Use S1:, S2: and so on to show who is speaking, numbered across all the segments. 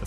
S1: The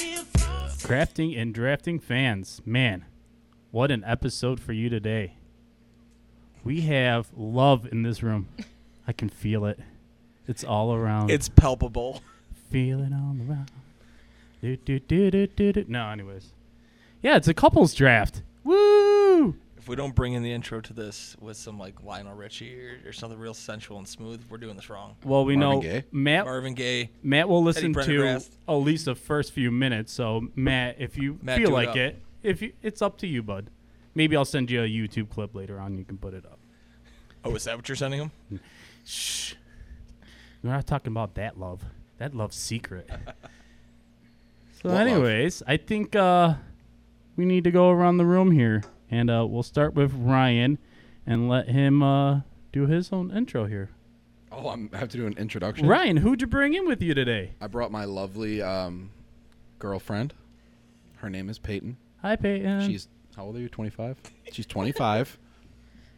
S2: Crafting and drafting fans, man, what an episode for you today. We have love in this room. I can feel it. It's all around.
S3: It's palpable.
S2: feel it all around. Do, do, do, do, do, do. No, anyways. Yeah, it's a couples draft. Woo!
S3: If we don't bring in the intro to this with some like Lionel Richie or, or something real sensual and smooth, we're doing this wrong.
S2: Well, we
S4: Marvin
S2: know
S4: Gaye?
S2: Matt.
S3: Marvin Gaye,
S2: Matt will listen
S3: Brennan
S2: to
S3: Grass.
S2: at least the first few minutes. So Matt, if you
S3: Matt,
S2: feel
S3: do it
S2: like
S3: up.
S2: it, if you, it's up to you, bud. Maybe I'll send you a YouTube clip later on. You can put it up.
S3: Oh, is that what you're sending him?
S2: We're not talking about that love. That love's secret. so,
S4: What love?
S2: anyways, I think uh, we need to go around the room here, and uh, we'll start with Ryan, and let him uh, do his own intro here.
S4: Oh, I'm, I have to do an introduction.
S2: Ryan, who'd you bring in with you today?
S4: I brought my lovely um, girlfriend. Her name is Peyton.
S2: Hi, Peyton.
S4: She's how old are you? 25. She's 25.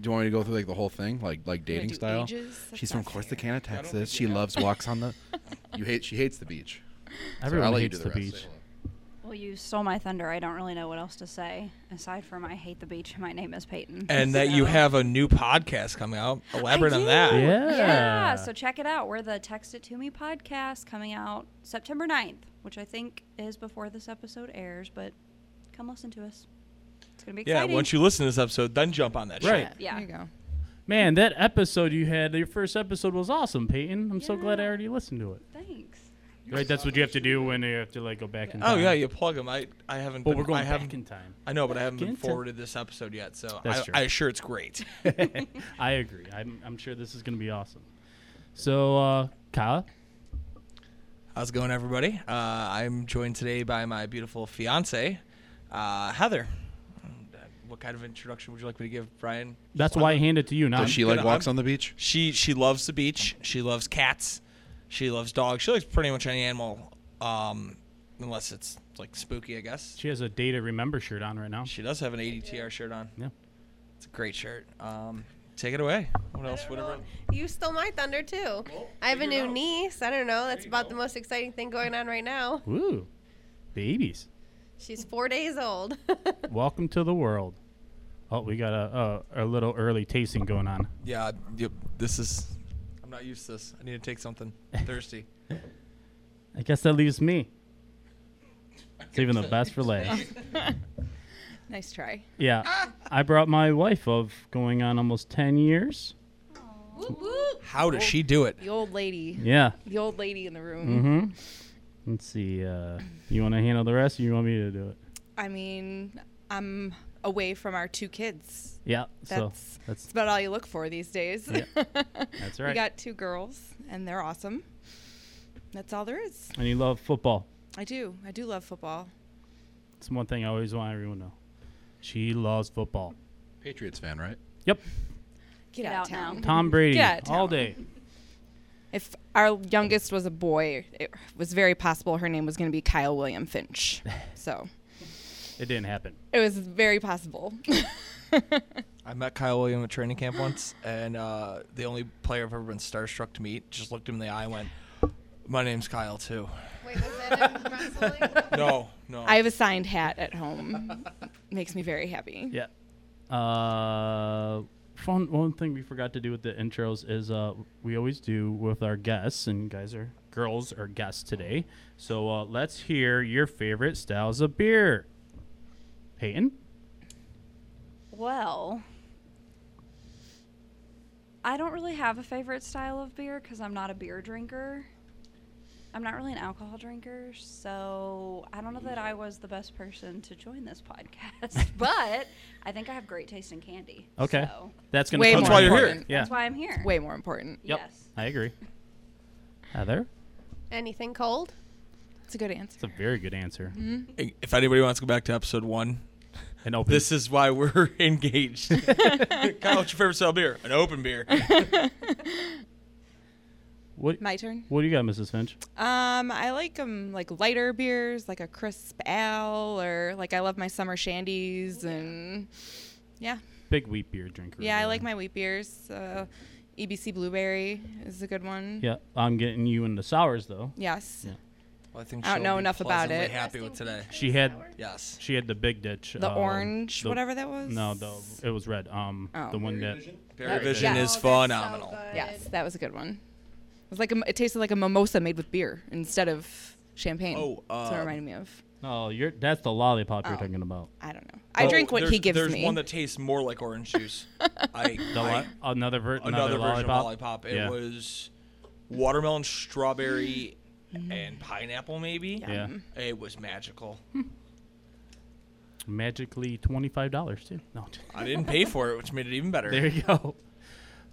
S4: do you want me to go through like the whole thing, like like dating
S5: do
S4: style?
S5: ages? That's
S4: She's from
S5: not fair.
S4: Corsicana, Texas. She loves walks on the. You hate. She hates the beach. Sorry,
S2: everyone
S4: I'll let you
S2: hates
S4: do
S2: the,
S4: rest.
S2: beach.
S5: Well, you stole my thunder. I don't really know what else to say aside from I hate the beach. and My name is Peyton.
S3: And that you
S5: So-
S3: have a new podcast coming out.
S5: I
S3: Elaborate on
S5: do.
S3: that.
S2: Yeah.
S5: Yeah. So check it out. We're the Text It To Me podcast coming out September 9th, which I think is before this episode airs, but come listen to us. It's going to be
S3: Yeah,
S5: exciting.
S3: once you listen to this episode, then jump on that shit.
S2: Right.
S5: Yeah.
S6: There you go.
S2: Man, that episode you had, your first episode was awesome, Peyton. I'm so glad I
S5: Yeah.
S2: already listened to it.
S5: Thanks.
S2: Right, that's what you have to do when you have to like go back in
S3: Oh
S2: time.
S3: yeah, you plug them. I I haven't.
S2: But
S3: been-
S2: we're going
S3: I haven't,
S2: back in time.
S3: I know, but I haven't
S2: Back
S3: been
S2: in time.
S3: forwarded this episode yet, so
S2: That's
S3: I,
S2: true.
S3: I assure it's great.
S2: I agree. I'm, I'm sure this is going to be awesome. So, uh, Kyle,
S3: How's it going, everybody? Uh, I'm joined today by my beautiful fiance, uh, Heather. And, uh, What kind of introduction would you like me to give, Brian?
S2: that's why I hand it to you. Not
S4: Does she
S3: gonna-
S4: like walks
S3: I'm-
S4: on the beach?
S3: She she loves the beach. She loves cats. She loves dogs. She likes pretty much any animal, um, unless it's like spooky, I guess.
S2: She has a data remember shirt on right now.
S3: She does have an ADTR shirt on.
S2: Yeah.
S3: It's a great shirt. Um, take it away. What else? Whatever.
S7: You stole my thunder too. I have a new niece. I don't know. That's about the most exciting thing going on right now.
S2: Ooh, babies.
S7: She's four days old.
S2: Welcome to the world. Oh, we got a, a, a little early tasting going on.
S3: Yeah. Yep. This is. I'm not used to this. I need to take something. Thirsty.
S2: I guess that leaves me. Saving the best for last.
S6: Nice try.
S2: Yeah, I brought my wife of going on almost 10 years.
S3: How does she do it?
S6: The old lady.
S2: Yeah.
S6: The old lady in the room.
S2: Mm-hmm. Let's see. Uh, you want to handle the rest or you want me to do it?
S6: I mean, I'm away from our two kids.
S2: Yeah.
S6: That's
S2: so
S6: that's
S2: that's
S6: about all you look for these days.
S2: Yeah, that's
S6: We
S2: right.
S6: got two girls, and they're awesome. That's all there is.
S2: and you love football.
S6: I do. I do love football.
S2: It's one thing I always want everyone to know. She loves football.
S4: Patriots fan, right?
S2: Yep.
S6: Get,
S5: out now.
S2: Tom Brady
S6: Get out of
S2: all
S6: town.
S2: day.
S6: If our youngest was a boy, it was very possible her name was going to be Kyle William Finch. So
S2: It didn't happen.
S6: it was very possible.
S3: I met Kyle William at training camp once, and uh, the only player I've ever been starstruck to meet just looked him in the eye and went, My name's Kyle too.
S7: Wait, was that in wrestling?
S3: No, no.
S6: I have a signed hat at home. Makes me very happy.
S2: Yeah. Uh, fun, one thing we forgot to do with the intros is uh, we always do with our guests, and guys are girls are guests today. So uh, let's hear your favorite styles of beer. Peyton,
S5: Well, I don't really have a favorite style of beer because I'm not a beer drinker. I'm not really an alcohol drinker, so I don't know that I was the best person to join this podcast, but I think I have great taste in candy.
S2: okay,
S5: So
S2: that's gonna.
S6: Way
S2: come
S6: more
S3: That's why you're here.
S6: important.
S2: Yeah.
S5: That's why I'm here.
S6: Way more important.
S2: Yep.
S5: Yes.
S2: I agree. Heather,
S7: Anything cold?
S6: That's a good answer.
S2: that's a very good answer.
S3: If anybody wants to go back to episode one,
S2: And open.
S3: this is why we're engaged. Kyle, what's your favorite style of beer? An open beer.
S2: what
S6: My turn.
S2: What do you got, Mrs. Finch?
S6: Um, I like um like lighter beers, like a crisp ale, or like I love my summer
S2: Oh,
S6: shandies, and yeah,
S2: Big wheat beer drinker.
S6: yeah, I
S2: over
S6: like
S2: there.
S6: my wheat beers. Uh, EBC blueberry is a good one.
S2: Yeah, I'm getting you into sours though.
S6: Yes.
S2: Yeah.
S3: Well, I think
S6: I don't
S3: she'll
S6: know
S3: be
S6: enough about
S3: pleasantly
S6: it.
S3: Happy with today.
S2: She had
S3: Yes.
S2: she had the big ditch.
S6: The
S2: uh,
S6: orange,
S2: the-
S6: whatever that was.
S2: No, the it was red. Um,
S6: Oh.
S2: the one that
S3: Berry Vision
S6: yeah.
S7: Oh,
S3: is phenomenal.
S6: Yes, that was a good one. It was like a, m- it tasted like a mimosa made with beer instead of champagne.
S3: Oh,
S6: that's what
S3: um,
S6: it reminded me of.
S2: No, you're that's the lollipop you're
S6: Oh.
S2: talking about.
S6: I don't know. I
S3: Oh,
S6: drink what he
S3: there's-
S6: gives
S3: there's
S6: me.
S3: one that tastes more like orange juice. I,
S2: The
S3: I-
S2: li- another ver-
S3: another,
S2: another,
S3: version
S2: lollipop.
S3: of lollipop. It
S2: yeah.
S3: was watermelon, strawberry, and pineapple. Maybe
S2: yeah,
S3: it was magical.
S2: magically twenty five dollars too. No,
S3: I didn't pay for it, which made it even better.
S2: there you go.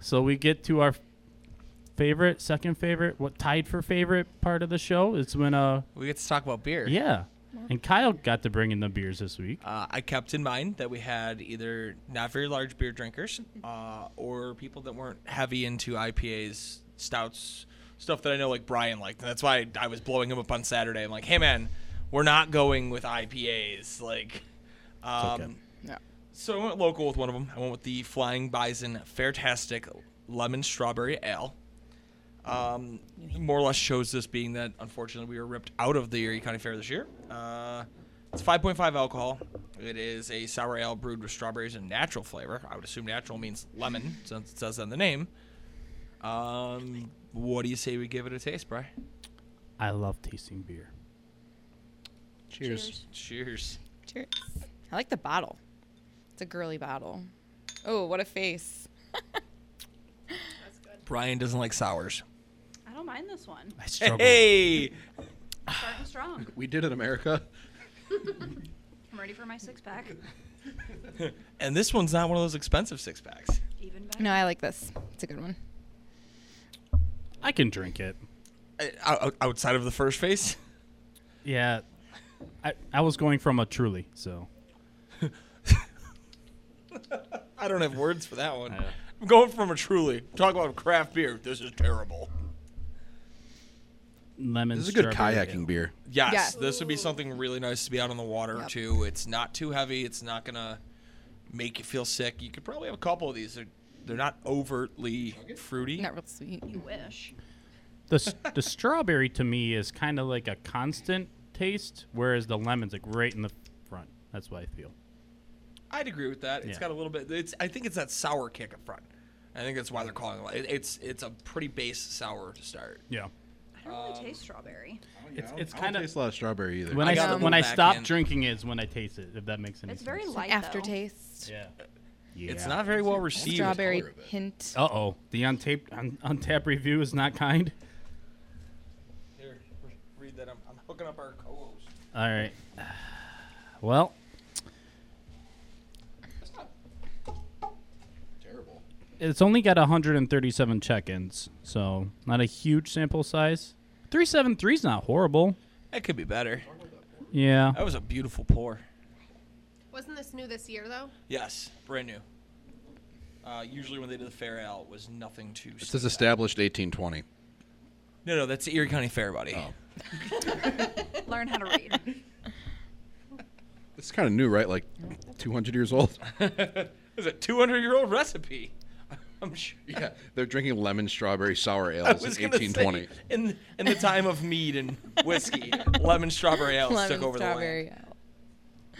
S2: So we get to our favorite, second favorite, what tied for favorite part of the show. It's when uh
S3: We get to talk about beer.
S2: yeah, and Kyle got to bring in the beers this week.
S3: Uh, I kept in mind that we had either not very large beer drinkers uh, or people that weren't heavy into IPAs, stouts, stuff that I know like Brian liked. And that's why I was blowing him up on Saturday. I'm like, hey, man, we're not going with IPAs. Like, um,
S2: okay.
S6: Yeah.
S3: So I went local with one of them. I went with the Flying Bison Fairtastic Lemon Strawberry Ale. Um, more or less shows this being that unfortunately we were ripped out of the Erie County Fair this year. Uh, it's 5.5 alcohol. It is a sour ale brewed with strawberries and natural flavor. I would assume natural means lemon since it says that in the name. Um, what do you say we give it a taste, Bry?
S2: I love tasting beer.
S4: Cheers.
S3: Cheers.
S6: Cheers. I like the bottle. It's a girly bottle. Oh, what a face.
S3: Brian doesn't like sours.
S5: I don't mind this one.
S2: I struggle.
S3: Hey,
S5: Starting strong.
S4: We did it, America.
S5: I'm ready for my six pack.
S3: and this one's not one of those expensive six packs.
S5: Even better.
S6: No, I like this. It's a good one.
S2: I can drink it.
S3: O- o- Uh, outside of the first face.
S2: Yeah, I I was going from a truly so.
S3: I don't have words for that one. I'm going from a truly. Talk about craft beer. This is terrible.
S2: Lemon.
S4: This is a good
S2: strawberry ale.
S4: kayaking beer.
S3: Yes,
S6: Yes.
S3: this would be something really nice to be out on the water
S6: Yep.
S3: too. It's not too heavy. It's not gonna make you feel sick. You could probably have a couple of these. They're, they're not overtly fruity.
S6: Not real sweet.
S5: You wish.
S2: the s- the strawberry to me is kind of like a constant taste, whereas the lemon's like right in the front. That's what I feel.
S3: I'd agree with that. It's
S2: Yeah.
S3: got a little bit. It's. I think it's that sour kick up front. I think that's why they're calling it. it- It's. It's a pretty base sour to start.
S2: Yeah.
S5: I don't really taste strawberry.
S2: It's it's
S4: I don't
S2: kind of
S4: taste a lot of strawberry either.
S2: when
S3: I
S2: I,
S3: got
S2: s-
S3: them
S2: when I
S3: back
S2: stop
S3: in.
S2: drinking is when I taste it. If that makes any
S5: It's
S2: sense.
S5: very light. though.
S6: Aftertaste.
S2: Yeah. yeah.
S3: It's not very well received.
S6: Strawberry
S4: color of it.
S6: hint.
S2: Uh oh, the untaped un- untap review is not kind.
S3: Here, re- read that. I'm, I'm hooking up our co-host.
S2: All right. Well,
S4: terrible.
S2: it's only got 137 check-ins, so not a huge sample size. 373 is not horrible.
S3: That could be better.
S2: Yeah.
S3: That was a beautiful pour.
S7: Wasn't this new this year though?
S3: Yes, brand new. Uh, usually when they did the fair ale, it was nothing too.
S4: It says established 1820.
S3: no, no, that's the Erie County Fair, buddy.
S4: Oh.
S5: Learn how to read.
S4: It's kind of new, right? Like 200 years old.
S3: It's a 200 year old recipe. I'm sure.
S4: Yeah, they're drinking lemon strawberry sour ale.
S3: I
S4: It's
S3: was
S4: in
S3: gonna say,
S4: 1820.
S3: in in the time of mead and whiskey, lemon strawberry ale took over
S6: strawberry
S3: the land.
S6: ale.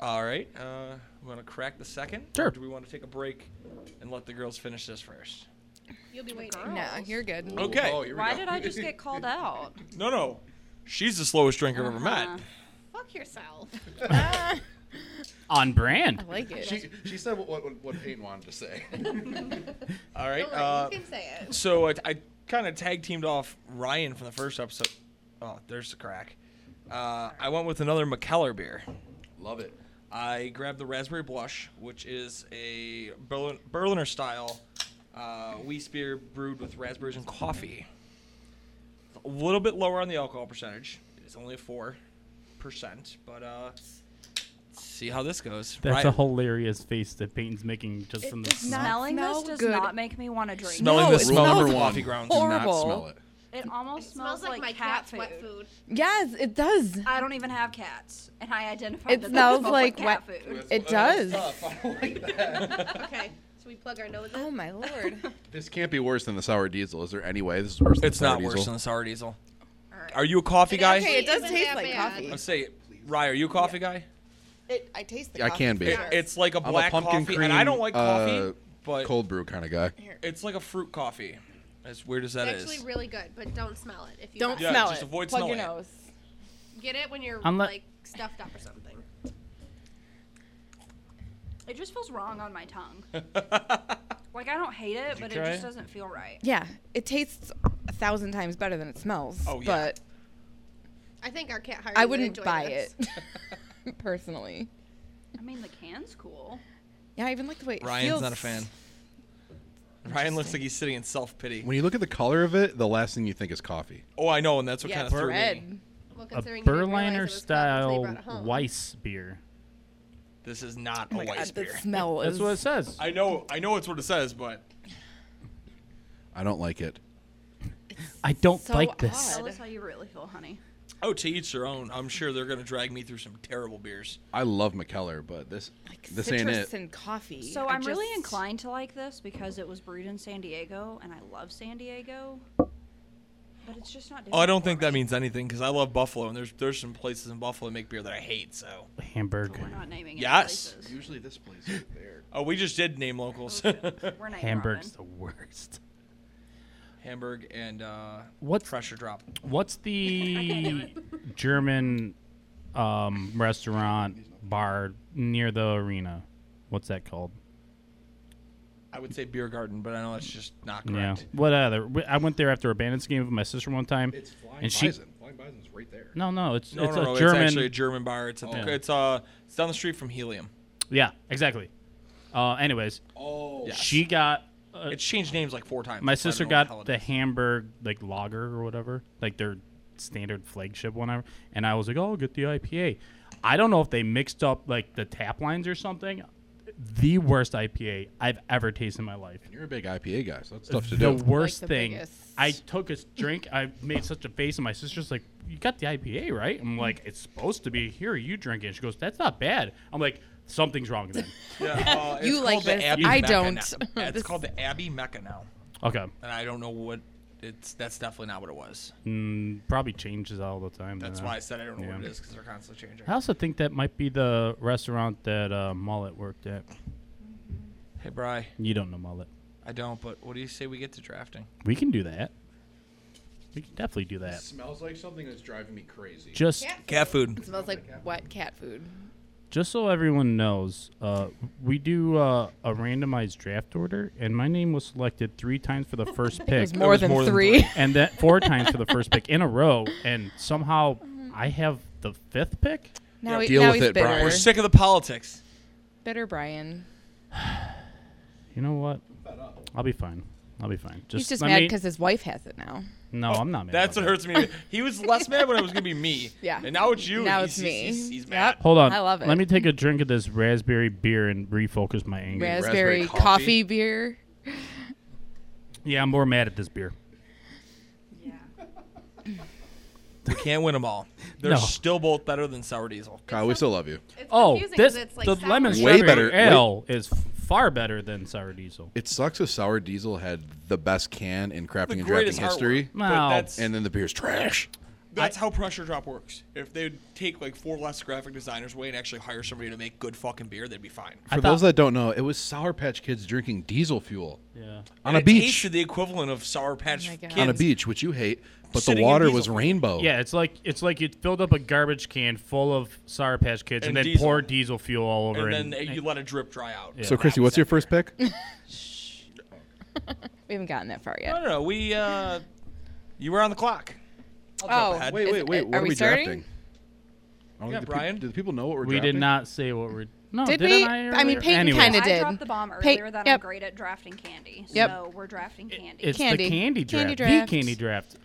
S3: All right, uh, we want to crack the second.
S4: Sure.
S3: Or do we want to take a break and let the girls finish this first?
S7: You'll be waiting.
S6: No, you're good.
S3: Oh. Okay.
S4: here we
S5: Why
S4: go.
S5: did I just get called out?
S3: No, no, she's the slowest drinker I've ever
S5: Uh-huh.
S3: met.
S7: Fuck yourself.
S6: Ah,
S2: On
S6: I
S2: brand.
S6: like it.
S4: She, she said what, what, what Peyton wanted to say.
S3: All right,
S7: Don't worry,
S3: uh,
S7: you can say it.
S3: so I, I kind of tag teamed off Ryan from the first episode. Oh, there's the crack. Uh, I went with another McKellar beer.
S4: Love it.
S3: I grabbed the Raspberry Blush, which is a Berlin- Berliner style uh, wheat beer brewed with raspberries and coffee. A little bit lower on the alcohol percentage. It's only a 4%, but uh, see how this goes.
S2: That's
S3: Ryan-
S2: a hilarious face that Peyton's making just from the
S6: does
S2: smell.
S6: not
S5: Smelling
S6: smell
S5: this does
S6: good.
S5: not make me want to drink.
S3: Smelling
S6: No,
S3: this
S6: it
S4: Rule
S3: smells
S6: smells
S4: number
S3: of
S4: one:
S3: coffee grounds.
S4: do not
S6: horrible.
S4: smell it.
S5: It almost smells, like,
S7: my
S5: cat
S7: cat's
S5: food.
S7: wet food.
S6: Yes, it does.
S5: I don't even have cats, and I identify.
S6: It
S5: that that
S6: smells
S5: smells
S6: like
S5: cat
S6: wet-
S5: food.
S6: It does.
S7: okay, so we plug our nose in.
S6: Oh my lord.
S4: This can't be worse than the sour diesel. Is there any way this is worse? Than
S3: It's
S4: the sour
S3: not
S4: diesel?
S3: worse than the sour diesel.
S7: Alright.
S3: Are you a coffee guy?
S6: actually- it does
S7: Isn't
S6: taste
S7: that
S6: like
S7: bad.
S6: coffee.
S3: I'm saying, Ryan, are you a coffee guy?
S6: It, I taste the
S4: I can be.
S3: It- it's like a
S4: I'm a
S3: black
S4: pumpkin
S3: coffee,
S4: cream.
S3: and I don't like coffee,
S4: uh,
S3: but
S4: cold brew kind of guy.
S3: it's like a fruit coffee. As weird as that
S7: It's
S3: is.
S7: actually really good, but don't smell it. If you
S6: Don't
S7: got
S3: Yeah,
S6: smell
S3: just
S6: it.
S3: avoid
S6: Plug your
S3: smelling it.
S6: nose.
S7: it. get it when you're
S2: I'm le-
S7: like stuffed up or something.
S5: It just feels wrong on my tongue. like I don't hate it,
S3: you
S5: but it
S3: try
S5: just
S3: it?
S5: doesn't feel right.
S6: Yeah, it tastes a thousand times better than it smells.
S3: Oh, yeah.
S6: But
S7: I think our cat hired
S6: I
S7: would
S6: wouldn't
S7: enjoy
S6: buy
S7: this.
S6: it personally.
S5: I mean, the can's cool.
S6: Yeah, I even like the way it
S3: Ryan's
S6: feels.
S3: not a fan. Ryan looks like he's sitting in self pity.
S4: When you look at the color of it, the last thing you think is coffee.
S3: Oh, I know, and that's what
S6: Yeah,
S3: kind of threw me.
S6: red.
S7: Well,
S2: A
S7: considering he didn't realize it
S2: Berliner
S7: was coffee until he
S2: style
S7: brought it home.
S2: Weiss beer.
S3: This is not
S6: Oh
S3: a
S6: my God,
S3: white
S6: the
S3: beer.
S6: smell
S2: That's
S6: is.
S2: what it says.
S3: I know, I know, it's what it says, but
S4: I don't like it.
S2: I don't
S6: so
S2: like this.
S5: Tell
S6: odd.
S5: us how you really feel, honey.
S3: oh, to each their own. I'm sure they're gonna drag me through some terrible beers.
S4: I love McKellar, but this
S6: like
S4: this
S6: citrus
S4: ain't it.
S6: and coffee.
S5: So
S6: I
S5: I'm really
S6: just-
S5: inclined to like this because it was brewed in San Diego, and I love San Diego. But it's just not. Doing
S3: Oh, I
S5: it
S3: don't
S5: for
S3: think
S5: me.
S3: that means anything because I love Buffalo, and there's there's some places in Buffalo that make beer that I hate. So,
S2: Hamburg.
S5: We're not naming any
S3: Yes.
S5: places.
S4: Usually this place is there.
S3: oh, we just did name locals:
S5: We're name
S2: Hamburg's the
S5: dropping.
S2: worst.
S3: Hamburg and uh,
S2: What's
S3: Pressure Drop.
S2: What's the German um, restaurant bar near the arena? What's that called?
S3: I would say Beer Garden, but I know that's just not
S2: Yeah.
S3: correct.
S2: What other? we- I went there after a bandits game with my sister one time.
S4: It's flying
S2: And she-
S4: bison. Flying bison's right there.
S2: No, no, it's
S3: No,
S2: it's
S3: no,
S2: a
S3: no,
S2: German.
S3: it's actually a German bar. It's at the,
S2: Oh.
S3: it's uh it's down the street from Helium.
S2: yeah, exactly. Uh, anyways,
S4: Oh,
S3: Yes.
S2: she got. Uh,
S3: It's changed names like four times.
S2: my
S3: so I don't
S2: sister
S3: know what hell
S2: got
S3: it
S2: the
S3: is.
S2: Hamburg like lager or whatever, like their standard flagship whatever. And I was like, oh, I'll get the IPA. I don't know if they mixed up like the tap lines or something. The worst IPA I've ever tasted in my life.
S4: you're a big IPA guy, so that's tough to
S2: the
S4: do.
S2: worst
S6: Like the
S2: thing.
S6: biggest.
S2: I took a drink. I made such a face, and my sister's like, "You got the IPA, right?" I'm like, "It's supposed to be here. You drink it." She goes, "That's not bad." I'm like, "Something's wrong then."
S3: Yeah, uh, it's
S6: You
S3: called
S6: like
S3: the
S6: this.
S3: Abbey
S6: I
S3: Mecca
S6: don't.
S3: now. It's
S6: This-
S3: called the Abbey Mecca now,
S2: okay,
S3: and I don't know what it's. That's definitely not what it was.
S2: mm, probably changes all the time.
S3: That's
S2: then,
S3: why I
S2: huh?
S3: said I don't know what
S2: Yeah.
S3: it is because they're constantly changing.
S2: I also think that might be the restaurant that uh, Mullet worked at.
S3: Hey, Bry,
S2: You don't know Mullet.
S3: I don't. But what do you say we get to drafting?
S2: We can do that. We can definitely do that.
S4: smells like something that's driving me crazy.
S2: Just
S6: Cat-
S3: Cat food.
S6: It smells like wet cat food.
S2: just so everyone knows, uh, we do uh, a randomized draft order, and my name was selected three times for the first pick.
S6: There's more,
S3: was
S6: than,
S3: more than
S6: three.
S2: and then four times for the first pick in a row, and somehow
S6: Mm-hmm.
S2: I have the fifth pick.
S6: now he,
S4: deal
S6: now
S4: with
S6: he's
S4: it,
S6: bitter.
S4: Brian.
S3: We're sick of the politics.
S6: Bitter Brian.
S2: You know what? I'll be fine. I'll be fine. Just
S6: He's just
S2: let
S6: mad
S2: me-
S6: because his wife has it now.
S2: no, I'm not mad.
S3: That's
S2: about
S3: what
S2: that.
S3: hurts me. He was less mad when it was gonna be me.
S6: Yeah.
S3: And now it's you.
S6: Now
S3: and
S6: it's
S3: he's-
S6: me.
S3: He's, he's
S6: Yep.
S3: mad.
S2: Hold on.
S6: I love it.
S2: Let me take a drink of this raspberry beer and refocus my anger.
S6: Raspberry,
S4: raspberry
S6: coffee.
S4: coffee.
S6: beer.
S2: yeah, I'm more mad at this beer.
S3: We can't win them all. They're
S2: No.
S3: still both better than sour diesel.
S4: Kyle, we still love you.
S7: It's
S2: Oh,
S7: confusing 'cause
S2: this
S7: it's like
S2: the
S7: sour.
S2: lemon
S4: Way
S2: strawberry
S4: better-
S2: ale is far better than sour diesel.
S4: It sucks if Sour Diesel had the best can in crafting
S3: The
S4: and drafting
S3: greatest
S4: history,
S3: artwork, but
S2: Wow.
S3: that's
S4: and then the beer's trash.
S3: that's how pressure drop works. If they would take like four less graphic designers away and actually hire somebody to make good fucking beer, they'd be fine.
S4: For
S2: thought-
S4: those that don't know, it was Sour Patch Kids drinking diesel fuel
S2: Yeah.
S4: on
S3: And
S4: a
S3: it
S4: beach.
S3: tasted the equivalent of sour patch
S6: Oh my God.
S3: Kids.
S4: On a beach, which you hate, but
S3: Sitting
S4: the
S3: in
S4: water
S3: diesel
S4: was
S3: fuel.
S4: rainbow.
S2: Yeah, it's like it's like you filled up a garbage can full of sour patch kids and,
S3: And
S2: then
S3: diesel.
S2: pour diesel fuel all over
S3: and
S2: it.
S3: then you let it drip dry out.
S4: So, Christy, what's your first pick?
S6: We haven't gotten that far
S3: I
S6: yet.
S3: don't know. We uh, you were on the clock. I'll jump
S6: Oh,
S3: ahead.
S4: Wait,
S6: Is-
S4: wait, wait.
S6: are
S4: What are
S6: we
S4: we
S6: starting?
S4: drafting? I don't
S3: Yeah,
S4: think the peop-
S3: Brian.
S4: do the people know what we're
S2: we
S4: drafting?
S2: did not say what we're No,
S6: Did
S2: didn't
S6: we?
S2: I,
S6: I mean,
S2: earlier?
S6: Peyton
S2: Anyways,
S6: kinda
S5: I
S6: did.
S5: dropped the bomb
S6: Pay-
S5: earlier that
S6: yep.
S5: I'm great at drafting candy.
S6: Yep.
S5: So we're drafting candy.
S2: It's
S6: Candy.
S2: the candy draft.
S6: Candy
S2: The
S6: draft.
S2: candy draft.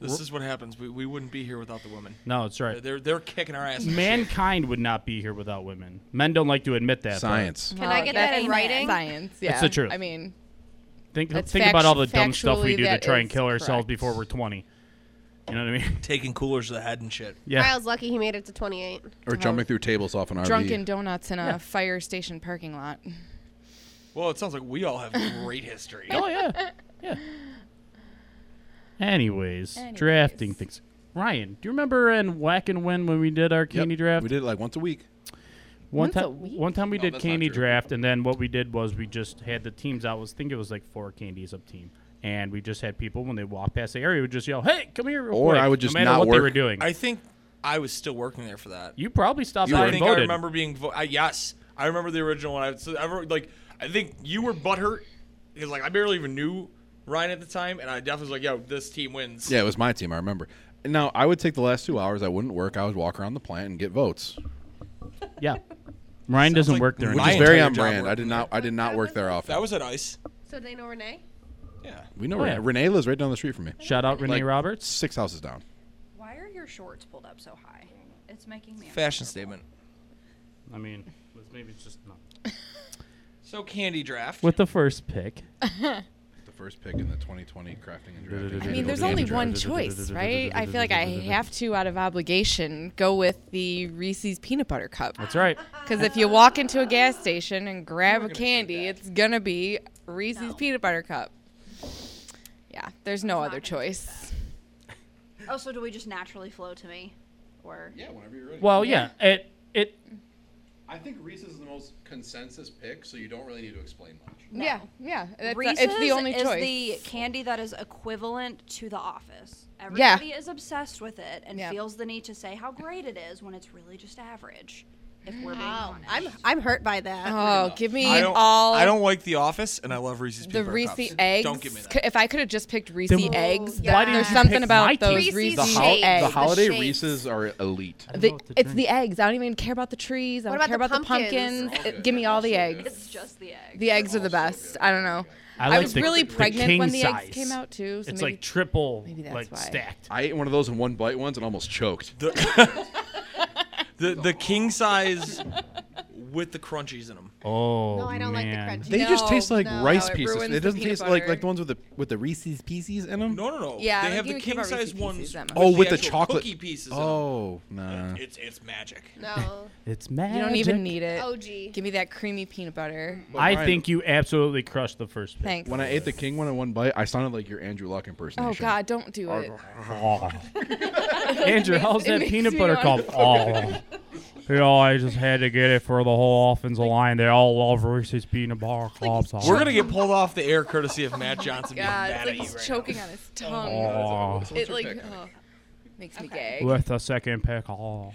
S3: This is what happens. We, we wouldn't be here without the women.
S2: No, it's right.
S3: They're they're kicking our ass.
S2: Mankind would not be here without women. Men don't like to admit that. but
S4: Science.
S7: Can I
S6: Well,
S7: get that in
S6: amen.
S7: writing?
S6: Oh, Science. Yeah.
S2: That's the truth.
S6: I mean,
S2: Think,
S6: That's
S2: think about all the
S6: fact-
S2: dumb stuff we
S6: factually,
S2: do to
S6: that
S2: try and
S6: is
S2: kill ourselves
S6: correct.
S2: before we're 20. You know what I mean?
S3: taking coolers to the head and shit.
S2: Yeah.
S7: Kyle's lucky he made it to 28.
S4: Or jumping through tables off an RV.
S6: drunken donuts in a fire station parking lot.
S3: Well, it sounds like we all have great history.
S2: Oh yeah. Yeah. Anyways,
S6: Anyways.
S2: drafting things. Ryan, do you remember in Whack and Win when we did our
S4: Yep,
S2: candy draft?
S4: We did it like once a week.
S2: One
S6: Once a
S2: time,
S6: week?
S2: one time we
S4: No,
S2: did
S4: that's not
S2: candy
S4: true.
S2: draft, and then what we did was we just had the teams out. Was think it was like four candies up team, and we just had people when they walked past the area, we would just yell, "Hey, come here!" Real
S4: Or
S2: quick,"
S4: I would just
S2: no matter
S4: not
S2: what they were
S4: work.
S2: doing.
S3: I think I was still working there for that.
S2: you probably stopped
S3: I
S2: by and
S3: think I
S2: voted.
S3: remember being vo- I, yes, I remember the original one. I so I remember, like I think you were butthurt because like I barely even knew Ryan at the time, and I definitely was like, "Yo, this team wins."
S4: Yeah, it was my team. I remember. Now I would take the last two hours. I wouldn't work. I would walk around the plant and get votes,
S2: Yeah, Ryan doesn't
S3: like
S2: work there.
S4: which
S3: my
S4: is very
S3: entire
S4: on
S3: job
S4: brand. I
S3: working
S4: did not. I did not work there often.
S3: That was at Ice.
S7: So they know Renee?
S3: Yeah.
S4: we know
S2: Oh,
S4: Renee.
S2: yeah.
S4: Renee lives right down the street from me.
S2: Shout out Renee
S4: Like-
S2: Roberts.
S4: Six houses down.
S5: Why are your shorts pulled up so high? It's making me
S3: Fashion
S5: uncomfortable.
S3: statement.
S2: I mean, let's- maybe it's just not.
S3: So candy draft.
S2: with the first pick.
S4: The first pick in the 2020 crafting and drafting.
S6: I mean, there's only one choice, right? I feel like I have to, out of obligation, go with the Reese's peanut butter cup.
S2: That's right.
S6: Because if you walk into a gas station and grab a candy, it's gonna be Reese's peanut butter cup. Yeah, there's no other choice.
S5: Oh, so do we just naturally flow to me? Or
S4: Yeah, whenever you're ready.
S2: Well, yeah. It it
S4: I think Reese's is the most consensus pick, so you don't really need to explain much.
S6: Yeah, yeah. That's
S5: Reese's
S6: it's the only
S5: is
S6: choice.
S5: the candy that is equivalent to The Office.
S6: Yeah.
S5: Everybody is obsessed with it and
S6: Yeah.
S5: feels the need to say how great it is when it's really just average. If we're being honest,
S7: I'm I'm hurt by that.
S6: oh, give me
S3: I don't,
S6: all
S3: I don't like The Office, and I love Reese's
S6: the
S3: peanut butter
S6: Reese
S3: cups.
S6: eggs.
S3: Don't give me that.
S6: C- If I could have just picked Reese
S2: Then
S5: Oh,
S6: eggs,
S7: why
S6: that-
S7: did
S6: there's
S7: you
S6: something
S2: pick my
S6: about
S2: team?
S6: those
S2: Reese's
S6: Reese's,
S4: The,
S7: Shades.
S4: hol- the
S7: The
S4: holiday
S7: shades.
S4: Reese's are elite.
S2: I don't
S6: The-
S2: know what to
S6: it's
S2: drink. Oh,
S6: the eggs. I don't even care about the trees. I
S7: What
S6: don't care
S7: about
S6: about
S7: the
S6: the pumpkins.
S7: pumpkins?
S4: They're all
S6: Uh, give me
S4: good.
S6: all the
S4: They're all
S6: eggs.
S4: good.
S5: it's just the egg.
S6: The eggs are the best. I don't know.
S2: I
S6: I,
S2: like
S6: was
S2: the-
S6: really
S2: the
S6: pregnant
S2: king
S6: when the
S2: size.
S6: eggs came out too. So
S2: it's
S6: maybe
S2: like triple,
S6: maybe that's
S2: like
S6: why.
S2: stacked.
S4: I ate one of those in one bite once and almost choked.
S3: The, the, the king size with the crunchies in them.
S2: Oh
S7: No, I don't like the
S2: man.
S7: crunchy.
S4: They just
S6: No,
S4: taste like
S6: no,
S4: rice
S6: no, it
S4: pieces.
S6: ruins
S4: It
S6: the
S4: doesn't
S6: peanut
S4: taste like
S6: butter.
S4: like the ones with the with the Reese's pieces in them.
S3: No, no, no.
S6: Yeah, I
S3: they
S6: don't
S3: have the
S6: give a care
S3: king
S6: about
S3: size
S6: Reese's
S3: ones.
S6: Pieces that much.
S4: Oh, with the
S3: actual
S4: chocolate-
S3: cookie pieces. in 'em.
S4: Oh, nah.
S3: it's it's magic.
S7: No.
S2: It's magic.
S6: You don't even need it.
S7: OG.
S6: Give me that creamy peanut butter.
S4: But
S2: I
S4: Ryan,
S2: think you absolutely crushed the first pick.
S6: Thanks.
S4: when I ate the king one in one bite, I sounded like your Andrew Luck impersonation.
S6: oh God, don't do it.
S2: Andrew, how's
S6: it
S2: that
S6: makes
S2: peanut
S6: me
S2: butter
S6: wanna-
S2: cup? Oh. You know, I just had to get it for the whole offensive line. They all love Reese's peanut butter cups. Oh.
S3: We're gonna get pulled off the air courtesy of Matt Johnson being
S6: Oh God,
S3: mad
S6: it's
S3: at
S6: like
S3: you
S6: he's
S3: right
S6: choking on his tongue.
S2: Oh.
S4: What's
S6: It
S4: your
S6: like
S4: pick?
S6: oh, makes me gag.
S2: with the second pick. Oh.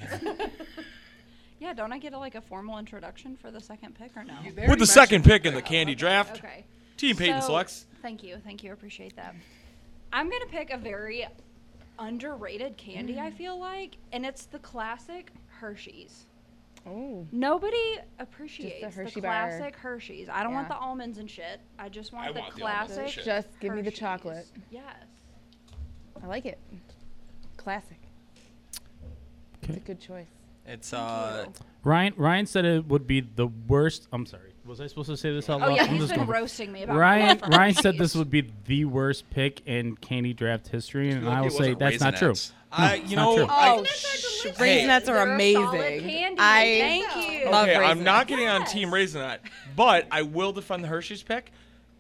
S5: Yeah, don't I get a, like a formal introduction for the second pick or no?
S3: now. With the second pick in the candy draft,
S5: Okay.
S3: Team Peyton
S5: So-
S3: selects.
S5: Thank you, thank you, appreciate that. I'm gonna pick a very underrated candy.
S6: Mm.
S5: I feel like, and it's the classic Hershey's.
S6: Oh.
S5: Nobody appreciates the,
S6: Hershey bar.
S5: classic Hershey's. I don't want the
S6: Yeah.
S5: almonds and shit. I just want
S3: I
S5: the
S3: want the almonds
S5: classic.
S3: and shit.
S6: Just give me the
S5: Hershey's.
S6: chocolate.
S5: Yes.
S6: I like it. Classic. It's a good choice.
S3: It's uh,
S2: Ryan Ryan said it would be the worst. I'm sorry. Was I supposed to say this out
S5: Oh
S2: loud?
S5: yeah,
S2: I'm
S5: he's
S2: just
S5: been
S2: gonna-
S5: roasting me about
S2: Ryan
S5: love for
S2: Ryan said this
S5: Hershey's.
S2: would be the worst E pick in candy draft history, and I will say that's not true.
S4: Raisinets.
S3: I you know
S2: not true.
S3: I,
S6: Oh, gosh, raisin nuts
S5: They're
S6: are
S5: a solid
S6: amazing.
S5: candy.
S6: I
S5: Thank you.
S6: love
S3: okay, I'm
S6: Raisin
S3: not
S6: Nut.
S3: getting on Team Raisin Nut, but I will defend the Hershey's pick.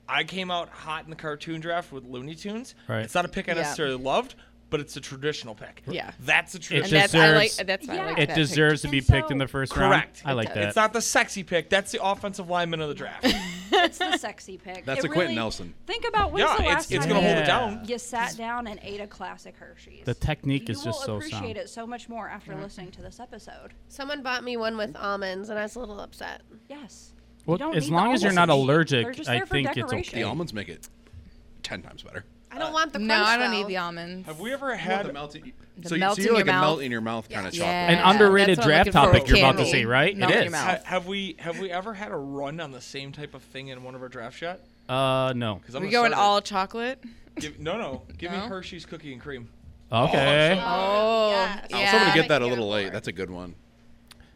S3: I came out hot in the cartoon draft with Looney Tunes.
S2: Right.
S3: It's not a pick I
S6: Yeah.
S3: necessarily loved, but it's a traditional pick.
S6: Yeah.
S3: That's a
S6: and
S3: traditional.
S6: that's I like
S2: deserves-
S6: that's why I
S5: Yeah.
S6: like
S2: It
S6: that
S2: deserves to be
S5: And
S2: picked in
S5: so-
S2: the first
S3: Correct.
S2: round. I like
S6: It
S2: that.
S3: It's not the sexy pick. That's the offensive lineman of the draft.
S5: It's the sexy pick.
S4: That's
S5: It
S4: a Quentin Nelson.
S5: Think about when's
S3: yeah,
S5: the last
S3: it's, it's
S5: time
S3: gonna hold
S2: Yeah.
S3: it down.
S5: you sat down and ate a classic Hershey's.
S2: The technique
S5: you
S2: is just
S5: will
S2: so
S5: appreciate
S2: sound.
S5: it so much more after listening to this episode.
S7: Someone bought me one with almonds, and I was a little upset.
S5: Yes. You
S2: Well,
S5: don't
S2: as
S5: need the
S2: long as you're
S5: almonds.
S2: not
S5: They're
S2: allergic,
S5: just
S2: I
S5: there for
S2: think it's
S5: decoration.
S4: The
S2: okay.
S4: almonds make it ten times better.
S7: Uh, I don't want the
S6: pick.
S7: crunch.
S6: No, I don't
S7: though.
S6: need the almonds.
S3: Have we ever
S4: Had
S3: had?
S4: the melt in,
S6: The
S4: so, you-
S6: melt
S4: so
S6: in
S4: you like
S6: your
S4: a melt
S6: mouth?
S4: in your mouth kind of
S6: Yeah.
S2: An
S4: chocolate.
S2: underraady
S6: That's what I'm
S2: draft
S6: looking for
S2: topic
S6: with
S2: you're about to
S6: candy.
S2: say, right?
S6: Melt
S2: it
S6: in
S2: is.
S6: your mouth.
S3: Ha- have we have we ever had a run on the same type of thing in one of our drafts yet?
S2: Uh, no.
S3: 'Cause I'm
S6: We
S3: gonna
S6: going
S3: start it.
S6: all chocolate?
S3: Give, no, no. Give me
S6: No?
S3: Hershey's cookie and cream.
S2: Okay.
S6: Oh,
S7: yes.
S6: yeah.
S4: I was hoping to
S7: Yeah.
S4: get that a
S7: Make it
S4: little late.
S7: more.
S4: That's a good one.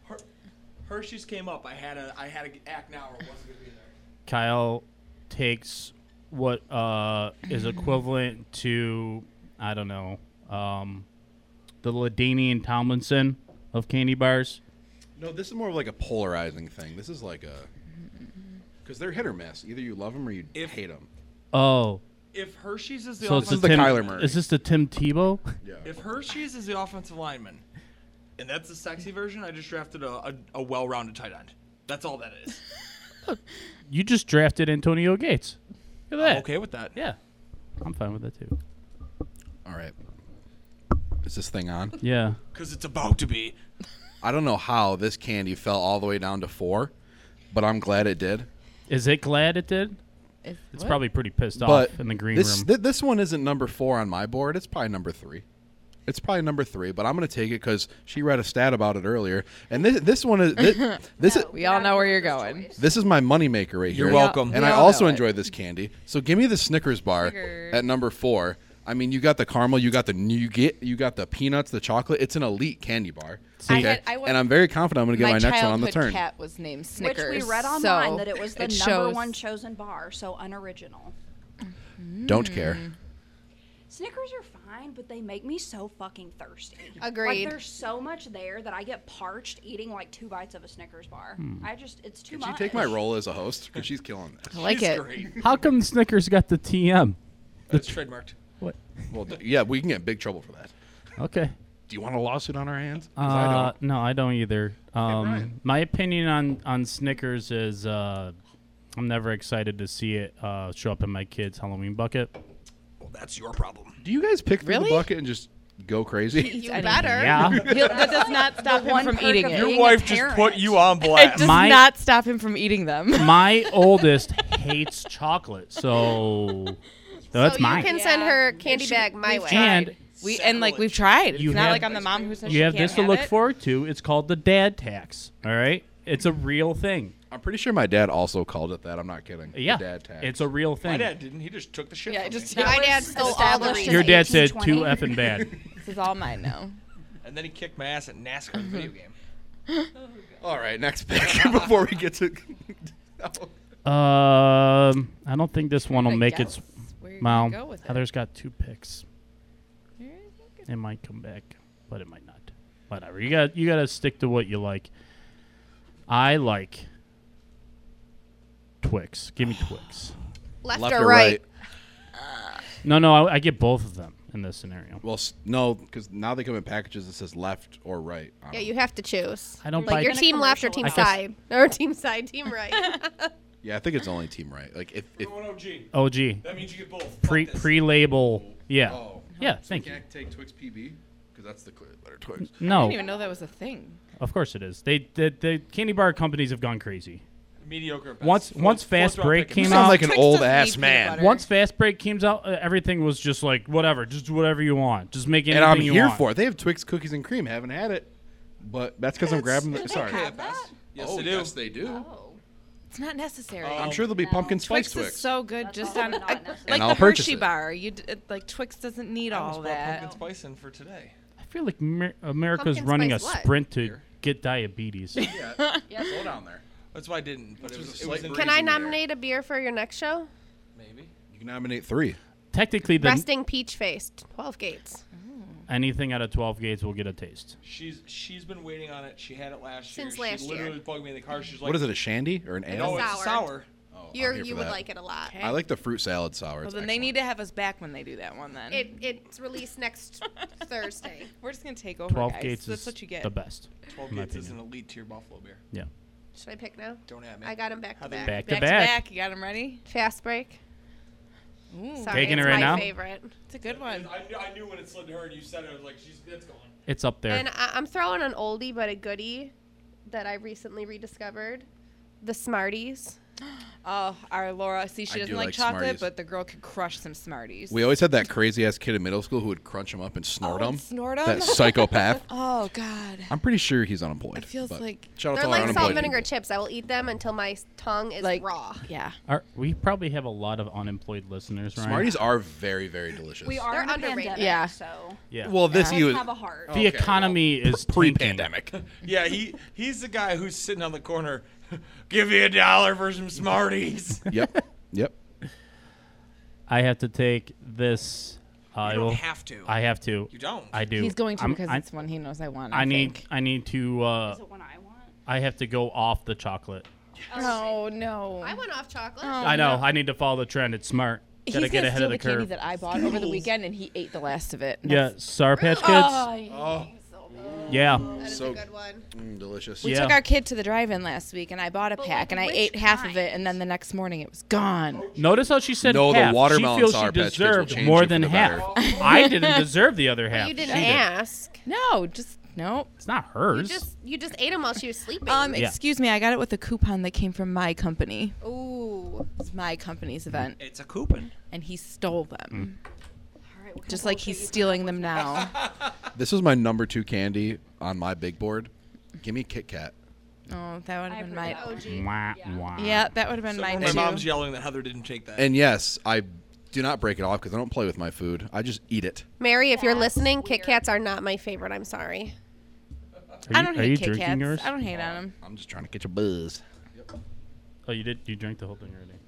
S3: Her- Hershey's came up. I had a I had to act now or it wasn't gonna be there.
S2: Kyle takes what uh, is equivalent to I don't know um, the Ladanian Tomlinson of candy bars.
S4: No, this is more of like a polarizing thing. This is like a because they're hit or miss. Either you love them or you
S3: If-
S4: hate them.
S2: Oh,
S3: If Hershey's is the
S2: so it's
S4: This
S2: the
S4: is the
S3: offensive,
S2: Tim,
S4: Kyler Murray.
S2: Is this the Tim Tebow?
S4: Yeah.
S3: if Hershey's is the offensive lineman, and that's the sexy version, I just drafted a, a, a well-rounded tight end. That's all that is.
S2: You just drafted Antonio Gates. Look at that.
S3: I'm okay with that.
S2: Yeah, I'm fine with that too.
S4: All right. Is this thing on?
S2: Yeah.
S3: Because it's about to be.
S4: I don't know how this candy fell all the way down to four, but I'm glad it did.
S2: Is it glad it did?
S6: It's,
S2: It's
S6: what?
S2: probably pretty pissed
S4: but
S2: off in the green
S4: this
S2: room.
S4: thi- this one isn't number four on my board. It's probably number three. It's probably number three, but I'm gonna take it because she read a stat about it earlier. And this this one is this this, is,
S6: We all know where you're going.
S4: this is my moneymaker right here.
S3: You're welcome.
S4: And
S6: We
S4: I
S6: all know
S4: also
S6: it.
S4: enjoy this candy. So give me the Snickers bar
S6: Snickers.
S4: at number four. I mean, you got the caramel, you got the nougat, you got the peanuts, the chocolate. It's an elite candy bar.
S6: I had- I went-
S4: and I'm very confident I'm going to get my, next one on the turn.
S6: childhood cat was named
S5: Which
S6: Snickers.
S5: we read online
S6: so
S5: that it was the number
S6: shows-
S5: one chosen bar, so unoriginal.
S4: Don't care.
S6: Mm.
S5: Snickers are fine, but they make me so fucking thirsty.
S7: Agreed.
S5: Like there's so much there that I get parched eating like two bites of a Snickers bar.
S2: Hmm.
S5: I just it's too
S4: Could
S5: much.
S4: she take my role as a host? Because she's killing this.
S6: I like
S3: She's
S6: it.
S3: great.
S2: How come Snickers got the TM?
S3: It's trademarked.
S2: What?
S4: Well, d- yeah, we can get in big trouble for that.
S2: Okay.
S4: Do you want a lawsuit on our hands? 'Cause I
S2: Uh,
S4: don't.
S2: no, I don't either. Um,
S4: Brian.
S2: my opinion on, on Snickers is uh, I'm never excited to see it uh, show up in my kids' Halloween bucket.
S3: Well, that's your problem.
S4: Do you guys pick through
S6: Really?
S4: the bucket and just go crazy?
S7: You
S6: I don't-
S7: better.
S2: Yeah,
S6: He'll- that does not stop him
S5: one
S6: from
S5: perk
S6: eating
S5: of
S6: it.
S5: Your
S6: It
S5: Being a wife just put parent. you
S3: on
S6: does
S2: My-
S6: not stop him from eating them.
S2: my oldest hates chocolate, so, so that's
S7: so
S2: mine.
S7: you can send
S6: Yeah.
S7: her candy bag my way.
S2: and
S6: we and like we've tried. It's
S2: You
S6: not
S2: have-
S6: like I'm the mom who says
S2: you
S6: she
S2: have
S6: can't
S2: this to look
S6: it.
S2: forward to. It's called the dad tax. All right, it's a real thing.
S4: I'm pretty sure my dad also called it that. I'm not kidding. The
S2: Yeah,
S4: Dad tax.
S2: it's a real thing.
S3: My dad didn't. He just took the shit.
S6: Yeah,
S3: from
S6: just
S3: me.
S7: My dad
S5: Oh,
S7: stole all the
S5: established in
S7: reason.
S2: Your dad said
S5: 1820.
S2: too effing bad.
S6: This is all mine now.
S3: And then he kicked my ass at NASCAR video game.
S4: All right, next pick before we get to.
S2: Um, I don't think this one will
S6: I
S2: make
S6: guess
S2: its.
S6: where you
S2: Well,
S6: go with it.
S2: Heather's got two picks.
S6: Where do you think it's-
S2: It might come back, but it might not. Whatever. You got. You got to stick to what you like. I like Twix. Give me Twix.
S7: Left,
S4: Left
S7: or right.
S2: No, no. I, I get both of them in this scenario.
S4: Well, s- no, because now they come in packages that says left or right. on
S7: Yeah,
S4: them.
S7: you have to choose.
S2: I don't
S7: Like
S2: buy.
S7: your
S5: gonna
S7: team left or team
S5: commercialize.
S2: I
S7: side. Or team side, team right.
S4: yeah, I think it's only team right. Like if, if
S3: OG.
S2: oh, gee.
S3: That means you get both.
S2: Pre pre label. Yeah.
S4: Oh.
S2: Yeah. Thank you.
S4: take Twix PB because that's the clear letter Twix.
S6: I
S2: No.
S6: didn't even know that was a thing.
S2: Of course it is. They the, the candy bar companies have gone crazy.
S3: Mediocre. at best.
S2: Once-
S3: Fourth-
S2: once
S3: fourth
S2: Fast
S3: round
S2: Break
S3: pick.
S2: came
S4: You
S2: out-
S4: sound like an
S6: Twix
S4: old
S6: doesn't
S4: ass
S6: need peanut
S4: man.
S6: butter.
S2: Once Fast Break came out, uh, everything was just like whatever, just do whatever you want, just make anything
S4: And I'm
S2: you
S4: here
S2: want.
S4: for it. They have Twix cookies and cream. Haven't had it, but that's because I'm grabbing. The, sorry.
S5: have that?
S3: Yes,
S4: oh,
S3: they do.
S4: yes, they do.
S6: It's not necessary.
S4: I'm sure there'll be pumpkin spice
S6: Twix,
S4: Twix.
S6: is so good just on
S5: not
S6: I-
S5: necessary.
S6: like
S4: And I'll
S6: the
S4: purchase
S6: Hershey
S4: it.
S6: bar. You d- it, like Twix doesn't need
S3: I almost
S6: all
S3: bought
S6: that.
S3: Pumpkin spice in for today.
S2: I feel like Mer- America's
S7: Pumpkin
S2: running a
S7: spice what?
S2: sprint to get diabetes.
S4: Yeah. Slow down there.
S3: That's why I didn't. But it
S4: There's
S3: was,
S4: a
S3: it was
S4: slight
S3: in-
S7: Can
S4: Freezing
S7: I
S4: there.
S7: nominate a beer for your next show?
S3: Maybe.
S4: You can nominate three.
S2: Technically, the
S7: Resting peach faced. Twelve gates.
S2: Anything out of 12 gates will get a taste.
S6: Oh
S3: She's she's been waiting on it. She had it last
S7: Since
S3: year.
S7: last
S3: she
S7: year.
S3: literally bugged me in the car. She's like,
S4: What is it? A shandy or an
S3: No,
S4: ale?
S3: it's
S7: Sour.
S3: sour.
S4: Oh, I'm
S7: You're,
S4: here for
S7: you would
S4: that.
S7: like it a lot.
S6: Okay.
S4: I like the fruit salad sour.
S6: Well,
S4: It's
S6: then they need
S4: excellent.
S6: to have us back when they do that one. Then
S7: It, it's released next Thursday.
S6: we're just gonna take over.
S2: 12
S6: guys.
S2: gates
S6: That's
S2: is
S6: what you get.
S2: the best.
S3: Twelve
S2: In my
S3: Gates is an
S2: opinion.
S3: elite tier buffalo beer.
S2: Yeah.
S7: Should I pick now?
S3: Don't at me.
S7: I got him back
S3: How
S7: to
S3: they-
S7: back.
S2: Back, to
S6: Back
S2: back.
S6: You got them ready?
S7: Fast break.
S6: Ooh,
S7: Sorry,
S2: Taking it
S7: it's
S2: right
S7: my
S2: now?
S7: favorite.
S6: It's a good
S3: I,
S6: one.
S3: knew, I knew when it slid to her and you said it, I was like, she's that's gone.
S2: It's up there.
S7: And I, I'm throwing an oldie but a goodie that I recently rediscovered. The Smarties.
S6: Oh, our Laura. See,
S4: I
S6: she doesn't
S4: do
S6: like,
S4: like
S6: chocolate,
S4: Smarties.
S6: but the girl could crush some Smarties.
S4: We always had that crazy ass kid in middle school who would crunch them up and snort
S6: Oh,
S4: them.
S6: snort 'em?
S4: That psychopath.
S6: oh God.
S4: I'm pretty sure he's unemployed.
S6: It feels
S4: but
S6: like-
S4: shout out
S7: They're
S4: to all our
S7: like salt
S4: unemployed
S7: and vinegar
S4: people.
S7: chips. I will eat them until my s- tongue is
S6: Like
S7: raw.
S6: Yeah.
S2: Our, we probably have a lot of unemployed listeners, right?
S4: Smarties are very very delicious.
S5: We are
S7: They're
S5: in the
S7: underrated.
S5: pandemic,
S6: Yeah.
S5: So
S2: Yeah.
S4: Well, this
S5: let's
S4: you
S5: have a heart.
S2: the
S4: okay,
S2: economy is tanking.
S4: pre-pandemic.
S3: Yeah, he he's the guy who's sitting on the corner. Give me a dollar for some Smarties.
S4: yep. Yep.
S2: I have to take this. uh, I
S3: you
S2: will.
S3: don't have to.
S2: I have to.
S3: you don't.
S2: I do.
S6: He's going to
S2: I'm-
S6: because
S2: I,
S6: it's one he knows I want. I,
S2: I need.
S6: think.
S2: I need to. Uh,
S5: Is it one I want?
S2: I have to go off the chocolate.
S6: Oh no.
S7: I went off chocolate.
S2: I know. I need to follow the trend. It's smart.
S6: He's
S2: Gotta
S6: gonna
S2: get ahead
S6: steal
S2: of the,
S6: the candy
S2: curve.
S6: that I bought over the weekend, and he ate the last of it.
S2: yeah, Sour Patch Kids.
S6: Oh,
S4: Oh,
S2: yeah.
S7: That is
S4: So-
S7: a good one.
S4: mm, delicious.
S6: We
S2: Yeah.
S6: took our kid to the drive-in last week, and I bought a
S5: But,
S6: pack,
S5: like,
S6: and I
S5: which
S6: ate half of
S5: kind?
S6: it, and then the next morning it was gone.
S2: Notice how she said
S4: No, the
S2: half.
S4: watermelon
S2: she feels she
S4: Sour Patch Kids will
S2: deserved
S4: change
S2: more
S4: you for
S2: than
S4: the
S2: half.
S4: better.
S2: I didn't deserve the
S6: Oh,
S2: other half.
S7: You didn't
S2: She did.
S7: ask.
S6: No, just no.
S2: It's not
S7: You
S2: hers.
S7: just you just ate them while she was sleeping.
S6: Um,
S2: Yeah.
S6: excuse me, I got it with a coupon that came from my company.
S7: Ooh.
S6: It's my company's event,
S3: It's a coupon.
S6: and he stole them,
S2: Mm.
S5: All right, what
S6: just
S5: kind
S6: like
S5: of
S6: he's
S5: bullshit
S6: stealing them now.
S4: This is my number two candy on my big board. Give me Kit Kat.
S6: Oh, that would
S5: I
S6: have been
S5: approve
S6: my.
S5: that one.
S2: Wah, wah.
S6: Yeah, that would have been
S3: my
S6: mine too.
S3: mom's yelling that Heather didn't take that.
S4: And yes, I do not break it off because I don't play with my food. I just eat it.
S7: Mary, if you're
S5: That's
S7: listening, Kit
S5: weird.
S7: Kats are not my favorite. I'm sorry.
S2: Are
S6: I
S2: you-
S6: don't
S2: are you
S6: hate Kit
S2: drinking
S6: Kats.
S2: yours?
S6: I don't hate on them.
S4: I'm just trying to get your buzz.
S2: Oh, you did. You drank the whole thing already.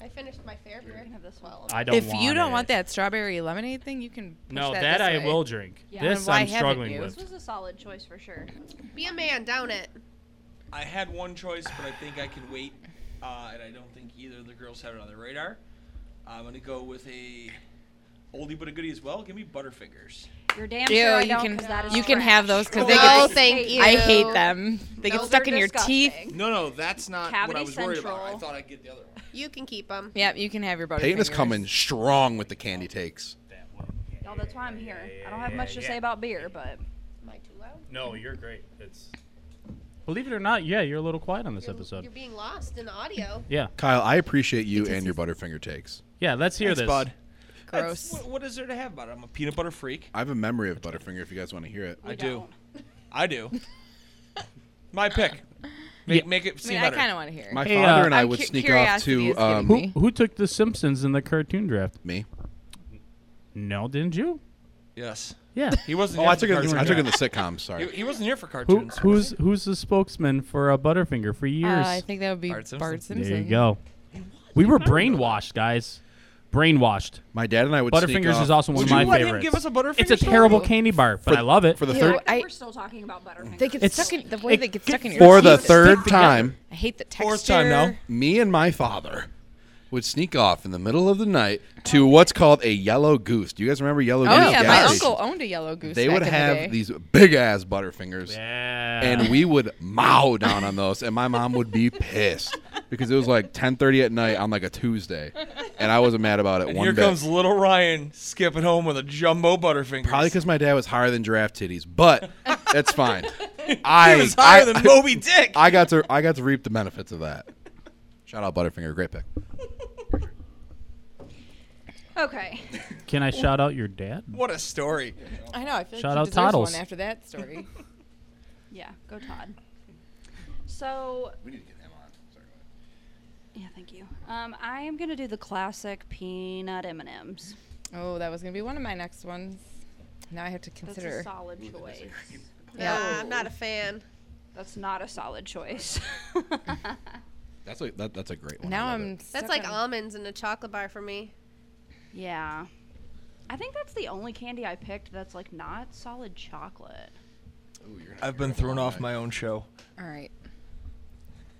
S7: I finished my fair beer.
S5: have this one.
S2: I don't.
S6: If you don't
S2: it.
S6: want that strawberry lemonade thing, you can. push
S2: no,
S6: that,
S2: that,
S6: this
S2: I
S6: way.
S2: will drink.
S5: Yeah.
S2: This
S6: Why
S2: I'm
S6: haven't
S2: struggling
S6: you?
S2: with.
S5: This was a solid choice for sure.
S7: Be a man, down it.
S3: I had one choice, but I think I can wait. Uh, and I don't think either of the girls have it on their radar. Uh, I'm gonna go with a oldie but a goodie as well. Give me Butterfingers.
S5: You're damn
S6: Ew,
S5: sure I
S6: you
S5: don't
S6: can-
S5: 'cause that is
S6: you can
S5: trash.
S6: have those 'cause
S7: they No, get- thank you.
S6: I hate them. They get
S7: Those
S6: stuck
S7: are
S6: in your teeth.
S5: disgusting.
S3: No, no, that's not what
S5: Cavity
S3: I was worried about. I
S5: Central.
S3: thought I'd get the other one.
S7: You can keep them.
S6: Yep, you can have your butterfingers.
S4: Peyton is coming strong with the candy takes.
S5: Y'all, that's why I'm here. I don't have much to say about beer, but
S7: Am I too loud?
S2: No, you're great. It's. Believe it or not, yeah, you're a little quiet on this
S7: You're,
S2: episode.
S7: you're being lost in the audio.
S2: yeah,
S4: Kyle, I appreciate you and your Butterfinger takes.
S2: yeah. Let's hear
S3: Thanks,
S2: this.
S3: bud. That's-
S6: Gross.
S3: What, what is there to have about it? I'm a peanut butter freak.
S4: I have a memory of Butterfinger if you guys want to hear it.
S3: I do. I do. My pick. Make, make it
S6: I
S3: seem
S6: mean, I
S3: better.
S6: kind of want to hear.
S4: My
S2: Hey,
S4: father
S2: uh,
S4: and I
S6: I'm
S4: would
S6: cu-
S4: sneak off
S6: curiosity
S4: to
S6: is getting
S4: um,
S2: Who,
S6: me.
S2: who took The Simpsons in the cartoon draft?
S4: me.
S2: No, didn't you?
S3: yes.
S2: Yeah.
S3: He wasn't.
S4: Oh,
S3: here
S4: I
S3: for
S4: took it.
S3: cartoons.
S4: I took it in the sitcom. Sorry.
S3: He, he wasn't here for
S2: Who,
S3: cartoons.
S2: who's who's the spokesman for uh, Butterfinger for years?
S6: Oh, I think that would be Bart
S3: Bart
S6: Simpson.
S3: Simpson.
S2: there you go. We were brainwashed, guys. Brainwashed.
S4: My dad and I would sneak
S2: Butterfingers
S4: off-
S2: is also one
S3: Would
S2: of
S3: you
S2: my
S3: let him
S2: favorites.
S3: give us a Butterfinger?
S2: it's a
S3: story?
S2: terrible candy bar, but I love it.
S4: for the
S6: Ew,
S4: third
S5: I think
S6: I-
S5: we're still talking about Butterfingers.
S6: They get
S2: It's-
S6: stuck in the way
S2: it-
S6: they get stuck in your
S4: for
S6: teeth.
S4: the
S6: Stick
S4: third
S6: together.
S4: time.
S6: I hate the texture.
S3: Fourth time now.
S4: Me and my father would sneak off in the middle of the night to what's called a yellow goose. Do you guys remember yellow
S6: Oh
S4: goose?
S6: yeah, my
S4: gas station?
S6: uncle owned a yellow goose.
S4: They
S6: back
S4: would
S6: in the
S4: have
S6: day.
S4: these big ass butterfingers,
S2: Yeah.
S3: Uh.
S4: and we would mow down on those, and my mom would be pissed because it was like 10:30 at night on like a Tuesday, and I wasn't mad about it
S3: And
S4: one
S3: here
S4: bit.
S3: comes little Ryan skipping home with a jumbo Butterfinger.
S4: Probably because my dad was higher than giraffe titties, but that's fine. I
S3: he was higher
S4: I,
S3: than Moby Dick.
S4: I got to I got to reap the benefits of that. Shout out Butterfinger, great pick.
S5: Okay.
S2: Can I shout out your dad?
S3: what a story.
S6: I know. I feel like
S2: Shout
S6: he
S2: out
S6: deserves
S2: Toddles.
S6: one after that story.
S5: Yeah, go Todd. So
S4: We need to get him on. Sorry.
S5: yeah, thank you. Um, I am gonna do the classic peanut M and M's.
S6: oh, that was gonna be one of my next ones. Now I have to
S5: That's
S6: consider.
S5: a solid choice.
S7: Nah, I'm not a fan.
S5: That's not a solid choice.
S4: That's a that, that's a great one. I
S6: Now
S4: love
S6: I'm.
S4: it.
S7: That's
S6: stuck
S7: like
S6: on-
S7: almonds in a chocolate bar for me.
S5: yeah. I think that's the only candy I picked that's like not solid chocolate.
S3: I've been thrown off my own show.
S6: All right.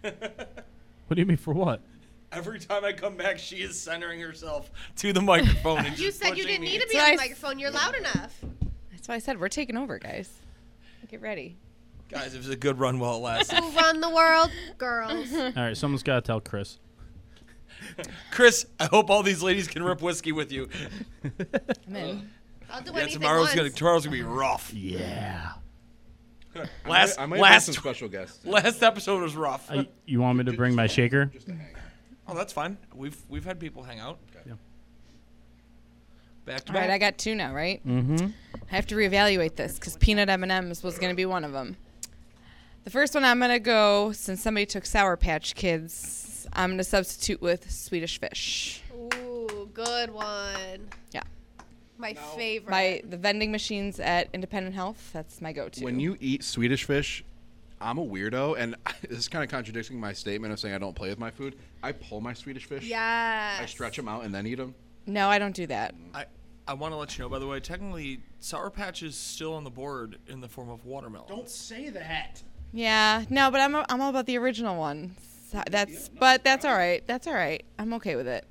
S2: What do you mean for what?
S3: Every time I come back, she is centering herself to the microphone. and
S7: You
S3: just
S7: said you
S3: pushing
S7: didn't
S3: me.
S7: need to be
S6: So
S7: on
S6: I
S7: the
S6: s-
S7: microphone. You're loud enough.
S6: That's why I said we're taking over, guys. Get ready.
S3: Guys, it was a good run while it lasted.
S7: Who run the world, girls?
S2: All right, someone's got to tell Chris.
S3: Chris, I hope all these ladies can rip whiskey with you.
S6: I'm in.
S7: I'll do
S3: Yeah,
S7: anything
S3: tomorrow's
S7: once.
S3: gonna tomorrow's gonna be rough.
S2: Yeah.
S3: Last
S4: I might have some
S3: last
S4: special guests.
S3: last episode was rough.
S2: Uh, you want me to bring my shaker?
S3: oh, that's fine. We've we've had people hang out.
S2: Yeah.
S3: Back to
S6: All right,
S3: back.
S6: I got two now, right?
S2: Mm-hmm.
S6: I have to reevaluate this because peanut M and M's was going to be one of them. The first one I'm going to go since somebody took Sour Patch Kids. I'm going to substitute with Swedish Fish.
S7: Ooh, good one.
S6: Yeah,
S7: My favorite.
S6: my the vending machines at Independent Health. That's my go-to.
S4: When you eat Swedish fish, I'm a weirdo, and this is kind of contradicting my statement of saying I don't play with my food. I pull my Swedish fish.
S7: yes.
S4: I stretch them out and then eat them.
S6: no, I don't do that.
S3: I, I want to let you know, by the way, technically, Sour Patch is still on the board in the form of watermelon.
S1: say that.
S6: Yeah, no, but I'm a, I'm all about the original one. So that's but that's all right. That's all right. I'm okay with it.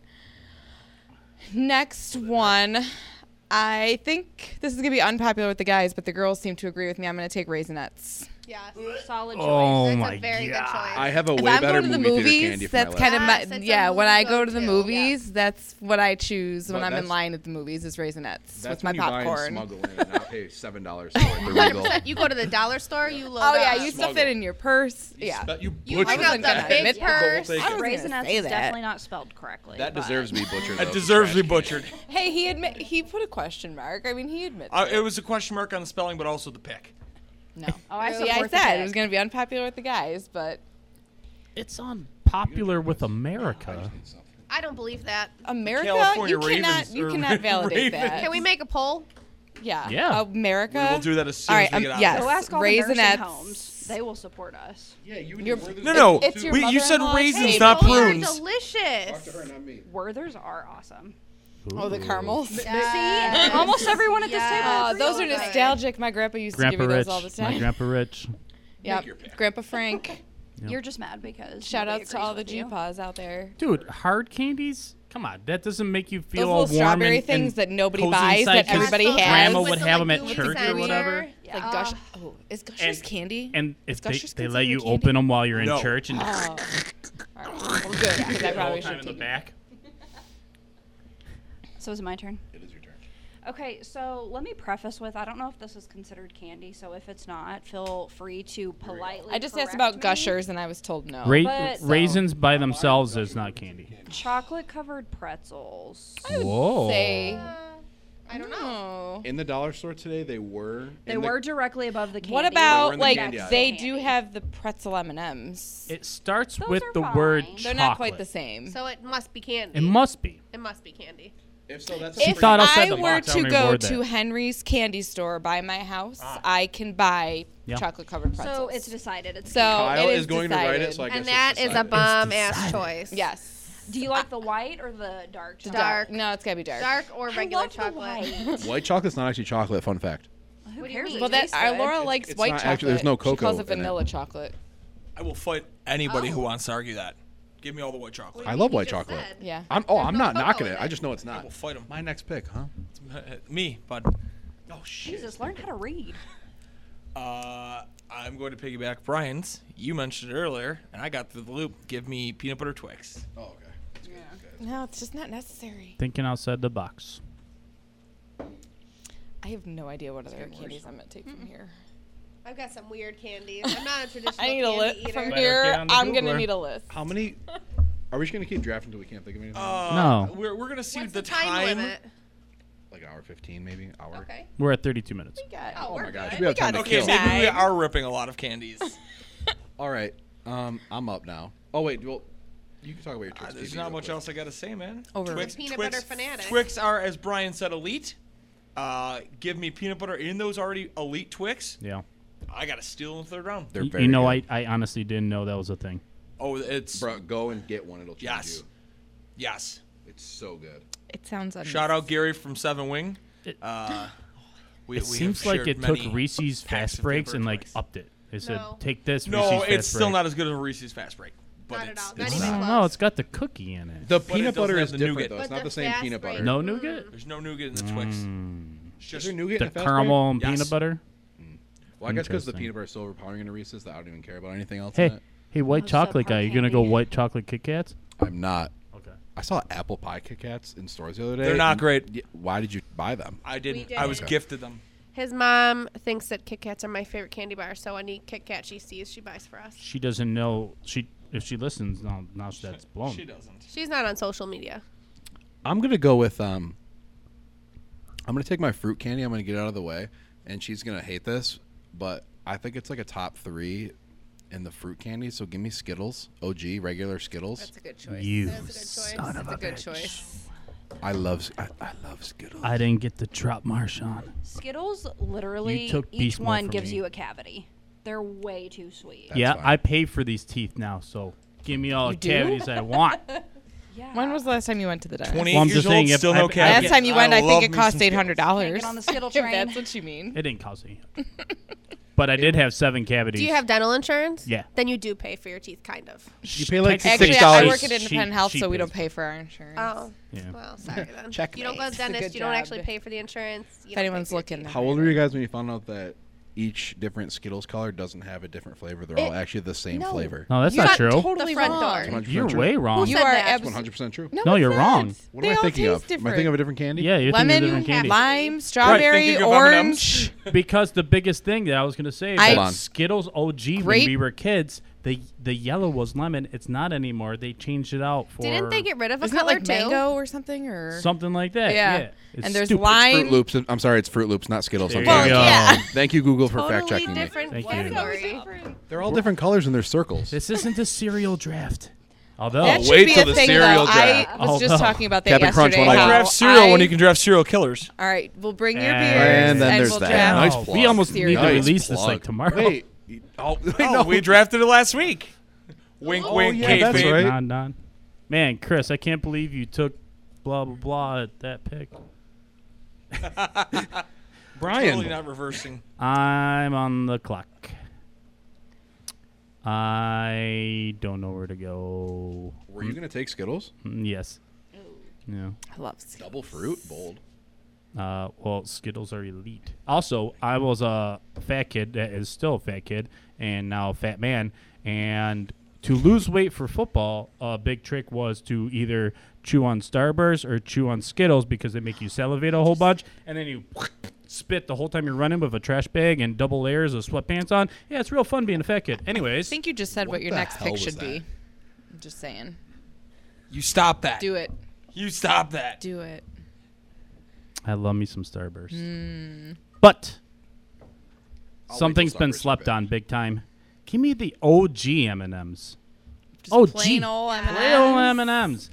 S6: Next one, I think this is gonna be unpopular with the guys, but the girls seem to agree with me. I'm gonna take raisinets.
S7: Yes.
S5: Solid choice.
S2: Oh
S7: That's
S2: my
S7: a very
S2: god.
S4: I
S7: good choice.
S4: have a
S6: If
S4: way
S6: I'm
S4: better
S6: going to the
S4: movie theater
S6: movies,
S4: candy for
S6: that's
S4: my life.
S6: kind of
S7: Yes,
S6: my
S7: it's a
S6: yeah. When I
S7: movie
S6: go to the
S7: go-to,
S6: movies, that's what I choose when
S4: But
S6: I'm in
S4: that's-
S6: line at the movies is raisinets
S4: That's
S6: with my
S4: when you buy and
S6: popcorn.
S4: smuggle in and not pay seven dollars for it. They're legal.
S7: 100%. You go to the dollar store, you load
S6: Oh yeah,
S7: up.
S6: you stuff it in your purse. Yeah.
S4: But you
S7: You
S4: butchered
S7: bring
S4: that.
S7: out
S6: gonna
S7: the
S6: admit
S7: big
S6: that, but
S4: we'll
S7: purse.
S4: take it.
S7: I was
S6: Raisin-
S7: gonna-
S5: Raisinets
S6: say
S5: is
S6: that.
S5: definitely not spelled correctly.
S4: That
S5: but-
S4: deserves to be butchered.
S3: It
S4: though.
S3: deserves to be butchered.
S6: Hey, he admit he put a question mark. I mean, he admits.
S3: Uh, it was a question mark on the spelling, but also the pick.
S6: No.
S5: Oh, I
S6: See, I
S5: support the
S6: said
S5: pick.
S6: it was going to be unpopular with the guys, but
S2: It's unpopular with America.
S7: I don't believe that.
S6: America,
S3: California
S6: you cannot,
S3: Ravens
S6: you
S3: are
S6: cannot validate
S3: Ravens.
S6: that.
S7: Can we make a poll?
S6: Yeah.
S2: Yeah.
S6: America.
S3: We will do that as soon
S6: All
S3: as
S6: right,
S3: we
S6: um,
S3: get out.
S6: yes.
S5: Go Oh, ask all the
S6: Raisinets.
S5: nursing homes. They will support us.
S4: Yeah, you and
S6: You're-
S4: your
S3: No, no.
S6: It's your
S3: we, you said
S6: mother-in-law's
S3: raisins,
S6: favorite.
S3: not
S7: Those are
S3: prunes.
S7: delicious.
S4: not me.
S5: Werthers are awesome.
S6: Oh, the caramels.
S7: Yes.
S5: Almost everyone at this
S7: Yes.
S5: table.
S6: Oh,
S7: That's
S6: those
S7: so
S6: are
S7: good.
S6: nostalgic. My grandpa used to
S2: Grandpa
S6: give me
S2: Rich.
S6: those all the time.
S2: My Grandpa Rich.
S6: yep. Grandpa Frank.
S5: You're just mad because.
S6: Shout
S5: nobody
S6: outs to
S5: agrees
S6: all the
S5: with you.
S6: G-Paws out there.
S2: Dude, hard candies? Come on, that doesn't make you feel
S6: Those
S2: all
S6: little
S2: warm
S6: strawberry
S2: and-
S6: things
S2: and
S6: that nobody
S2: cozy
S6: buys
S2: inside
S6: that
S2: 'cause
S6: everybody
S7: Yes.
S2: Grandma
S7: With
S2: would
S7: the,
S2: have
S7: like,
S2: them at
S7: gooey
S2: church or
S7: center.
S2: whatever.
S6: It's Like gush. Oh, is gushers candy?
S2: And if they,
S6: Gushers
S2: they let
S6: considered
S2: you
S6: candy?
S2: open them while you're in
S3: No.
S2: church and just
S6: oh. All right. Well, good. 'cause I
S2: the whole
S6: probably
S2: time in
S6: should
S2: the
S6: take it.
S2: back.
S5: So is it my turn?
S4: It is your turn.
S5: Okay, so let me preface with I don't know if this is considered candy, so if it's not, feel free to politely.
S6: I just
S5: correct
S6: asked about
S5: me.
S6: gushers and I was told no.
S2: Ra-
S5: But-
S2: raisins by themselves is not candy.
S5: Chocolate covered pretzels.
S6: Oh.
S2: Whoa.
S6: Say.
S7: I don't know.
S6: No.
S4: In the dollar store today, they were.
S5: They
S4: in the-
S5: were directly above the candy.
S6: What
S4: were
S6: about
S4: in the
S6: like
S4: candy aisle.
S6: they do have the pretzel M and M's?
S2: It starts
S5: Those
S2: with
S5: are
S2: the word
S5: fine.
S2: chocolate.
S6: They're not quite the same.
S7: So it must be candy.
S2: It must be.
S7: It must be candy.
S4: If so, that's.
S6: if
S2: thought outside
S6: I
S2: the
S6: were
S2: box, I
S6: to
S2: don't
S6: go
S2: reward
S6: to
S2: that.
S6: Henry's candy store by my house, I can buy
S2: Yeah.
S6: chocolate covered pretzels.
S5: So it's decided. It's
S6: So
S5: candy.
S4: Kyle
S6: it
S4: is going to write it,
S6: decided.
S4: so I guess
S7: and that
S4: it's
S7: is a
S4: decided.
S7: bomb ass choice.
S6: yes,
S5: Do you like the white or the dark? Chocolate?
S7: Dark.
S6: No, it's gotta be dark.
S7: Dark or
S5: I
S7: regular
S5: love the
S7: chocolate.
S5: white.
S4: White chocolate's not actually chocolate. Fun fact.
S5: Who
S7: What do you
S5: cares?
S7: mean?
S5: It
S6: Well, that
S5: tastes
S6: our
S5: good.
S6: Laura likes
S4: it's
S6: white
S4: not
S6: chocolate.
S4: actually- there's no
S6: She calls
S4: cocoa
S6: it
S4: in it.
S6: vanilla chocolate.
S3: I will fight anybody who
S7: Oh.
S3: wants to argue that. Give me all the white chocolate.
S4: I love
S7: You
S4: white
S7: just
S4: chocolate.
S7: said.
S6: Yeah.
S4: I'm. Oh,
S7: There's
S4: I'm
S7: no
S4: not
S7: cocoa
S4: knocking
S7: in
S4: it.
S7: it.
S4: I just know it's
S3: I
S4: not.
S3: will fight them.
S4: My next pick, huh?
S3: Me, bud. Oh shit.
S5: Jesus, learn how to read.
S3: Uh, I'm going to piggyback Brian's. You mentioned it earlier, and I got through the loop. Give me peanut butter Twix.
S4: Oh, okay.
S6: No, it's just not necessary.
S2: Thinking outside the box.
S6: I have no idea what other candies I'm gonna take from here.
S7: I've got some weird candies. I'm not a traditional
S6: I need a
S7: candy
S6: list
S7: eater.
S6: from
S2: Better
S6: here.
S2: get on the
S6: I'm gonna
S2: Googler.
S6: need a list.
S4: How many? Are we just gonna keep drafting until we can't think of anything?
S3: Uh,
S2: No.
S3: We're, we're gonna see
S7: What's
S3: the,
S7: the, time, limit?
S4: like an hour fifteen, maybe hour.
S7: Okay.
S2: We're at 32 minutes.
S6: We got-
S7: Oh,
S4: Oh
S7: we're
S4: my gosh,
S7: good.
S4: we have time
S6: got
S4: to
S6: it.
S3: Okay,
S4: kill.
S6: Okay.
S3: maybe we are ripping a lot of candies.
S4: All right, um, I'm up now. Oh wait, well, you can talk about your
S3: Uh,
S4: Twix.
S3: there's
S4: baby
S3: not
S4: real
S3: much
S4: quick.
S3: else I gotta say, man.
S6: Over.
S3: Twix,
S7: The peanut
S3: Twix-
S7: butter fanatic.
S3: Twix are, as Brian said, elite. Uh, give me peanut butter in those already elite Twix.
S2: Yeah.
S3: I gotta steal in the third round.
S4: They're
S2: Y-
S4: very
S2: You know,
S4: good.
S2: I, I honestly didn't know that was a thing.
S3: Oh, it's
S4: Bro, go and get one. It'll change
S3: Yes.
S4: you.
S3: yes.
S4: It's so good.
S6: It sounds.
S3: Shout out Gary from Seven Wing. Uh, we,
S2: It
S3: we have
S2: seems like
S3: shared
S2: it took
S3: many
S2: Reese's
S3: packs
S2: fast
S3: of
S2: breaks
S3: paper
S2: and like
S3: twice.
S2: upped it. They said,
S7: No.
S2: "Take this."
S3: No,
S2: Reese's
S3: it's
S2: fast
S3: still
S2: break."
S3: not as good as Reese's fast break. But
S7: Not at
S3: it's,
S7: all. Not
S3: it's-
S7: even
S2: I don't
S7: close.
S2: know. It's got the cookie in it.
S4: The
S3: But it
S4: peanut
S3: doesn't
S4: butter
S3: have
S4: is
S3: the
S4: different
S3: nougat.
S4: though. It's
S7: But
S4: not
S7: the
S4: the same
S7: fast
S4: peanut butter.
S7: break-
S2: no nougat.
S6: Mm-hmm.
S3: There's no nougat in the Twix.
S2: Mm.
S3: It's
S4: Is
S3: just
S4: there nougat?
S2: The
S4: in the fast
S2: caramel and
S3: Yes.
S2: peanut butter.
S4: Break? Well, I guess because the
S2: Interesting.
S4: peanut butter is so overpowering in Reese's that I don't even care about anything else. in
S2: Hey,
S4: it.
S2: hey, white
S5: Also
S2: chocolate guy.
S5: hard
S2: You gonna go
S5: candy.
S2: white chocolate Kit Kats?
S4: I'm not.
S2: Okay.
S4: I saw apple pie Kit Kats in stores the other day.
S3: They're not
S4: and-
S3: great.
S4: Yeah, Why did you buy them?
S3: I didn't. I was
S7: didn't.
S3: gifted them.
S7: His mom thinks that Kit Kats are my favorite candy bar, so any Kit Kat she sees, she buys for us.
S2: She doesn't know. She if she listens now, now that's blown.
S3: She doesn't.
S7: She's not on social media.
S4: I'm gonna go with um. I'm gonna take my fruit candy. I'm gonna get it out of the way, and she's gonna hate this, but I think it's like a top three in the fruit candy. So give me Skittles, OG regular Skittles.
S6: That's a good choice.
S2: You
S6: That's a good choice.
S2: son
S6: That's
S2: of
S6: a,
S2: a
S6: good
S2: bitch.
S6: choice.
S4: I love S- I, I love Skittles.
S2: I didn't get to drop Marshawn.
S5: Skittles literally
S2: took
S5: each
S2: Beast Mode
S5: one
S2: from
S5: gives
S2: me.
S5: you a cavity. They're way too sweet.
S4: That's
S2: yeah,
S4: fine.
S2: I pay for these teeth now, so give me all the
S6: do?
S2: cavities I want.
S5: Yeah.
S6: When was the last time you went to the dentist?
S3: Twenty
S2: Well, I'm
S3: years
S2: just saying
S3: old,
S2: if
S3: still
S2: I-
S3: no
S2: I-
S3: cavities.
S6: Last time you went, I,
S3: love
S6: think it
S3: me
S6: cost
S3: some
S6: eight
S3: Skittles.
S6: hundred dollars.
S5: Get on the Skittle
S6: If
S5: train.
S6: that's what you mean.
S2: It didn't cost me. But I did have seven cavities.
S7: Do you have dental insurance?
S2: Yeah.
S7: Then you do pay for your teeth, kind of.
S4: You pay like
S6: Actually,
S4: six
S6: I
S4: dollars.
S6: work at Independent
S2: She-
S6: Health,
S2: she
S6: so we
S2: pays
S6: don't pay for our insurance.
S7: Oh,
S2: Yeah.
S7: well, sorry then. You don't
S6: Checkmate.
S7: go to
S6: It's
S7: the
S6: a
S7: dentist.
S6: good
S7: You don't
S6: job.
S7: actually pay for the insurance. you
S6: If
S7: don't pay
S6: anyone's
S7: for your
S6: looking,
S4: How old were you guys when you found out that each different Skittles color doesn't have a different flavor? They're all
S6: It-
S4: actually the same
S6: no.
S4: flavor.
S2: No, that's
S6: you
S2: not
S6: got
S2: true.
S6: Totally
S7: The front
S6: wrong.
S7: door.
S4: 100%
S2: You're
S4: true.
S2: way wrong.
S6: You
S7: said
S6: are
S7: that?
S6: absolutely
S4: 100% true.
S2: No,
S6: it's
S2: you're
S6: not.
S2: wrong.
S4: What
S6: They
S4: am I
S6: all
S4: thinking
S6: taste
S4: of? Am I thinking of a different candy?
S2: yeah, you're thinking of
S6: Lemon,
S2: different candy.
S6: lime, strawberry,
S3: thinking of
S6: orange.
S2: Because the biggest thing that I was gonna say is
S6: I-
S2: that
S4: Hold on.
S2: Skittles OG when
S6: Grape-
S2: we were kids, the the yellow was lemon. It's not anymore. They changed it out for
S7: Didn't they get rid of a
S6: Isn't that
S7: color
S6: like
S7: too?
S6: mango or something? Or
S2: something like that?
S6: Yeah.
S2: Yeah. It's
S6: and there's
S2: stupid.
S4: Fruit
S6: lime.
S4: Loops. I'm sorry, it's Fruit Loops, not Skittles.
S2: There
S4: I'm
S2: you
S4: sorry.
S2: go.
S6: yeah.
S4: Thank you, Google, for fact
S7: Totally
S4: checking me.
S7: different
S2: Thank you.
S7: category.
S4: They're all different colors and they're circles.
S2: This isn't the cereal draft. Although
S6: That should
S4: wait
S6: be
S4: till
S6: a
S4: the
S6: thing,
S4: cereal
S6: though.
S4: draft.
S6: I was just
S2: Although-
S6: talking about that
S4: Captain Crunch won't
S6: yesterday.
S3: Why
S4: Wow.
S6: how
S3: draft cereal when
S6: I-
S3: you can draft serial killers?
S6: All right, we'll bring your beers
S2: And
S6: and,
S4: then there's
S6: we'll
S4: that.
S6: draft.
S4: Nice
S2: Oh,
S4: plug.
S2: we almost need to
S6: Nice
S2: release this
S4: plug.
S2: like tomorrow.
S4: Wait. Oh, wait,
S3: Oh,
S4: no.
S3: we drafted it last week. Oh, Wink, wink,
S4: yeah, that's
S3: kayfabe.
S4: right.
S2: Non, non. Man, Chris, I can't believe you took blah blah blah at that pick.
S3: Totally
S4: Brian.
S3: not reversing.
S2: I'm on the clock. I don't know where to go.
S4: Were you gonna take Skittles?
S2: Mm, Yes. No.
S6: I love Skittles.
S4: Double fruit, bold.
S2: Uh, well, Skittles are elite. Also, I was a fat kid that is still a fat kid and now a fat man. And to lose weight for football, a big trick was to either chew on Starburst or chew on Skittles because they make you salivate a whole bunch. And then you spit the whole time you're running with a trash bag and double layers of sweatpants on. Yeah, it's real fun being a fat kid. Anyways,
S6: I think you just said what,
S4: What
S6: your
S4: the
S6: next
S4: hell
S6: pick
S4: was
S6: should
S4: that?
S6: be. I'm just saying.
S3: You stop that.
S6: Do it.
S3: You stop that.
S6: Do it.
S2: I love me some Starburst. But
S4: I'll wait
S2: something's
S4: till
S2: been
S4: Starburst are
S2: slept
S4: big.
S2: on big time. Give me the OG M&Ms.
S6: Just
S2: Oh,
S6: plain
S2: gee.
S6: old M&Ms.
S2: Little M&Ms.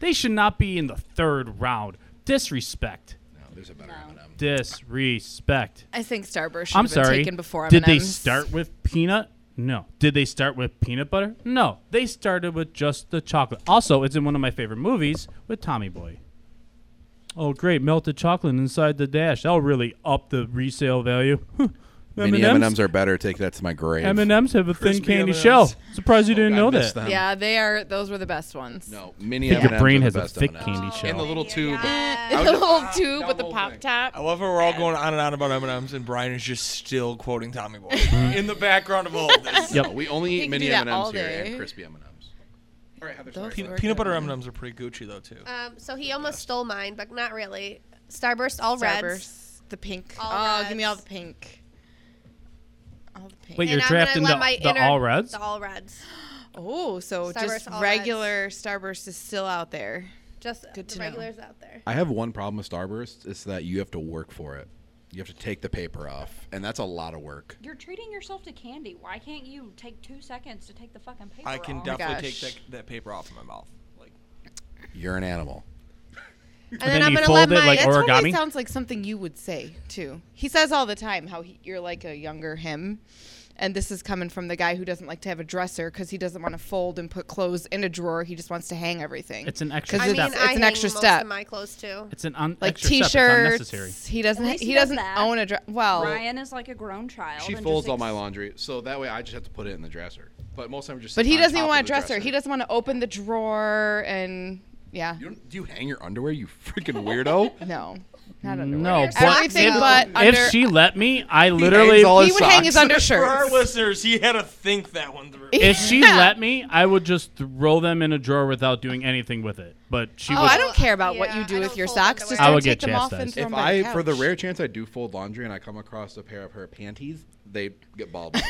S2: They should not be in the third round. Disrespect.
S4: No, there's a better M&M.
S2: Disrespect.
S6: I think Starburst should
S2: I'm
S6: have been
S2: sorry.
S6: taken before M&Ms.
S2: Did they start with peanut? No. Did they start with peanut butter? No. They started with just the chocolate. Also, it's in one of my favorite movies with Tommy Boy. Oh, great. Melted chocolate inside the dash. That'll really up the resale value.
S4: Mini M&Ms are better. Take that to my grave.
S2: M&Ms have a thin
S3: Crispy
S2: candy
S3: M&Ms.
S2: shell. Surprised you didn't
S4: I
S2: know
S4: missed
S2: that.
S4: them.
S6: Yeah, they are. Those were the best ones.
S4: No, mini
S2: think
S4: M&Ms.
S2: your brain
S4: are
S2: has
S4: the
S2: a
S4: best
S2: thick
S4: M&Ms.
S2: candy
S4: And the
S2: shell.
S4: little tube.
S6: the little tube with the pop
S3: I
S4: Oh,
S6: top.
S3: love how we're all going on and on about M&Ms, and Brian is just still quoting Tommy Boy in the background of all of this.
S2: Yep.
S4: No, we only
S6: You
S4: eat
S6: can
S4: mini
S6: do that all
S4: M&Ms here
S6: day.
S4: and crispy M&Ms. All right, Heather.
S6: Those
S4: sorry.
S6: were
S3: Peanut butter
S6: good.
S3: M&Ms are pretty Gucci though too.
S6: Oh
S7: Um, so he almost stole mine, but not really. Starburst, all reds.
S6: Starburst, the pink.
S7: All
S6: oh, give me all the
S7: reds.
S6: pink. All the pink.
S2: Wait, You're
S7: And I'm gonna
S2: drafting
S7: let
S2: the-
S7: my
S2: the
S7: inner-
S2: all reds?
S7: The all reds.
S6: oh, so just
S7: Starburst, all
S6: regular Starburst is still out there.
S7: Just
S6: Good to
S7: the
S6: know.
S7: regulars out there.
S4: I have one problem with Starburst. It's that you have to work for it. You have to take the paper off, and that's a lot of work.
S5: You're treating yourself to candy. Why can't you take two seconds to take the fucking paper
S3: I can
S5: off?
S3: definitely take
S6: gosh.
S3: that, that paper off of my mouth. Like
S4: You're an animal.
S7: And,
S2: then
S7: I'm
S2: you
S7: gonna
S2: fold
S7: let
S2: it
S7: my
S2: like
S6: That totally
S2: Origami?
S6: sounds like something you would say too. He says all the time how he, you're like a younger him, And this is coming from the guy who doesn't like to have a dresser because he doesn't want to fold and put clothes in a drawer. He just wants to hang everything.
S2: It's an extra
S6: 'Cause
S7: I
S2: step.
S7: mean,
S6: it's-
S7: I
S6: it's an
S7: hang
S6: extra
S7: most
S6: step.
S7: of my clothes too.
S2: It's an un-
S6: like
S2: extra step. It's
S6: t-shirts.
S2: unnecessary.
S6: He doesn't.
S5: least
S6: He,
S5: he does
S6: doesn't
S5: that.
S6: own a dre- well.
S5: Ryan is like a grown child.
S4: She
S5: and
S4: folds
S5: just
S4: all my
S5: ex-
S4: laundry, so that way I just have to put it in the dresser. But most of the time, just
S6: But
S4: sit
S6: he
S4: on
S6: doesn't even
S4: top
S6: want a
S4: of the
S6: dresser. He doesn't want to open the drawer and yeah.
S4: You don't, do you hang your underwear? You freaking weirdo!
S6: No. Not underwear.
S2: No, but
S6: Everything
S2: if,
S6: but
S2: if
S6: under-
S2: she let me, I literally
S4: all
S6: He would hang his
S4: socks.
S3: For our
S6: undershirts.
S3: listeners, he had to think that one through.
S2: if she
S6: Yeah.
S2: let me, I would just throw them in a drawer without doing anything with it. But she
S6: Oh,
S2: would.
S6: I don't care about what
S7: Yeah,
S6: you do
S7: I
S6: with
S7: don't
S6: your
S7: fold
S6: socks. Just
S7: underwear.
S6: don't
S2: I would
S6: take
S2: get
S6: them off and
S2: chastised.
S6: throw
S4: If
S6: them by
S4: I,
S6: the
S4: for the
S6: couch.
S4: rare chance I do fold laundry and I come across a pair of her panties, they get balled.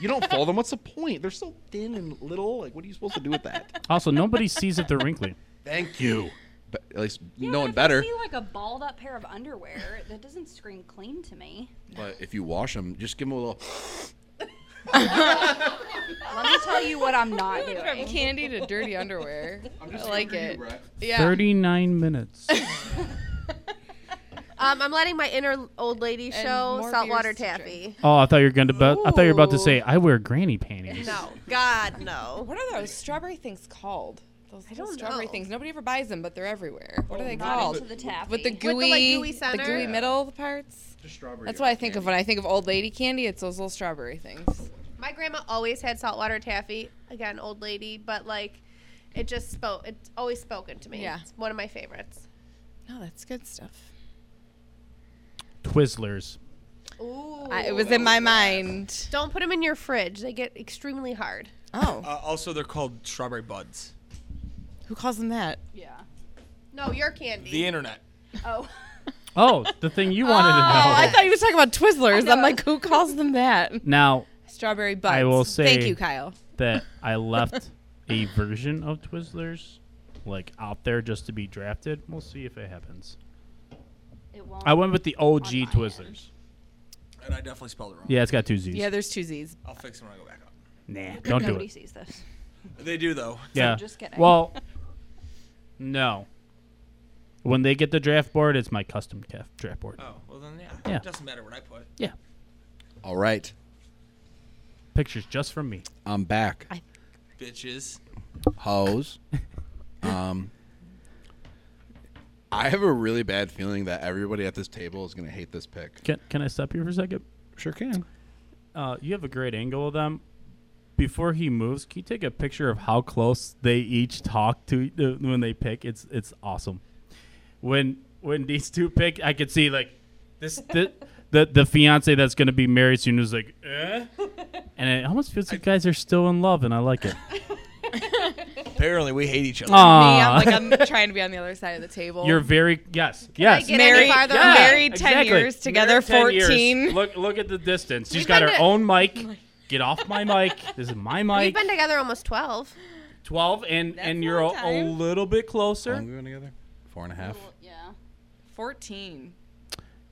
S4: you don't fold them. What's the point? They're so thin and little. Like, what are you supposed to do with that?
S2: Also, nobody sees if they're wrinkly.
S4: Thank you. But at least
S5: Yeah,
S4: knowing
S5: but if
S4: better.
S5: I see like a balled up pair of underwear that doesn't scream clean to me.
S4: But if you wash them, just give them a little.
S5: Let me tell you what I'm not doing.
S6: From candy to dirty underwear. I like it. yeah.
S2: Thirty-nine minutes.
S7: Um, I'm letting my inner old lady
S6: And
S7: show
S6: more
S7: saltwater
S6: beers to
S7: taffy.
S2: Oh, I thought you were going to. Be- I thought you were about to
S7: Ooh.
S2: say I wear granny panties.
S7: No, God no.
S6: What are those strawberry things called? Those little
S7: don't
S6: strawberry
S7: know.
S6: things. Nobody ever buys them, but they're everywhere. What are they
S5: Not into
S6: called?
S5: the taffy.
S6: Oh, With the
S7: the,
S6: gooey,
S7: like,
S6: the
S7: gooey center?
S6: gooey
S7: Yeah.
S6: middle parts.
S4: Just strawberry.
S6: That's what I think of when I think of old lady candy. It's those little strawberry things.
S7: My grandma always had saltwater taffy. Again, old lady, but like, it just spoke. It's always spoken to me.
S6: Yeah.
S7: it's one of my favorites.
S6: No, that's good stuff.
S2: Twizzlers.
S7: Ooh,
S6: I, it was in my mind.
S7: Don't put them in your fridge. They get extremely hard.
S6: Oh,
S3: Uh, also, they're called strawberry buds.
S6: who calls them that?
S5: Yeah.
S7: No, your candy.
S3: The internet.
S5: Oh.
S2: Oh, the thing you wanted to know.
S6: I thought you were talking about Twizzlers. I'm like, who calls them that?
S2: now
S6: Strawberry buds.
S2: will
S6: Thank
S2: say-
S6: you, Kyle.
S2: that I left a version of Twizzlers like out there just to be drafted. We'll see if it happens.
S5: It won't.
S2: I went with the OG
S5: my end.
S2: Twizzlers.
S3: And I definitely spelled it wrong.
S2: Yeah, it's got two Z's.
S6: Yeah, there's two Z's.
S3: I'll fix them when I go back up.
S2: Nah, don't do
S5: Nobody
S2: it.
S5: sees this.
S3: They do though.
S2: Yeah.
S5: just kidding.
S2: Well, no. When they get the draft board, it's my custom caf- draft board.
S3: Oh well, then yeah.
S2: Yeah.
S3: It doesn't matter what I put.
S2: Yeah.
S4: All right,
S2: Pictures just from me.
S4: I'm back.
S3: Bitches.
S4: Hoes. um, I have a really bad feeling that everybody at this table is gonna hate this pick.
S2: Can, can I stop you for a second?
S4: Sure can.
S2: Uh, you have a great angle of them. Before he moves, can you take a picture of how close they each talk to uh, when they pick? It's it's awesome. When when these two pick, I could see like this the the, the fiance that's going to be married soon is like, eh? and it almost feels like guys are still in love, and I like it.
S3: Apparently, we hate each other.
S6: Me, I'm
S2: Aw.
S6: like, I'm trying to be on the other side of the table.
S2: You're very yes, yes.
S7: get
S6: married,
S7: any farther
S6: yeah,
S7: away?
S6: married 10
S2: exactly.
S6: years, together
S2: Married 10 years.
S6: 14.
S2: Look look at the distance. She's
S7: We've
S2: got
S7: been
S2: her
S7: to-
S2: own mic. Get off my mic. This is my
S7: We've
S2: mic.
S7: been together almost twelve.
S2: 12 and and
S6: a
S2: you're
S6: long
S2: a, a
S6: time.
S2: little bit
S4: How long
S2: closer.
S4: we been together? Four and a half.
S5: yeah.
S6: 14.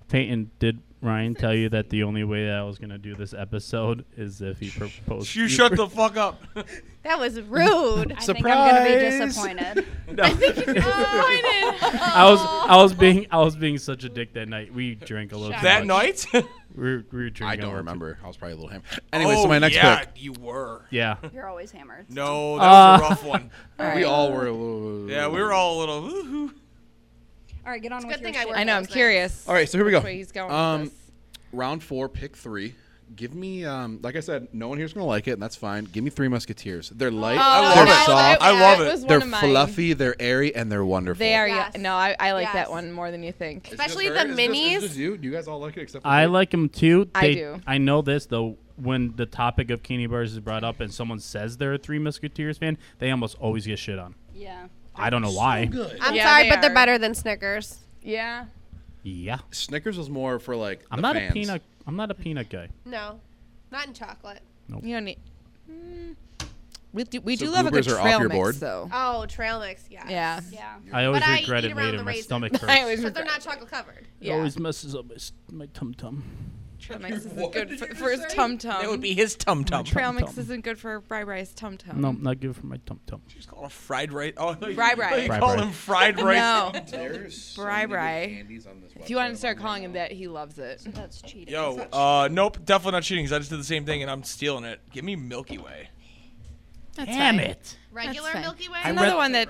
S2: Peyton, did Ryan tell you that the only way that I was going to do this episode is if he proposed?
S3: You shut the fuck up.
S7: That was rude.
S5: I think I'm gonna be
S4: Surprise!
S5: disappointed.
S2: No. I was I was being I was being such a dick that night. We drank a little. too
S3: that
S2: much.
S3: night.
S2: we were, we were drinking.
S4: I
S2: a
S4: don't
S2: little too-
S4: remember. I was probably a little hammered. Anyway,
S3: oh,
S4: so my next
S3: yeah,
S4: pick.
S3: you were.
S2: Yeah. Uh,
S5: You're always hammered.
S3: No, that was a rough one.
S4: We all were a little.
S3: Yeah, we were all a little. Woo-hoo.
S5: All right, get on with
S7: good
S5: your
S7: thing I
S5: shit.
S7: work
S6: I know, I'm curious.
S4: All right, so here we go.
S6: Which way he's going with
S4: um,
S6: this.
S4: round four, pick three. Give me, um, like I said, no one here's gonna like it, and that's fine. Give me three Musketeers. They're light,
S3: love
S4: they're
S3: it.
S6: that-
S4: soft,
S3: I love
S6: that
S3: it.
S6: was one
S4: they're
S6: Oh, of mine.
S4: fluffy, they're airy, and they're wonderful.
S6: They are,
S7: Yes.
S6: yeah. No, I, I like
S7: Yes.
S6: that one more than you think.
S7: Especially the minis.
S4: you? Do you guys all like it except? For
S2: I
S4: me?
S2: like them too.
S6: I
S2: They-
S6: do.
S2: I know this though. When the topic of candy bars is brought up and someone says they're a Three Musketeers fan, they almost always get shit on.
S5: Yeah.
S2: I don't know why.
S7: I'm
S6: Yeah,
S7: sorry,
S6: they
S7: but they're
S6: are.
S7: better than Snickers.
S6: Yeah.
S2: Yeah.
S4: Snickers was more for like.
S2: I'm
S4: the
S2: not
S4: fans.
S2: a peanut. I'm not a peanut guy.
S7: No, not in chocolate.
S6: You don't need. Mm. We do, we
S4: So
S6: do love a good
S4: Goobers are off
S6: trail
S4: your
S6: mix,
S4: board?
S6: though.
S7: Oh, trail mix. Yeah.
S6: Yeah.
S5: Yeah.
S2: I always
S7: But I
S2: regret
S7: eat
S2: it
S7: around
S2: later.
S7: the
S2: My
S7: raisin.
S2: stomach hurts.
S6: I always
S7: But they're
S6: regret.
S7: not chocolate covered.
S2: It
S6: Yeah.
S2: always messes up my, s- my tum tum.
S6: Trail mix isn't
S3: What
S6: good
S3: did
S6: for,
S3: you
S6: for his
S3: just say?
S6: tum tum.
S3: That would be his tum tum.
S6: Trail mix
S2: tum.
S6: isn't good for Bri Bri's tum tum.
S2: No, not good for my tum tum.
S3: She's called a fried rice. Oh, you-
S6: Fried rice.
S3: You
S2: Fried
S3: call
S2: rice.
S3: him fried rice.
S6: No.
S4: There's so
S6: Bri
S4: many good
S6: Bri.
S4: candies on this
S6: If you want
S4: website
S6: to start
S4: right
S6: calling him
S4: now.
S6: that, he loves it.
S5: That's cheating.
S3: Yo, uh, nope, definitely not cheating. 'cause I just did the same thing and I'm stealing it. Give me Milky Way.
S6: That's
S2: Damn
S6: fine.
S2: it!
S7: Regular
S6: fine.
S7: Milky Way.
S6: That's another one that.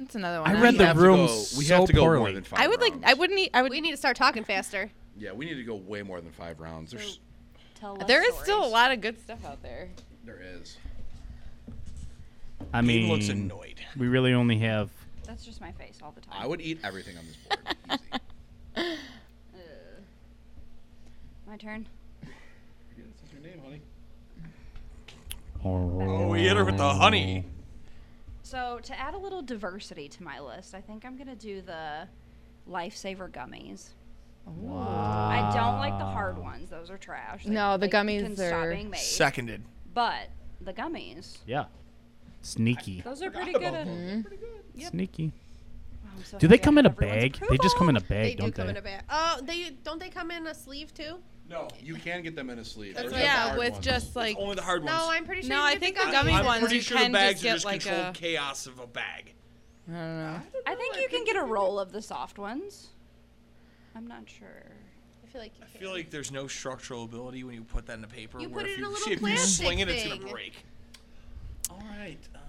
S6: That's another one.
S2: I
S6: that-
S2: read
S4: We
S2: the
S4: have to
S2: room
S4: go- we
S2: so
S4: have to go
S2: poorly.
S4: more than five.
S6: I would like.
S4: rounds.
S6: I wouldn't. Eat, I would.
S7: We need to start talking faster.
S4: Yeah, we need to go way more than five rounds. There's,
S5: Tell
S6: There is
S5: love
S6: still a
S5: stories.
S6: lot of good stuff out there.
S4: there is.
S2: I
S3: He
S2: mean,
S3: looks annoyed.
S2: we really only have.
S5: That's just my face all the time.
S4: I would eat everything on this board. Easy.
S5: My turn.
S3: Oh, we hit her with the honey.
S5: So to add a little diversity to my list, I think I'm gonna do the lifesaver gummies. I don't like the
S2: Ah.
S5: hard ones; those are trash. They-
S6: No, the
S5: they
S6: gummies
S5: can stop
S6: are-
S2: Oh.
S5: being made.
S3: Seconded.
S5: But the gummies,
S2: Yeah. Sneaky.
S5: those are pretty good. at- Yep.
S2: Sneaky.
S5: I'm so
S2: Do they
S5: happy I
S2: come in a
S5: have everyone's
S2: bag? They just come in a
S5: approval.
S2: bag,
S7: They do
S2: don't
S7: come
S2: they?
S7: in a bag. Oh, they don't they come in a sleeve too?
S3: No,
S4: You can get them in a sleeve.
S7: That's
S4: Those
S7: what
S4: are
S7: I
S4: the
S6: Yeah,
S4: hard
S6: with
S4: ones.
S6: just like.
S3: only the hard ones.
S7: No, I'm pretty sure.
S6: No,
S7: you
S6: I
S7: can
S6: think
S7: get
S6: the gummy
S3: I'm
S6: ones
S3: pretty
S6: you
S3: sure
S6: can
S3: the bags
S6: just
S3: are
S6: get
S3: just
S6: like
S3: controlled
S6: a-
S3: chaos of a bag.
S6: I don't know.
S5: I think you can get a roll of the soft ones. I'm not sure.
S7: I feel like you
S3: I
S7: can.
S3: feel like there's no structural ability when you put that in a paper.
S7: You
S3: where
S7: put
S3: if
S7: it in
S3: you,
S7: a little
S3: if you sling it,
S7: plastic
S3: it's gonna
S7: thing.
S3: break. All right. Um,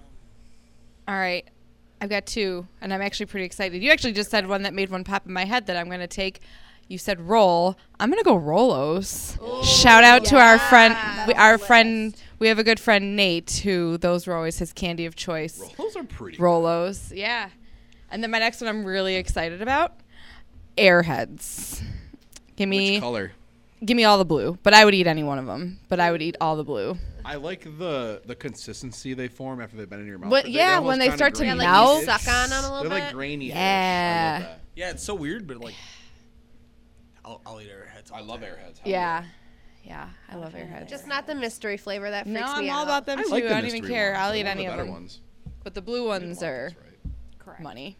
S6: All right. I've got two, and I'm actually pretty excited. You actually just said one that made one pop in my head that I'm going to take. You said roll. I'm going to go Rolos. Shout out to our friend. We, our friend. We have a good friend, Nate, who those were always his candy of choice.
S4: Those are pretty.
S6: Rolos. Yeah. And then my next one I'm really excited about Airheads. Give me
S4: Which color?
S6: give me all the blue, but I would eat any one of them, but I would eat all the blue.
S4: I like the the consistency they form after they've been in your mouth.
S6: But
S4: They're
S6: yeah,
S4: almost
S6: when they
S4: kinda
S6: start to
S4: grainy-ish.
S6: melt.
S7: Suck on 'em a little
S4: They're like
S7: bit.
S4: grainy.
S6: Yeah.
S3: yeah, it's so weird, but like, I'll, I'll eat airheads.
S4: I
S3: all
S4: love
S3: day.
S4: airheads. Hell
S6: Yeah. Yeah, I love Airheads.
S7: Just not the mystery flavor that freaks
S6: no, I'm
S7: me
S6: all
S7: out.
S6: about them
S4: I
S6: too.
S4: like
S6: I
S4: the
S6: don't even
S4: mystery
S6: care.
S4: ones.
S6: I'll
S4: They're
S6: eat
S4: one of
S6: any
S4: the
S6: of
S4: better
S6: them.
S4: Ones.
S6: But the blue ones are
S4: That's right.
S5: Correct.
S6: money.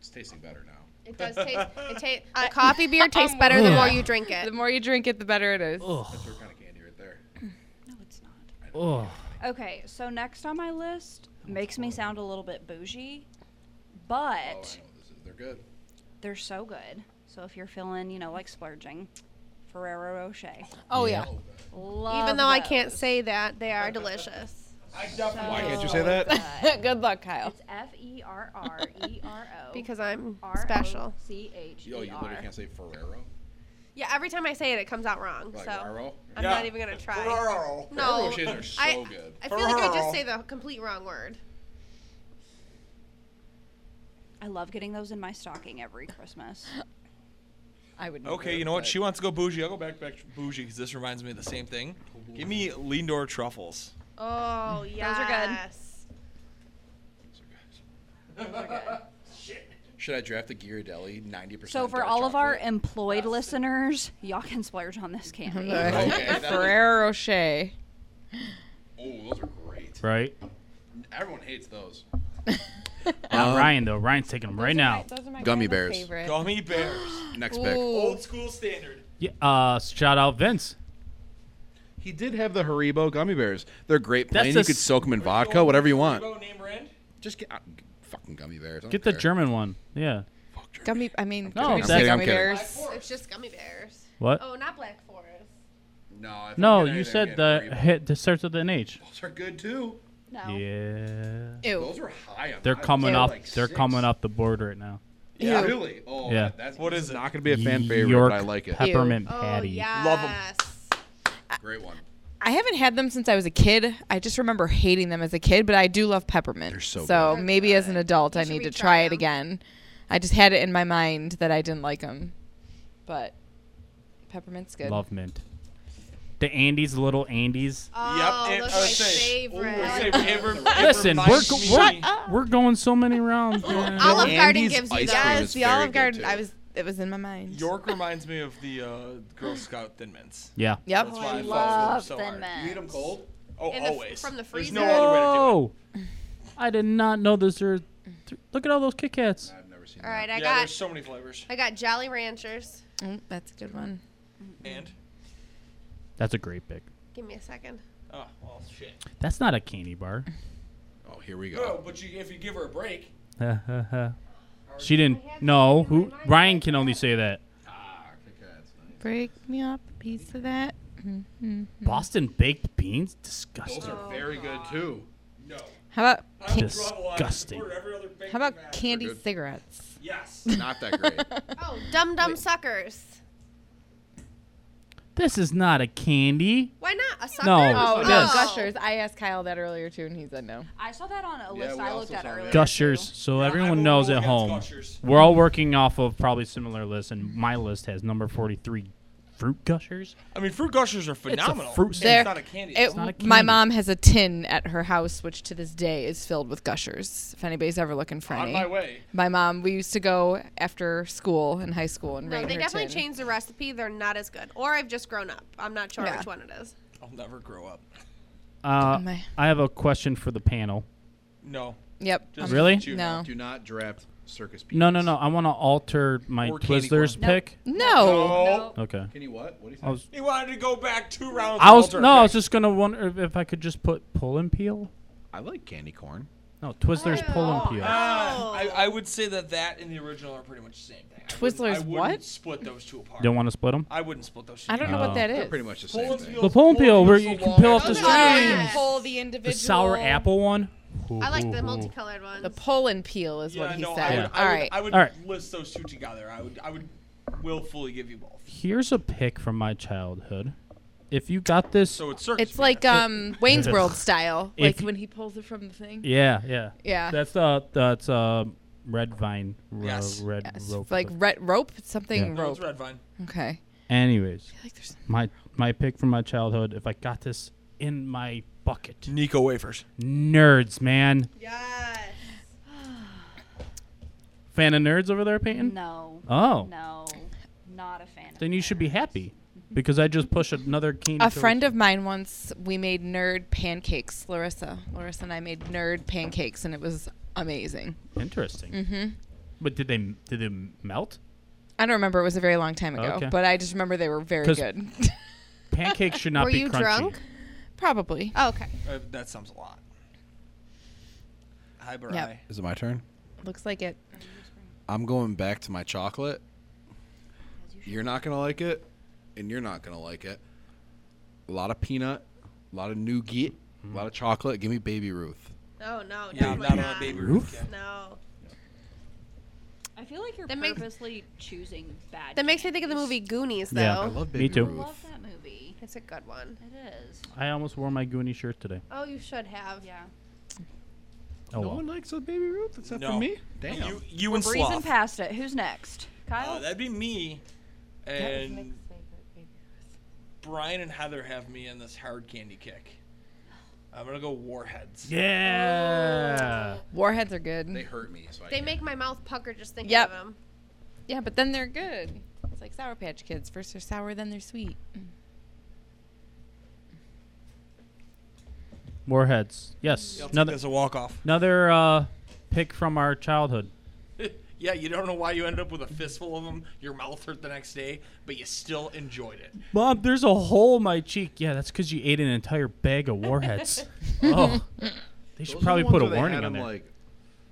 S4: It's tasting better now.
S7: It does taste. It tastes. The coffee beer tastes better the more you drink
S6: The
S7: it.
S6: more you drink it, the better it is.
S4: That's your kind of candy right there.
S5: No, it's not.
S2: Ugh.
S5: Okay, so next on my list makes me sound a little bit bougie, but.
S4: Oh, I know what this is. They're good.
S5: They're so good. So if you're feeling, you know, like splurging, Ferrero Rocher.
S6: Oh yeah.
S5: Love
S7: Even though I
S5: those.
S7: can't say that, they are delicious.
S3: I definitely.
S4: Why can't you say that?
S6: good luck, Kyle.
S5: It's F E R R E R O.
S7: Because I'm
S5: R O
S7: special.
S5: C H
S4: Oh,
S5: E
S4: you literally
S5: R.
S4: can't say Ferrero.
S7: Yeah, every time I say it, it comes out wrong.
S4: Like
S7: So
S4: Ferrero.
S7: I'm
S3: Yeah.
S7: not even gonna try.
S3: Ferrero.
S7: No,
S4: Rochers are so
S7: I,
S4: good.
S7: I feel like I
S3: Ferrero.
S7: just say the complete wrong word.
S5: I love getting those in my stocking every Christmas.
S6: I would.
S3: Okay, you know what? She wants to go bougie. I'll go back back bougie because this reminds me of the same thing. Give me Lindor truffles.
S7: Oh yeah.
S5: are good.
S4: Should I draft a Ghirardelli 90%?
S5: So for
S4: dark
S5: all of our
S4: chocolate?
S5: employed listeners, y'all can splurge on this
S4: Okay,
S5: candy.
S4: that'd be-
S6: Ferrero Rocher.
S4: Oh, those are great.
S2: Right?
S4: Everyone hates those. Um,
S2: Not Ryan though. Ryan's taking them right now.
S4: Gummy bears.
S3: Gummy bears.
S4: Next pick.
S6: Ooh.
S3: school standard.
S2: Yeah. Uh, shout out Vince.
S4: He did have the Haribo gummy bears. They're great
S2: That's
S4: plain.
S2: a
S4: You could
S2: s-
S4: soak them in vodka, whatever you want.
S3: name brand.
S4: Just get uh, g- fucking gummy bears. I don't
S2: Get the
S4: care.
S2: German one. Yeah.
S4: Fuck German.
S6: Gummy. I mean,
S2: No,
S6: gummy
S2: I'm
S6: bears.
S2: kidding,
S4: I'm
S6: Gummy
S4: kidding.
S6: bears.
S7: It's just gummy bears.
S2: What?
S7: Oh, not black forest.
S4: No, if
S2: no,
S4: I'm getting
S2: you
S4: anything, I'm
S2: said
S4: getting
S2: the
S4: Haribo.
S2: hit the starts with an H.
S4: Those are good too.
S5: No.
S2: Yeah.
S6: Ew.
S4: Those are high. On
S2: They're
S4: my-
S2: coming
S4: they're
S2: up.
S4: like
S2: They're
S4: six.
S2: coming up the board right now.
S4: Yeah.
S6: Ew.
S4: Really? Oh,
S2: Yeah.
S4: That's
S3: What is it?
S4: Not gonna be a fan favorite.
S2: York
S4: but I like it.
S2: Peppermint
S7: Oh
S2: patty.
S7: yes.
S3: Love 'em.
S4: Great one.
S6: I haven't had them since I was a kid. I just remember hating them as a kid, but I do love peppermint.
S4: They're so good.
S6: maybe as an adult, I
S7: should
S6: need to
S7: retry
S6: try it
S7: them.
S6: again. I just had it in my mind that I didn't like them, but peppermint's good.
S2: Love mint. The Andes, little Andes.
S3: Uh,
S7: Oh,
S3: yep. I
S7: those are my
S3: would say-
S7: favorite.
S3: I would say it rem- it
S2: Listen, we're,
S3: reminds
S2: go-
S3: me-
S2: we're, we're going so many rounds. man.
S7: Olive Garden
S4: Andy's
S7: gives you
S4: ice
S7: that.
S4: cream
S6: Yes,
S4: is
S6: the
S4: very
S6: Olive
S4: good,
S6: Garden.
S4: too.
S6: I was. It was in my mind.
S3: York reminds me of the uh, Girl Scout Thin Mints.
S2: yeah.
S6: Yep.
S3: That's why I,
S5: Love
S3: love so
S5: Thin
S3: hard.
S5: Men.
S4: You eat them cold?
S3: Oh,
S7: In the f-
S3: always.
S7: from the
S3: There's
S7: freezer.
S3: no other way to do it.
S2: Oh, I did not know this. Are th- look at all those Kit Kats.
S4: I've never seen.
S7: All right, I
S3: Yeah,
S7: got
S3: there's so many flavors.
S7: I got Jolly Ranchers.
S6: Mm, that's a good one.
S3: And
S2: That's a great pick.
S7: Give me a second.
S3: Oh, well, shit.
S2: That's not a candy bar.
S4: Oh, here we
S3: No,
S4: go.
S3: but you, if you give her a break,
S2: she didn't. No, who? Ryan can only say that.
S3: Mm-hmm.
S6: Break me up a piece of that.
S2: Boston baked beans, disgusting.
S5: Oh,
S4: are very good too.
S3: no.
S6: How about
S3: I will draw the line.
S2: Disgusting.
S3: Support every other bacon
S6: how about
S3: match.
S6: candy
S4: good.
S6: cigarettes?
S3: Yes.
S4: Not that great.
S7: Oh, dum dum suckers.
S2: This is not a candy.
S7: Why not a sucker?
S2: No,
S6: Oh,
S2: It
S6: no,
S2: is.
S6: gushers. I asked Kyle that earlier too, and he said no.
S5: I saw that on a
S4: Yeah,
S5: list
S4: we
S5: I
S4: also
S5: looked at
S4: saw that.
S5: earlier.
S2: Gushers.
S5: too.
S2: So
S3: Yeah, I will
S2: everyone knows
S3: rule
S2: at
S3: against
S2: home.
S3: Gushers.
S2: We're all working off of probably similar lists, and my list has number 43 fruit gushers.
S3: I mean, fruit gushers are phenomenal.
S2: fruit
S3: and
S2: snack.
S3: It's not a candy.
S6: It-
S3: It's not-
S2: not a
S6: my
S2: candy.
S6: mom has a tin at her house, which to this day is filled with gushers. If anybody's ever looking for
S3: on
S6: any,
S3: my way.
S6: my mom. We used to go after school in high school and
S7: No,
S6: raid
S7: they
S6: her
S7: definitely
S6: tin.
S7: changed the recipe. They're not as good. Or I've just grown up. I'm not sure
S6: Yeah.
S7: which one it is.
S3: I'll never grow up.
S2: Uh,
S6: my-
S2: I have a question for the panel.
S3: No.
S6: Yep.
S3: Just
S6: um,
S2: Really?
S3: chew now.
S6: No.
S4: Do not draft circus people.
S2: No, no, no. I want to alter my
S3: Or candy
S2: Twizzlers
S3: corn. Mm-hmm.
S5: No.
S2: pick.
S6: No.
S5: No.
S2: Okay.
S4: Can you what? What do you
S2: I was,
S3: He wanted to go back two rounds.
S2: I
S3: and
S2: was
S3: alter
S2: no,
S3: a
S2: I was
S3: pick.
S2: just gonna wonder if, if I could just put pull and peel.
S4: I like candy corn.
S2: No, Twizzlers pull and peel.
S3: Ah,
S7: Oh.
S3: I, I would say that that and the original are pretty much the same thing. I wouldn't-
S6: Twizzlers
S3: I wouldn't
S6: what?
S3: Split those two apart.
S2: Don't want to split them.
S3: I wouldn't split those. Two
S6: I don't know
S3: apart.
S2: Oh.
S6: what that
S4: They're
S6: is.
S4: pretty much the same
S3: Pull and
S4: thing.
S3: peel.
S2: The pull and peel, where you can peel off the
S7: Those
S2: string.
S7: are good.
S6: Yes. Pull the individual.
S2: The sour apple one.
S7: I like
S2: Ooh, ooh,
S7: the
S2: ooh.
S7: multicolored ones.
S6: The pull and peel is what he
S3: no, I
S6: said.
S3: would, I
S6: All
S3: would,
S6: right.
S3: I would
S2: All right.
S3: list those two together. I would. I would willfully give you both.
S2: Here's a pick from my childhood. If you got this,
S3: So it's circus.
S6: It's like um Wayne's World style,
S2: If
S6: like
S2: you-
S6: when he pulls it from the thing.
S2: yeah, yeah,
S6: Yeah.
S2: That's uh, that's uh, red vine. Ro-
S3: Yes.
S2: Red
S6: Yes,
S2: rope.
S6: like red rope, something
S2: Yeah.
S3: no, it's
S6: rope.
S3: red vine.
S6: Okay.
S2: Anyways,
S6: Like there's
S2: my my pick from my childhood. If I got this in my bucket,
S3: Nico wafers.
S2: nerds, man,
S7: yes.
S2: fan of nerds over there, Peyton.
S5: No.
S2: Oh,
S5: No. Not a fan. of
S2: then you should be
S5: that.
S2: happy because I just pushed another candy.
S6: a friend of mine once. We made nerd pancakes. Larissa, Larissa and I made nerd pancakes, and it was amazing.
S2: interesting. Mm-hmm. But did they did they melt?
S6: I don't remember. It was a very long time ago,
S2: Okay.
S6: but I just remember they were very
S2: 'Cause-
S6: good.
S2: Pancakes should not
S7: Were
S2: be
S7: you
S2: crunchy.
S7: drunk?
S6: Probably.
S7: Oh, okay.
S3: Uh, that sounds a lot. Hi, Barai.
S6: Yep.
S4: Is it my turn?
S6: Looks like it.
S4: I'm going back to my chocolate. You're not gonna like it, and you're not gonna like it. A lot of peanut, a lot of nougat, a lot of chocolate. Give me Baby Ruth.
S7: Oh no,
S3: Yeah, I'm
S7: definitely
S3: not on a baby
S2: Roof?
S3: roof. kid.
S7: No.
S5: I feel like you're
S7: That makes-
S5: purposely choosing bad.
S7: That makes me think of the
S5: games.
S7: movie Goonies, though.
S2: Yeah.
S4: I love
S2: Me
S4: Baby
S2: too.
S5: I
S4: Ruth.
S5: love that movie.
S7: It's a good one.
S5: It is.
S2: I almost wore my Goonie shirt today.
S7: Oh, you should have.
S5: Yeah.
S2: Oh,
S4: No
S2: well.
S4: one likes a Baby Ruth except
S3: No.
S4: for me. Damn.
S3: You, you
S5: We're
S3: and
S5: breezing
S3: Sloth.
S5: past it. Who's next? Kyle.
S4: Oh,
S3: Uh, that'd be me. And Brian and Heather have me in this hard candy kick. I'm gonna go warheads.
S2: Yeah.
S6: Warheads are good.
S4: they hurt me. So I
S7: They
S4: can't.
S7: make my mouth pucker just thinking
S6: Yep.
S7: of them.
S6: yeah, but then they're good. It's like Sour Patch Kids. First they're sour, then they're sweet.
S2: Warheads. Yes.
S3: I'll take
S2: Another
S3: this a walk off.
S2: another uh, pick from our childhood.
S3: yeah, you don't know why you ended up with a fistful of them. Your mouth hurt the next day, but you still enjoyed it.
S2: Mom, there's a hole in my cheek. Yeah, that's because you ate an entire bag of warheads. oh. They should
S4: Those are
S2: probably
S4: the ones
S2: put a
S4: where they
S2: warning
S4: had
S2: on
S4: them,
S2: there.
S4: Like,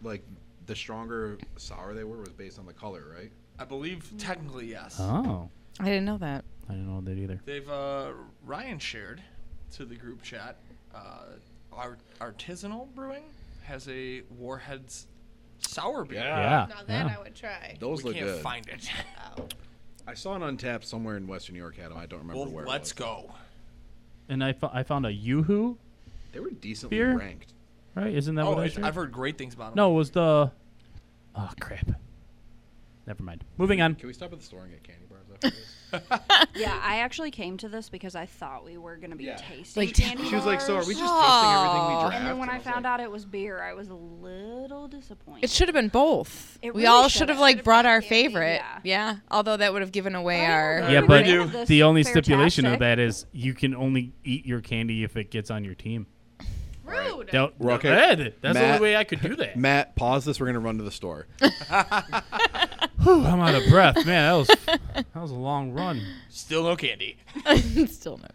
S4: like the stronger sour they were was based on the color, right?
S3: I believe technically yes.
S2: oh.
S6: I didn't know that.
S2: I didn't know that either.
S3: They've uh, Ryan shared to the group chat. Uh, our artisanal brewing has a warheads sour beer.
S2: Yeah.
S7: Now Uh, that
S2: Ah. yeah.
S7: I would try.
S4: Those
S3: We
S4: look
S3: can't
S4: good.
S3: find it.
S4: I saw an untapped somewhere in Western New York had them. I don't remember
S3: well,
S4: where. it
S3: let's
S4: was.
S3: go.
S2: And I, fo- I found a Yoo-Hoo,
S4: They were decently
S2: Beer?
S4: ranked.
S2: right? Isn't that
S3: Oh,
S2: what I
S3: I,
S2: said?
S3: I've heard great things about them.
S2: No, it was the. Oh, crap. Never mind. Moving on.
S4: Can we stop at the store and get candy bars after this?
S5: Yeah, I actually came to this because I thought we were gonna be
S4: Yeah.
S5: tasting
S6: Like,
S5: candy
S4: She was like, "So are we
S5: bars?"
S4: just tasting everything we
S6: Aw.
S4: draft?"
S5: And then when I
S4: was
S5: found
S4: like,
S5: out it was beer, I was a little disappointed.
S6: It should have been both.
S5: It
S6: we
S5: really
S6: all
S5: should
S6: should have
S5: have.
S6: like brought our
S7: Yeah.
S6: favorite.
S5: Yeah.
S6: Yeah. Although that would have given away
S5: I don't
S6: our.
S5: know.
S2: Yeah,
S5: Everybody
S2: but
S5: had this
S2: the only stipulation of
S5: fantastic-
S2: that is you can only eat your candy if it gets on your team.
S7: Rude.
S2: Don't,
S4: We're okay.
S2: Ed, that's the
S4: Matt-
S2: only way I could do that.
S4: Matt, pause this. We're gonna run to the store.
S2: Whew, I'm out of breath, man. That was that was a long run.
S3: Still no candy.
S6: Still no.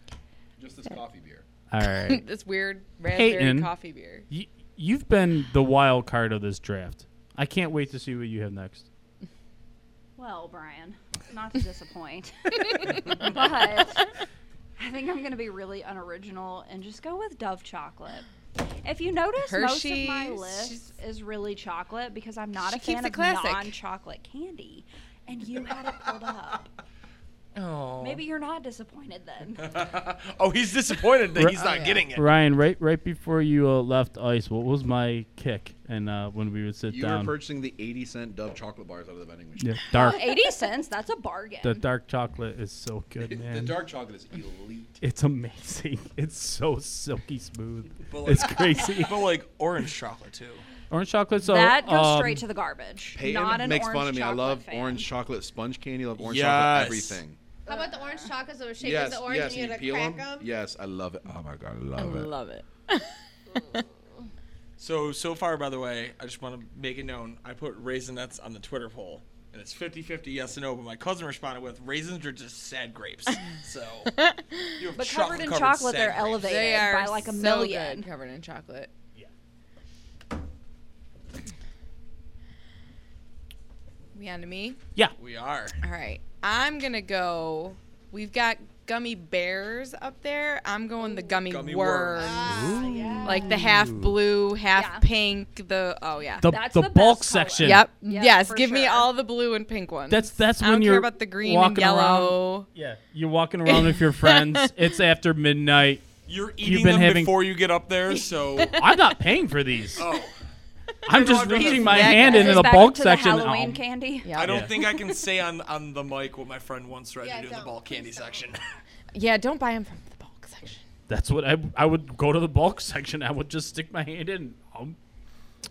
S4: Just this coffee beer.
S2: All right.
S6: this weird raspberry
S2: Peyton.
S6: coffee beer.
S2: Y- you've been the wild card of this draft. I can't wait to see what you have next.
S5: Well, Brian, not to disappoint, but I think I'm going to be really unoriginal and just go with Dove chocolate. If you notice, most of my
S6: Hershey's,
S5: list
S6: she's-
S5: is really chocolate because I'm not
S6: She
S5: a
S6: keeps
S5: fan
S6: it
S5: of
S6: classic.
S5: non-chocolate candy. And you had it pulled up.
S3: Oh.
S5: Maybe you're not disappointed then.
S3: oh, he's disappointed that he's
S2: Ri-
S3: not getting it.
S2: Ryan, right right before you uh, left ice, what was my kick? And uh, when we would sit
S4: You
S2: down,
S4: were purchasing the 80 cent Dove chocolate bars out of the vending machine.
S2: yeah, dark.
S5: 80 cents, that's a bargain.
S2: the dark chocolate is so good,
S4: The
S2: man.
S4: dark chocolate is elite.
S2: it's amazing. It's so silky smooth.
S3: But like,
S2: It's crazy.
S3: but like orange chocolate too.
S2: Orange chocolate. So
S5: that goes
S2: um,
S5: straight to the garbage.
S4: Peyton
S5: not an
S4: makes
S5: orange
S4: fun of me. I
S5: chocolate
S4: love
S5: fan.
S4: orange chocolate sponge candy. I love orange
S3: Yes.
S4: chocolate everything.
S7: How about the orange chocolates that were shaped
S4: yes,
S7: as the orange
S4: yes.
S7: and you
S4: and
S7: had to
S4: peel
S7: crack
S4: 'em?
S7: them?
S4: Yes, I love it. Oh my god, I
S6: I
S4: love it.
S6: love it.
S3: So so far, by the way, I just want to make it known. I put raisinets on the Twitter poll, and it's 50-50 yes and no. But my cousin responded with raisins are just sad grapes. So you have
S5: But
S3: chocolate
S5: covered in chocolate,
S3: sad
S5: they're
S3: grapes.
S5: elevated
S6: They are
S5: by like a
S6: so
S5: million.
S6: good covered in chocolate.
S2: Yeah.
S6: We on to me?
S2: Yeah.
S3: We are.
S6: All right. I'm going to go. We've got gummy bears up there. I'm going the gummy,
S3: Gummy
S6: worms.
S3: worms.
S7: Ah, yeah.
S6: Like the half blue, half
S5: Yeah.
S6: pink, the oh yeah.
S2: The,
S5: That's
S2: the,
S5: the best
S2: bulk
S5: color.
S2: section.
S6: yep.
S5: Yeah,
S6: yes,
S5: for
S6: give me
S5: sure.
S6: all the blue and pink ones.
S2: That's that's
S6: I
S2: when
S6: don't
S2: you're
S6: care about the green and
S2: walking around-
S6: yellow.
S2: Yeah, you're walking around with your friends. It's after midnight.
S3: You're eating
S2: been
S3: them
S2: having-
S3: before you get up there, so
S2: I'm not paying for these.
S3: oh,
S2: I'm just
S3: I've done
S2: reaching
S3: that.
S2: my
S6: Yeah,
S2: hand
S6: guys.
S2: into
S5: Goes
S2: the
S5: back
S2: bulk
S5: to
S2: section.
S5: The Halloween
S2: Oh,
S5: candy.
S6: Yeah.
S3: I don't
S2: Yeah.
S3: think I can say on on the mic what my friend once tried
S7: Yeah,
S3: to do in the
S7: don't.
S3: ball candy
S7: Please don't.
S3: section.
S6: Yeah, don't buy them from the bulk section.
S2: That's what I I would go to the bulk section. I would just stick my hand in. Um,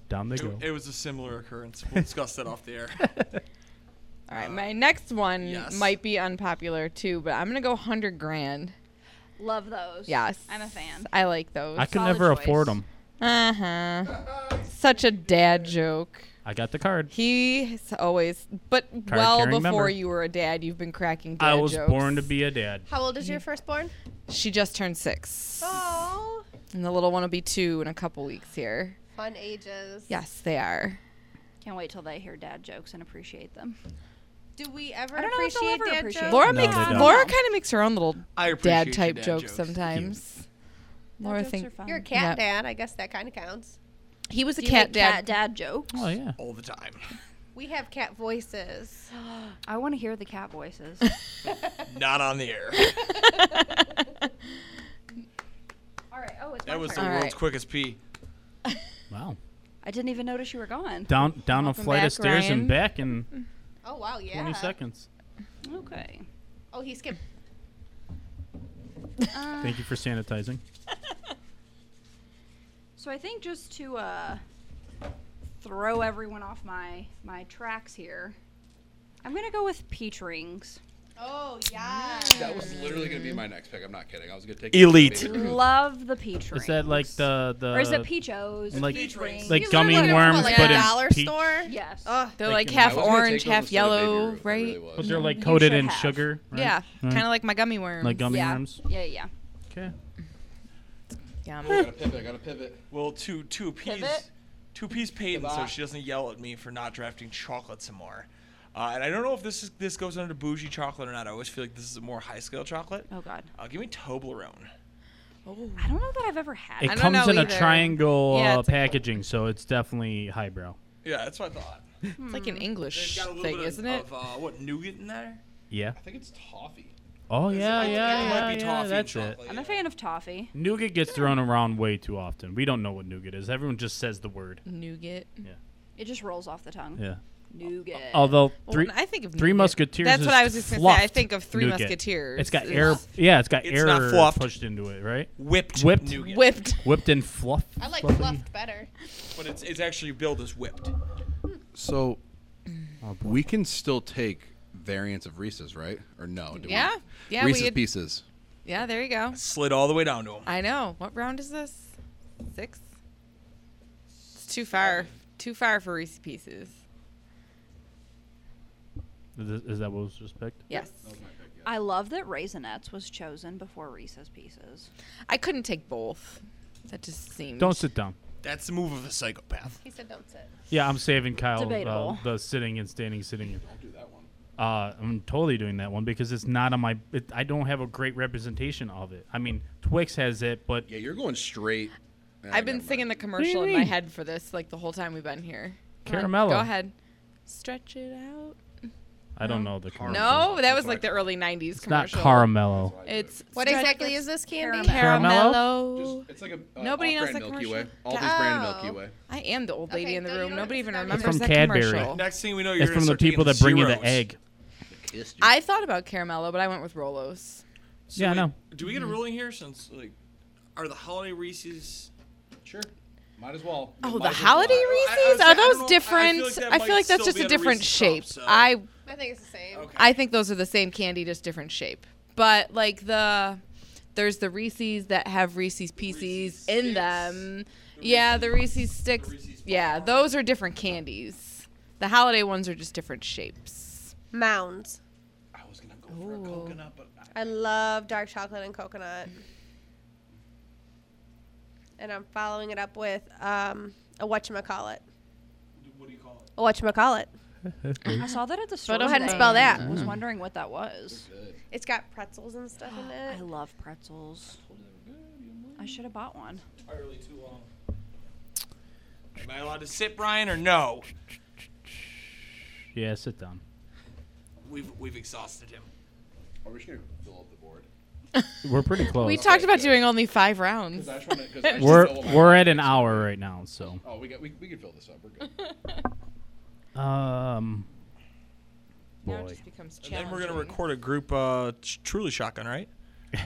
S2: down they go.
S3: it, it was a similar occurrence. We'll discuss that off the air.
S6: All right, my next one
S3: Uh, yes.
S6: might be unpopular too, but I'm gonna go hundred grand.
S5: Love those.
S6: Yes,
S5: I'm a fan.
S6: I like those.
S2: I could
S5: solid
S2: never afford
S5: choice.
S2: them.
S6: Uh huh. Such a dad joke.
S2: I got the card.
S6: He has always, but well
S2: carrying
S6: before
S2: member.
S6: you were a dad, you've been cracking. Dad
S2: I was
S6: jokes.
S2: born to be a dad.
S7: How old is your firstborn?
S6: She just turned six,
S7: Oh,
S6: and the little one will be two in a couple weeks here.
S7: fun ages.
S6: Yes, they are.
S5: Can't wait till they hear dad jokes and appreciate them.
S7: Do we ever
S5: I don't know if they'll
S7: appreciate
S5: ever
S7: dad
S5: appreciate
S7: jokes?
S6: Laura
S2: No,
S6: makes
S2: they don't.
S6: Laura kind of makes her own little
S3: I appreciate
S6: dad
S3: your
S6: type
S3: dad
S6: jokes
S3: jokes.
S6: sometimes. Laura
S5: Dad jokes
S6: think
S5: are fun.
S7: You're a cat
S6: Yep.
S7: dad. I guess that kind of counts.
S6: he was a
S5: Do you
S6: cat
S5: make
S6: dad.
S5: cat dad jokes.
S2: Oh yeah.
S3: all the time.
S7: We have cat voices.
S5: I want to hear the cat voices.
S3: Not on the air.
S5: All right. Oh, it's my
S3: That was the
S5: turn.
S6: All
S3: world's
S6: right.
S3: quickest pee.
S2: Wow.
S5: I didn't even notice you were gone.
S2: Down down a
S6: Welcome
S2: flight
S6: back,
S2: of stairs
S6: Ryan.
S2: and back in
S5: Mm-hmm.
S7: Oh wow, yeah.
S2: 20 seconds.
S5: Okay.
S7: Oh, he skipped.
S5: Uh,
S2: Thank you for sanitizing.
S5: so I think just to uh, throw everyone off my my tracks here, I'm gonna go with peach rings.
S7: Oh yeah.
S4: That was literally going to be my next pick. I'm not kidding. I was going to take
S3: Elite.
S5: Love the peach rings.
S2: Mm-hmm. Is that like the the
S5: or is it peachos?
S2: like-
S5: peach rings.
S2: like
S7: You
S2: gummy
S7: literally went from,
S2: worms
S7: like,
S2: but
S7: a
S2: in
S7: dollar
S2: peach-
S7: store.
S5: yes.
S6: Ugh, they're
S2: Like
S6: like
S2: in-
S6: half orange, half yellow, right?
S2: But they're like
S5: You
S2: coated
S5: should
S2: in
S5: have.
S2: sugar, right?
S6: Yeah,
S2: Right.
S6: kind of like my gummy worms.
S2: like gummy
S5: yeah.
S2: worms.
S5: Yeah, yeah.
S2: Okay.
S6: Yum.
S5: Hmm.
S4: I got to pivot. I got to pivot.
S3: Well, two two appease
S5: Pivot?
S3: two appease Peyton, so
S4: Pivot.
S3: she doesn't yell at me for not drafting chocolate some more. Uh, and I don't know if this is, this goes under bougie chocolate or not. I always feel like this is a more high scale chocolate.
S5: Oh God.
S3: Uh, give me Toblerone.
S5: I don't know that I've ever had.
S2: It
S6: I don't
S2: comes
S6: know
S2: in a
S6: either.
S2: triangle
S6: Yeah,
S2: uh,
S6: it's like-
S2: packaging, so it's definitely highbrow.
S3: Yeah, that's what I thought.
S6: It's like an
S3: They've
S6: English
S3: got a little
S6: thing,
S3: bit
S6: isn't
S3: of,
S6: it?
S3: of uh, what nougat in there?
S2: Yeah.
S4: I think it's toffee.
S2: Oh yeah, yeah,
S3: I think
S2: yeah,
S3: it might be
S2: yeah,
S3: toffee
S2: that's
S3: chocolate.
S2: it.
S5: I'm a fan of toffee.
S2: Nougat gets thrown around way too often. We don't know what nougat is. Everyone just says the word.
S3: um,
S6: Nougat.
S5: It just rolls off the tongue.
S2: Yeah.
S5: Nougat.
S2: Although
S6: Well,
S2: three
S6: when I think of
S2: Three
S6: nougat,
S2: Musketeers.
S6: That's
S2: is
S6: what I was just gonna say. I
S2: fluffed
S6: think of Three
S2: nougat.
S6: Musketeers.
S2: It's got
S6: is
S2: air. Yeah, it's got
S3: It's
S2: air
S3: not fluffed.
S2: pushed into it, right?
S3: Whipped,
S2: Whipped.
S3: nougat.
S6: Whipped.
S2: Whipped and fluff.
S7: I like
S2: fluffy.
S7: fluffed better.
S3: But it's, it's actually billed as whipped.
S4: So
S2: Oh, boy.
S4: we can still take variants of Reese's, right? Or no? Do
S6: Yeah.
S4: We?
S6: Yeah.
S4: Reese's
S6: we had,
S4: Pieces.
S6: yeah. There you go.
S3: Slid all the way down to him.
S6: I know. What round is this? Six. It's too far. Too far for Reese Pieces.
S2: Is, this- is that what was just picked?
S6: Yes.
S5: I love that Raisinets was chosen before Reese's Pieces.
S6: I couldn't take both. That just seemed.
S2: Don't sit down.
S3: That's the move of a psychopath.
S7: He said, "Don't sit."
S2: Yeah, I'm saving Kyle uh,
S5: Debatable.
S2: the sitting and standing, sitting. And, I'll do that one. Uh, I'm totally doing that one because it's not on my. It, I don't have a great representation of it. I mean, Twix has it, but
S4: Yeah, you're going straight. Nah,
S6: I've been
S4: never
S6: singing
S4: mind.
S6: the commercial in my
S2: mean?
S6: head for this like the whole time we've been here. Come on,
S2: Caramello.
S6: Go ahead. Stretch it out.
S2: I don't know the commercial.
S6: No, that was like the early '90s
S2: it's not
S6: commercial.
S2: caramello.
S6: It's
S7: What
S6: stretch-
S7: exactly is
S6: it's
S7: this candy?
S2: Caramello?
S6: Caramello.
S4: Just- it's like a uh,
S6: Nobody knows
S4: off-brand
S6: that
S4: Milky
S6: commercial.
S4: Way. All these brand
S7: Oh.
S4: Milky Way.
S6: I am the old lady
S7: Okay,
S6: in the
S7: no, you
S6: room.
S7: don't
S6: Nobody even
S7: understand.
S6: remembers
S2: It's from
S6: that
S2: Cadbury.
S6: commercial.
S3: Next thing we know, you're
S2: It's
S3: gonna
S2: from the
S3: start taking
S2: people that bring you the
S3: zeros.
S2: egg.
S6: I thought about Caramello, but I went with Rolos.
S3: So
S2: Yeah, I
S3: wait,
S2: know.
S3: Do we get a ruling here since like are the holiday Reese's
S4: Sure. Might as well.
S6: Oh,
S4: Might
S6: the
S4: as well.
S6: holiday
S3: I- I was
S6: Reese's
S3: saying, I
S6: are
S3: don't
S6: those
S3: know. I- I feel like
S6: different? I feel
S3: that
S6: like,
S3: might
S6: that's
S3: still
S6: just
S3: be
S6: a
S3: at a
S6: different
S3: Reese's cup,
S6: shape.
S3: so-
S6: I
S7: I think it's the same.
S3: Okay.
S6: I think those are the same candy, just different shape. But like the there's the Reese's that have Reese's Pieces
S3: Reese's
S6: in
S3: sticks.
S6: them. yeah, the Reese's sticks.
S3: Reese's
S6: yeah,
S3: bar.
S6: those are different candies. The holiday ones are just different shapes.
S7: Mounds.
S4: I was gonna go for
S6: Ooh.
S4: a coconut, but I-
S7: I love dark chocolate and coconut. And I'm following it up with um, a whatchamacallit.
S3: what do you call it?
S7: A whatchamacallit.
S5: I saw that at the store.
S7: Go ahead and
S5: today.
S7: spell that.
S5: I was
S2: Mm.
S5: wondering what that was.
S7: It's got pretzels and stuff in
S5: I
S7: it.
S5: love pretzels. I should have bought one.
S3: I really too long. Am I allowed to sit, Brian, or no?
S2: Yeah, sit down.
S3: We've we've exhausted him.
S4: are we just gonna fill up the board?
S2: We're pretty close.
S6: We talked about doing only five rounds.
S4: 'Cause I just wanna- 'cause I just
S2: We're
S4: fill my-
S2: we're at an hour right now, so
S4: Oh, we got we, we can fill this up. We're good.
S2: um,
S6: Now it
S2: boy,
S6: just becomes
S3: And then we're gonna
S6: challenging.
S3: record a group uh Ch- Truly Shotgun, right?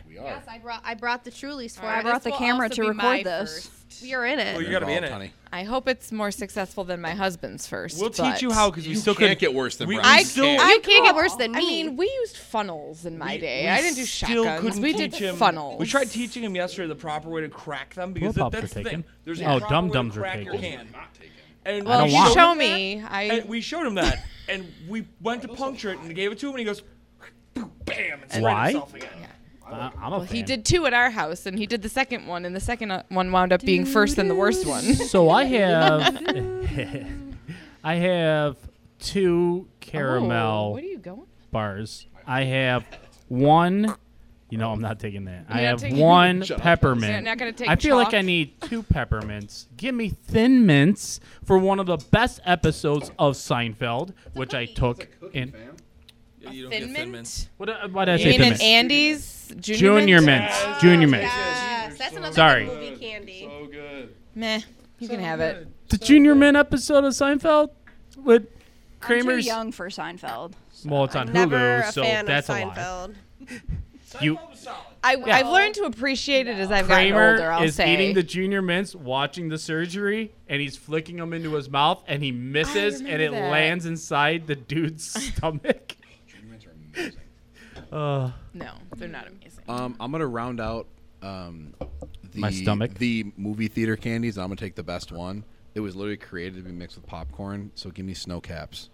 S4: We are.
S7: Yes, I brought I brought the Trulies for
S6: All right,
S5: I brought
S6: this
S5: the
S6: will
S5: camera
S6: also
S5: to
S6: be
S5: record
S6: my
S5: this.
S6: first.
S7: You're in it.
S2: Oh,
S3: Well, you gotta be in it.
S4: Involved, honey.
S6: I hope it's more successful than my husband's 1st
S3: We'll teach you
S6: but-
S3: how because we
S4: You
S3: still
S4: can't
S3: could-
S4: get worse than
S3: we,
S4: Brian.
S3: we
S6: I,
S3: still,
S6: I
S7: You can't get worse than
S6: I
S7: me.
S6: mean, we used funnels in my
S3: we-
S6: day.
S3: we
S6: I didn't do
S3: still
S6: shotguns.
S3: couldn't
S6: We
S3: teach
S6: did
S3: him.
S6: funnels.
S3: We tried teaching him yesterday the proper way to crack them because
S2: Pops
S3: that, that's
S2: are
S3: the
S2: taken.
S3: thing. There's
S2: Oh,
S3: a proper way
S2: dum-dums
S3: to
S2: are
S3: crack your
S2: taken.
S3: can.
S4: not taking.
S3: And
S6: Well,
S2: don't
S6: you
S2: want-
S6: show me. I
S3: And we showed him that, and we went to puncture it and gave it to him, and he goes, bam, and sprayed
S2: Why?
S3: himself again.
S2: I, I'm a
S6: well, he
S2: fan.
S6: did two at our house, and he did the second one, and the second uh, one wound up being first and the worst one.
S2: So I have, I have two
S6: Oh,
S2: caramel
S6: what are you going?
S2: bars. I have one. You know, I'm not taking that. I
S6: You're not
S2: have
S6: taking-
S2: one
S4: Shut up.
S2: peppermint.
S6: You're not gonna take
S2: I feel like I
S6: chalk?
S2: need two peppermints. Give me thin mints for one of the best episodes of Seinfeld, which I
S7: cookie.
S2: took in.
S3: Yeah, you don't
S6: Thin
S3: get thin mints.
S6: mint.
S2: What, uh, why did I
S6: You
S2: say
S6: mean
S2: thin
S6: an
S2: mint?
S6: Andes junior,
S2: Junior
S6: mint?
S2: mints. Junior mints.
S7: Yes, that's another
S2: Sorry.
S7: good movie candy.
S4: So good.
S6: Meh, you can have it.
S2: The junior mint episode of Seinfeld with
S5: I'm
S2: Kramer's.
S5: too young for Seinfeld.
S2: Well, it's on
S7: Never
S2: Hulu,
S7: a
S2: so
S7: fan
S2: that's
S7: of
S2: a lie.
S7: Seinfeld.
S2: You
S6: I, I've learned to appreciate it as I've gotten older.
S2: Kramer
S6: I'll
S2: is
S6: say.
S2: eating the junior mints, watching the surgery, and he's flicking them into his mouth, and he misses, and
S6: remember
S2: it
S6: that.
S2: lands inside the dude's stomach. Uh,
S6: no, they're not amazing.
S3: Uh,
S4: Um, I'm gonna round out um, the,
S2: My stomach.
S4: the movie theater candies. and I'm gonna take the best one. It was literally created to be mixed with popcorn, so give me snow caps.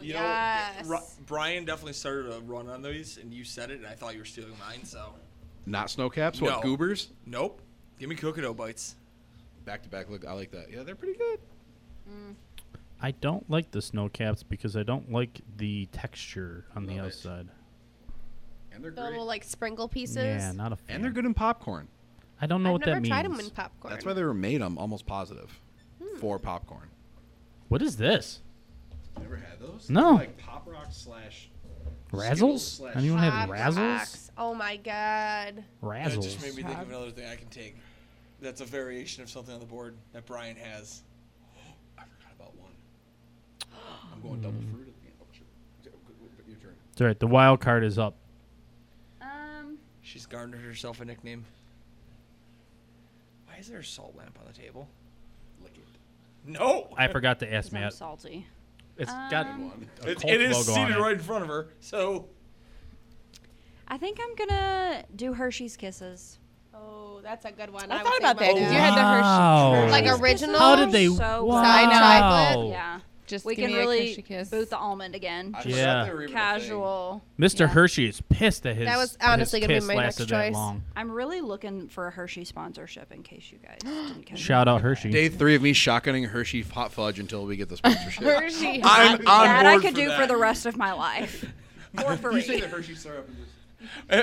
S3: You know,
S7: Yes.
S3: Ri- Brian definitely started a run on these, and you said it, and I thought you were stealing mine. So,
S4: Not snow caps.
S3: No.
S4: What goobers?
S3: nope. Give me coconut bites.
S4: Back to back. Look, I like that. Yeah, they're pretty good.
S2: I don't like the snow caps because I don't like the texture on the
S4: Love it.
S2: outside.
S4: And they're
S7: The
S4: great.
S7: little like sprinkle pieces.
S2: Yeah, not a fan.
S4: And they're good in popcorn.
S2: I don't know
S7: I've
S2: what
S7: never
S2: that
S7: tried
S2: means.
S7: them in popcorn.
S4: That's why they were made. I'm almost positive for popcorn.
S2: what is this?
S4: Never had those.
S2: No.
S4: They're Like pop rock slash.
S2: Razzles?
S4: slash-
S2: Anyone have
S7: Hot
S2: razzles?
S7: Rocks. Oh my god.
S3: That
S2: Razzles.
S3: just made me think of another thing I can take. That's a variation of something on the board that Brian has.
S4: I forgot about one. I'm going double fruit at the end. Oh, sure. Okay, good- Your turn.
S2: It's all right. The wild card is up.
S5: Um,
S3: She's garnered herself a nickname. Why is there a salt lamp on the table?
S4: Lick it.
S3: No,
S2: I forgot to ask
S5: 'cause I'm
S2: Matt.
S5: salty.
S2: It's got
S6: Um,
S4: One.
S2: a
S3: it,
S2: Colt
S3: it is
S2: logo on
S3: seated
S2: it.
S3: right in front of her. So
S5: I think I'm gonna do Hershey's Kisses.
S7: Oh, that's a good one.
S6: I,
S7: would
S6: thought
S7: say
S3: Oh,
S6: about that
S7: mine
S6: because
S7: is-
S6: you had the Hershey.
S2: Wow.
S7: Like
S5: Hershey's
S7: original
S2: How did they?
S5: So
S2: wow.
S7: Side chocolate?
S5: Yeah.
S6: Just
S5: we
S6: give
S5: can
S6: me a
S5: really
S6: Hershey kiss.
S5: boot the almond again.
S4: I
S2: Yeah.
S4: forgot they were even a thing.
S5: Casual.
S2: Mr.
S5: Yeah.
S2: Hershey is pissed that his
S7: That was
S2: his
S7: honestly gonna be
S2: kiss
S7: my next
S2: lasted that
S7: choice.
S2: long.
S5: I'm really looking for a Hershey sponsorship in case you guys didn't catch
S2: Shout out Hershey.
S4: Day three of me shotgunning Hershey hot fudge until we get the sponsorship.
S6: Hershey.
S3: I'm on
S5: That I
S3: board
S5: could
S3: for
S5: do
S3: that.
S5: for the rest of my life. For free.
S4: Hershey syrup. And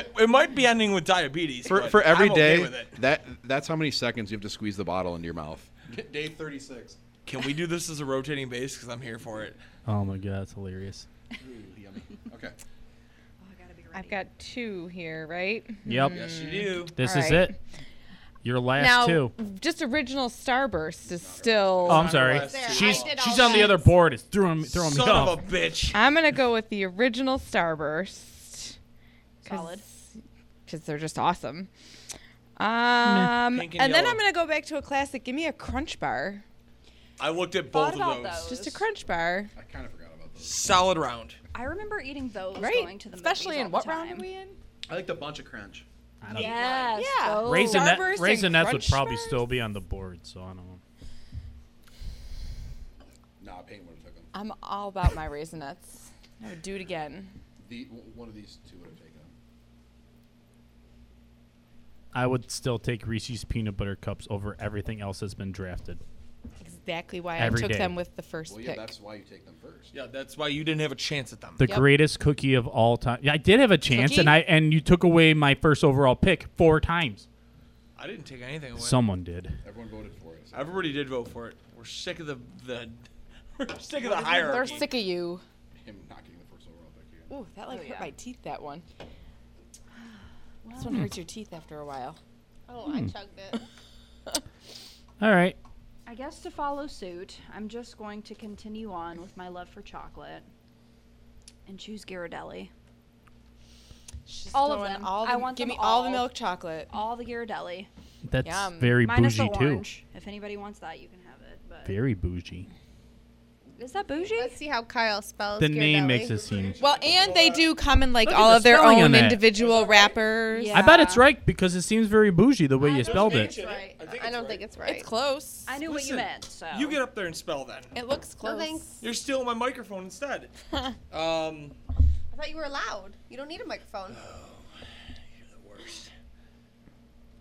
S4: just-
S3: It, it might be ending with diabetes.
S4: for
S3: but
S4: for every
S3: I'm okay
S4: day,
S3: with it.
S4: that that's how many seconds you have to squeeze the bottle into your mouth. Day thirty six.
S3: Can we do this as a rotating base? Because I'm here for it.
S2: oh my god, that's hilarious.
S4: Okay.
S6: Oh, I've got two here, right?
S2: Yep.
S3: Yes, you do.
S2: This
S6: All
S2: is
S6: right.
S2: it. Your last
S6: now,
S2: two.
S6: just original Starburst is still.
S2: Oh, I'm sorry.
S3: There, I
S2: She's
S7: did all
S2: she's on the
S7: that.
S2: other board. It's throwing throwing
S3: Son
S2: me off.
S3: of a bitch.
S6: I'm gonna go with the original Starburst.
S5: Solid.
S6: Because they're just awesome. Um,
S3: Pink
S6: and,
S3: and
S6: then
S3: yellow.
S6: I'm gonna go back to a classic. Give me a Crunch Bar.
S3: I looked at
S5: Thought
S3: both of
S5: about
S3: those.
S5: those.
S6: Just a Crunch Bar.
S4: I kind of forgot about those.
S3: Solid round.
S5: I remember eating those
S6: Right.
S5: going to the
S6: Especially
S5: movies
S6: in
S5: all
S6: what
S5: the
S6: round are
S5: time.
S6: we in?
S4: I like the bunch of crunch.
S2: I don't know.
S5: Yes.
S6: Yeah.
S5: those.
S2: Raisin
S6: Raisinette-
S2: that,
S6: Starburst and
S2: Raisinets would
S6: Crunch
S2: probably
S6: Bars?
S2: still be on the board, so I don't know.
S4: Nah, Peyton would have took them.
S6: I'm all about my raisinets. I would do it again.
S4: The one of these two would have taken them.
S2: I would still take Reese's peanut butter cups over everything else that's been drafted.
S6: Exactly why
S2: Every
S6: I took
S2: day.
S6: them with the first pick.
S4: why you take them first.
S3: Yeah, that's why you didn't have a chance at them.
S2: The
S6: Yep.
S2: greatest cookie of all time. Yeah, I did have a chance,
S6: Cookie?
S2: and I and you took away my first overall pick four times.
S3: I didn't take anything away.
S2: Someone did.
S4: Everyone voted for it.
S3: Everybody did vote for it. We're sick of the the. We're sick of the
S6: They're
S3: hierarchy.
S6: sick of you.
S4: Him not getting the first overall pick again.
S6: Ooh, that like
S5: Oh,
S6: hurt
S5: yeah.
S6: my teeth. That one. This one hurts your teeth after a while.
S7: Oh,
S2: Hmm.
S7: I chugged it.
S2: All right.
S5: I guess to follow suit, I'm just going to continue on with my love for chocolate and choose Ghirardelli.
S6: She's
S5: All of
S6: throwing
S5: them.
S6: All the,
S5: I want
S6: give
S5: them
S6: me all the
S5: all.
S6: milk chocolate.
S5: All the Ghirardelli.
S2: That's
S6: Yum.
S2: very
S5: Minus
S2: bougie
S5: the
S2: too.
S5: orange. If anybody wants that, you can have it. But
S2: Very bougie.
S5: is that bougie?
S7: Let's see how Kyle spells.
S2: The name makes
S7: Ghirardelli.
S2: it seem.
S6: Well, and they do come in like
S2: Look at
S6: all
S2: the
S6: of their
S2: spelling on
S6: own
S2: that.
S6: individual wrappers.
S5: Yeah.
S2: I bet it's right because it seems very bougie the way
S5: I
S2: you
S5: don't
S2: spelled it.
S5: think
S7: It's right. I, don't think it's right.
S6: It's close.
S5: I knew what you
S3: Listen,
S5: meant. So
S3: You get up there and spell then.
S6: it looks
S7: No,
S6: close.
S7: thanks.
S3: You're stealing my microphone instead. um,
S7: I thought you were allowed. You don't need a microphone.
S3: the worst.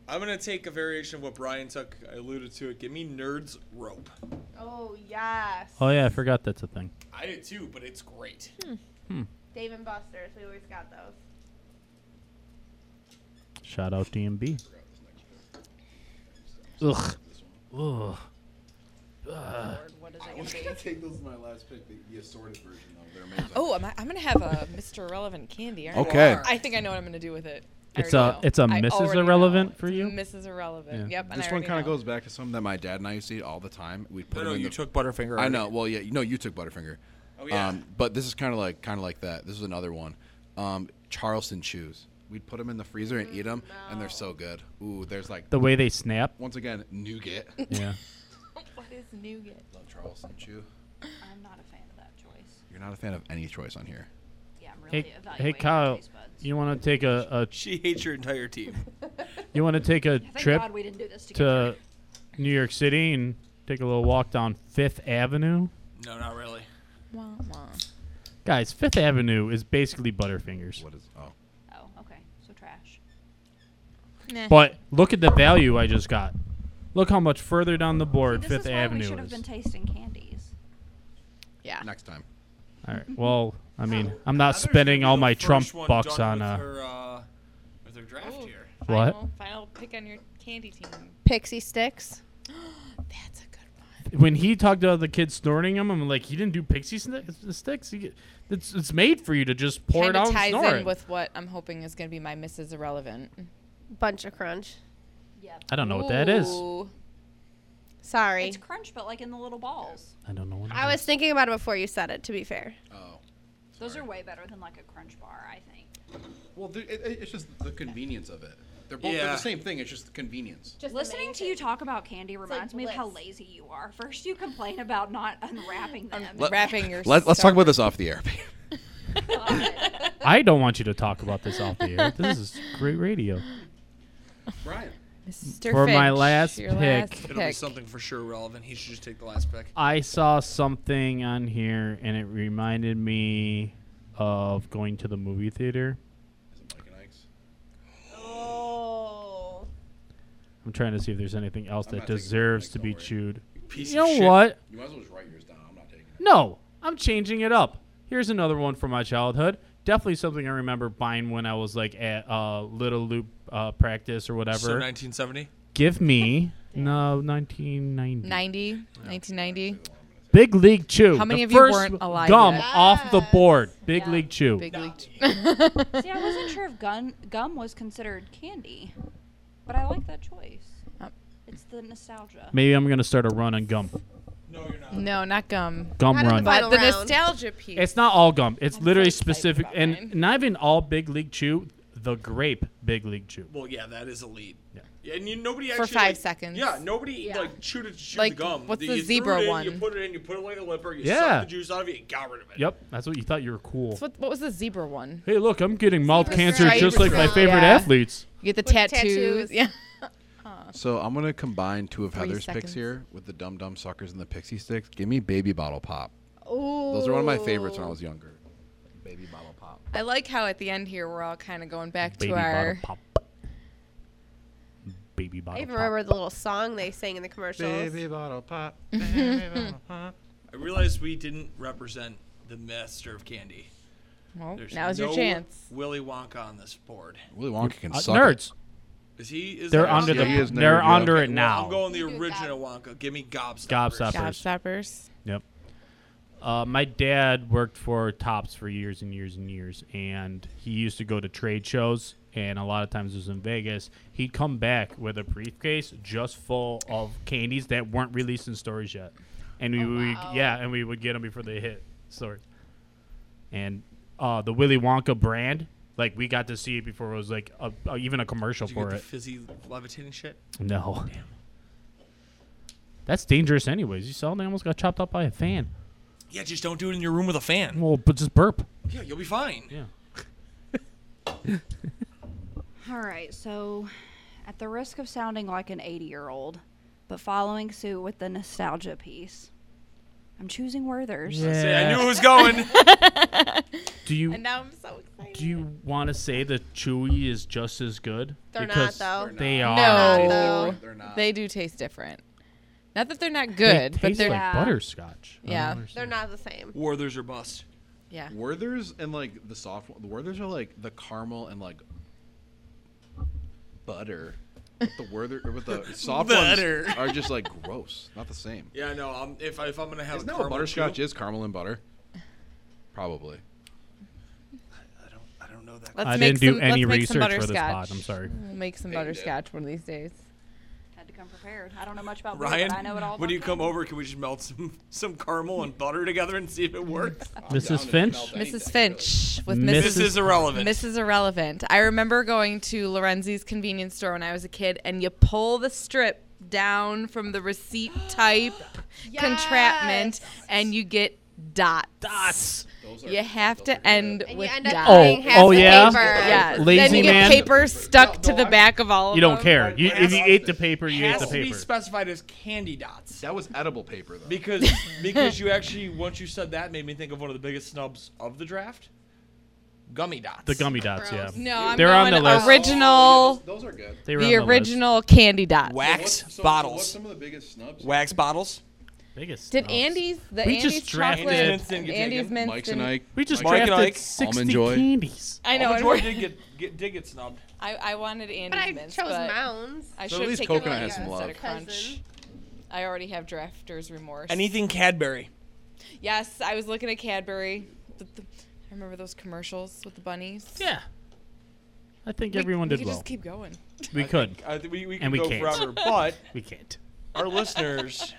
S3: I'm gonna take a variation of what Brian took. I alluded to it. Give me nerds rope.
S7: Oh yes.
S2: Oh yeah, I forgot that's a thing.
S3: I did too, but it's great.
S7: Dave and Buster's. We always got those.
S2: Shout out DMB. Ugh. Ugh.
S6: What is
S4: Uh. I was gonna take those as my last pick, the, the assorted version though. They're amazing.
S6: Oh, am I, I'm gonna have a Mr. Irrelevant candy. aren't I?
S4: Okay.
S6: I think I know what I'm gonna do with it. I
S2: It's
S6: already
S2: a-
S6: know.
S2: it's a
S6: I
S2: Mrs.
S6: already know.
S2: Irrelevant
S6: It's
S2: for you?
S6: Mrs. Irrelevant.
S2: Yeah.
S6: Yep. and I
S4: This one
S6: already
S4: kind of
S6: know.
S4: goes back to something that my dad and I used to eat all the time. We'd put
S3: No,
S4: them
S3: no,
S4: in
S3: you
S4: the,
S3: took Butterfinger.
S4: I
S3: already.
S4: know. Well, yeah, you know, you took Butterfinger.
S3: Oh, yeah.
S4: Um, but this is kind of like kind of like that. This is another one. Um, Charleston chews. We'd put them in the freezer and eat them, and they're so good. Ooh, there's like
S2: The way they snap.
S4: once again nougat.
S2: Yeah.
S6: What is nougat?
S4: Love Charleston chew.
S5: I'm not a fan of that choice.
S4: You're not a fan of any choice on here.
S5: Yeah, I'm really
S2: Hey,
S5: evaluating
S2: hey,
S5: my
S2: Kyle.
S5: taste buds.
S2: You want to take a, a
S3: She hates your entire team.
S2: you want to take a
S5: Thank
S2: trip
S5: God we didn't do this together.
S2: to New York City and take a little walk down Fifth Avenue?
S3: no, not really.
S6: Wah, wah.
S2: Guys, Fifth Avenue is basically Butterfingers.
S4: What is? Oh,
S5: Oh, okay. So trash.
S6: Nah.
S2: But look at the value I just got. Look how much further down the board
S5: this
S2: Fifth
S5: is why we
S2: Avenue
S5: should have
S2: is.
S5: been tasting candies.
S6: yeah.
S4: next time.
S2: all right. Well, I mean, I'm not Uh, spending all my Trump bucks on
S3: uh,
S2: uh,
S3: her, uh, with her draft
S6: Ooh.
S3: here.
S2: what?
S6: Final, final pick on your candy team.
S7: Pixie sticks.
S6: That's a good one.
S2: When he talked about the kids snorting him, I'm like, you didn't do pixie sni- sticks. You, it's it's made for you to just pour it
S6: Kinda
S2: out and
S6: ties
S2: snort
S6: in
S2: it.
S6: with what I'm hoping is gonna be my Mrs. Irrelevant.
S7: Bunch of crunch.
S5: Yep.
S2: I don't know what that is.
S6: Ooh.
S7: Sorry.
S5: It's crunch, but like in the little balls.
S2: I don't know what.
S7: I was thinking about it before you said it. To be fair.
S4: Oh.
S5: Those are way better than like a crunch bar, I think.
S4: Well, th- it, it- it's just the convenience of it. They're both they're
S3: Yeah.
S4: the same thing. It's just the convenience.
S7: Just
S5: Listening to you talk about candy
S7: like
S5: reminds me of how
S7: bliss. Um,
S5: lazy you are. First, you complain about not unwrapping them.
S4: Let-
S6: Wrapping your.
S4: Let, let's talk
S6: stomach.
S4: about this off the air.
S2: I don't want you to talk about this off the air. This is great radio.
S4: Brian,
S6: Mr.
S2: For my
S6: Finch,
S2: last
S6: your
S2: pick.
S6: last
S3: It'll be something for sure relevant. He should just take the last pick.
S2: I saw something on here and it reminded me of going to the movie theater.
S7: Oh.
S2: I'm trying to see if there's anything else
S4: I'm
S2: that
S4: not taking
S2: deserves
S4: Mike,
S2: to
S4: don't
S2: be
S4: worry.
S2: chewed.
S3: Piece
S2: you know
S3: of shit.
S2: what?
S4: You might as well just write yours down. I'm not taking it.
S2: No, I'm changing it up. Here's another one from my childhood. Definitely something I remember buying when I was like at uh, Little Loop uh, practice or whatever.
S3: So 1970.
S2: Give me no 1990.
S6: 90, 1990.
S2: Big League Chew.
S6: How many
S2: the
S6: of you
S2: first
S6: weren't alive
S2: Gum
S6: yet?
S2: off the
S7: Yes.
S2: board. Big
S5: Yeah.
S2: League Chew.
S6: Big league.
S5: See, I wasn't sure if gun, gum was considered candy, but I like that choice.
S7: Uh,
S6: Oh.
S5: It's the nostalgia.
S2: Maybe I'm gonna start a run on gum.
S3: No, you're not.
S6: no, not gum.
S2: Gum
S7: Not in
S2: run.
S7: the
S6: But
S7: Final
S6: the
S7: round.
S6: nostalgia piece.
S2: It's not all gum. It's
S6: I'm so
S2: literally
S6: excited
S2: specific,
S6: about
S2: and
S6: mine.
S2: not even all Big League Chew. The grape Big League Chew.
S3: Well, yeah, that is elite.
S2: Yeah.
S3: Yeah, and you, nobody
S6: For
S3: actually
S6: five
S3: like-
S6: seconds.
S3: Yeah, nobody
S7: Yeah.
S3: like chewed it to chew
S6: Like,
S3: the gum.
S6: what's
S3: You
S6: the
S3: threw it
S6: zebra
S3: in, You
S6: one?
S3: put it in, you put it like a limper, you
S2: Yeah.
S3: sucked the juice out of it, you got rid of it.
S2: Yep, that's what you thought you were cool.
S6: What, what was the zebra one?
S2: Hey, look, I'm getting mouth
S7: Zebra
S2: cancer
S6: stripe.
S2: just like my
S7: Zebra.
S2: favorite
S6: Yeah.
S2: athletes.
S6: You get the
S7: With the
S6: tattoos.
S7: tattoos.
S6: Yeah.
S4: So I'm gonna combine two of
S6: Three
S4: Heather's
S6: seconds.
S4: picks here with the Dum Dum Suckers and the Pixie Sticks. Give me Baby Bottle Pop.
S7: Ooh.
S4: Those are one of my favorites when I was younger. Baby Bottle Pop.
S6: I like how at the end here we're all kind of going back
S2: Baby
S6: to
S2: bottle
S6: our.
S2: pop. Baby
S7: I
S2: bottle
S7: even
S2: pop.
S7: remember the little song they sang in the commercials.
S4: Bottle Pop.
S3: I realized we didn't represent the master of candy.
S6: Well,
S3: There's
S6: now's
S3: no
S6: your chance.
S3: Willy Wonka on this board.
S4: Willy Wonka can
S2: Uh,
S4: suck. it.
S2: nerds,
S3: Is he? Is
S2: they're
S3: that-
S2: under
S4: Yeah, he
S2: the.
S4: is
S2: They're
S4: nerd, yeah.
S2: under
S4: Okay,
S2: it
S3: Well,
S2: now.
S3: I'm going the original Wonka. Give me Gobstoppers.
S2: Gobstoppers.
S6: Job stoppers.
S2: Yep. Uh, my dad worked for Tops for years and years and years, and he used to go to trade shows. And a lot of times it was in Vegas. He'd come back with a briefcase just full of candies that weren't released in stores yet, and
S3: Oh,
S2: we would yeah, and we would get them before they hit stores. And uh, the Willy Wonka brand, like we got to see it before it was like a, a, even a commercial
S3: Did you
S2: for
S3: get the
S2: it.
S3: fizzy levitating shit?
S2: No. That's dangerous, anyways. You saw they almost got chopped up by a fan.
S3: Yeah, just don't do it in your room with a fan.
S2: Well, but just burp.
S3: Yeah, you'll be fine.
S2: Yeah.
S5: All right, so at the risk of sounding like an 80 year old, but following suit with the nostalgia piece, I'm choosing Werther's.
S3: See, I knew it was going.
S2: Do you
S6: And now I'm so excited.
S2: do you want to say that Chewy is just as good?
S7: They're not,
S2: Because
S7: though. They're
S2: They
S6: No,
S2: are.
S7: though.
S4: They're not.
S6: they do taste different. Not that they're not
S2: They
S6: good, but
S2: taste
S6: they're
S2: like
S5: Yeah.
S2: butterscotch. I don't
S6: Yeah.
S2: understand.
S7: They're not the same.
S3: Werther's or bust.
S6: yeah.
S4: Werther's and like the soft one. The Werther's are like the caramel and like butter. But the Werther but the soft
S3: Butter.
S4: ones are just like gross. Not the same.
S3: Yeah, no. I'm, if I, if I'm gonna have
S4: Isn't
S3: a
S4: that what
S3: caramel
S4: butterscotch
S3: too?
S4: is? Caramel and butter. Probably.
S3: I don't. I don't know that.
S6: Let's
S2: I didn't
S6: make
S2: do
S6: some,
S2: any
S6: let's make some
S2: research for this pod.
S6: butterscotch.
S2: I'm sorry.
S6: We'll make some
S4: They did.
S6: butterscotch one of these days.
S5: Had to come prepared. I don't know much about beer,
S3: Ryan,
S5: but I know it all.
S3: when
S5: about
S3: you come
S5: them.
S3: over, can we just melt some some caramel and butter together and see if it works?
S2: Mrs. Finch.
S6: Mrs. Finch with
S2: Mrs.
S3: this is irrelevant.
S6: Mrs. Irrelevant. I remember going to Lorenzi's convenience store when I was a kid, and you pull the strip down from the receipt type contraptment, and you get dots.
S2: Dots.
S6: You have to end
S7: And you
S6: with
S7: end up
S6: dots.
S2: Oh,
S7: buying half
S2: oh,
S7: the
S2: yeah?
S7: paper.
S6: Yes. then
S2: Lazy
S6: you get
S2: man.
S6: paper stuck to the back of all of
S2: You don't
S6: them.
S2: care. You, if you
S4: Yes.
S2: ate the paper, you ate
S3: Has
S2: the
S3: to be
S2: paper.
S3: specified as candy dots.
S4: That was edible paper though.
S3: Because because you actually once you said that made me think of one of the biggest snubs of the draft, gummy dots.
S2: The gummy dots. Yeah.
S7: Gross.
S6: No, I'm
S2: They're on
S6: going
S2: the list.
S6: original.
S4: those, are good.
S2: They were
S6: The
S2: on the list.
S6: original candy dots.
S3: wax bottles.
S4: of the biggest snubs?
S3: Wax bottles.
S2: Biggest.
S6: Did
S2: snubs.
S6: Andy's the
S2: We just
S6: Andy's
S2: drafted-
S6: chocolate?
S3: Andy's Mints didn't get
S6: Andy's
S3: taken.
S6: Mints
S4: Mike's and
S6: didn't-
S4: Ike.
S2: We just
S3: Mike and
S2: drafted
S3: Ike.
S2: 60
S4: Almond Joy.
S2: candies.
S6: I
S4: Oh,
S6: know.
S3: Almond Joy did get, get did get snubbed.
S6: I, I wanted Andy's
S7: But I
S6: mints,
S7: chose
S6: but
S7: mounds.
S6: I
S4: So at
S6: should have
S4: least
S6: taken
S4: coconut
S6: like
S4: has some
S6: instead
S4: love.
S6: of crunch.
S7: Cousin.
S6: I already have drafter's remorse.
S3: Anything Cadbury.
S6: Yes, I was looking at Cadbury. With the, I remember those commercials with the bunnies.
S2: Yeah. I think
S6: We-
S2: everyone
S6: we
S2: did
S6: could
S2: well.
S6: Just keep going.
S2: We could.
S3: I think we we can
S2: And we
S3: go
S2: can't.
S3: forever, but
S2: We can't.
S3: our listeners,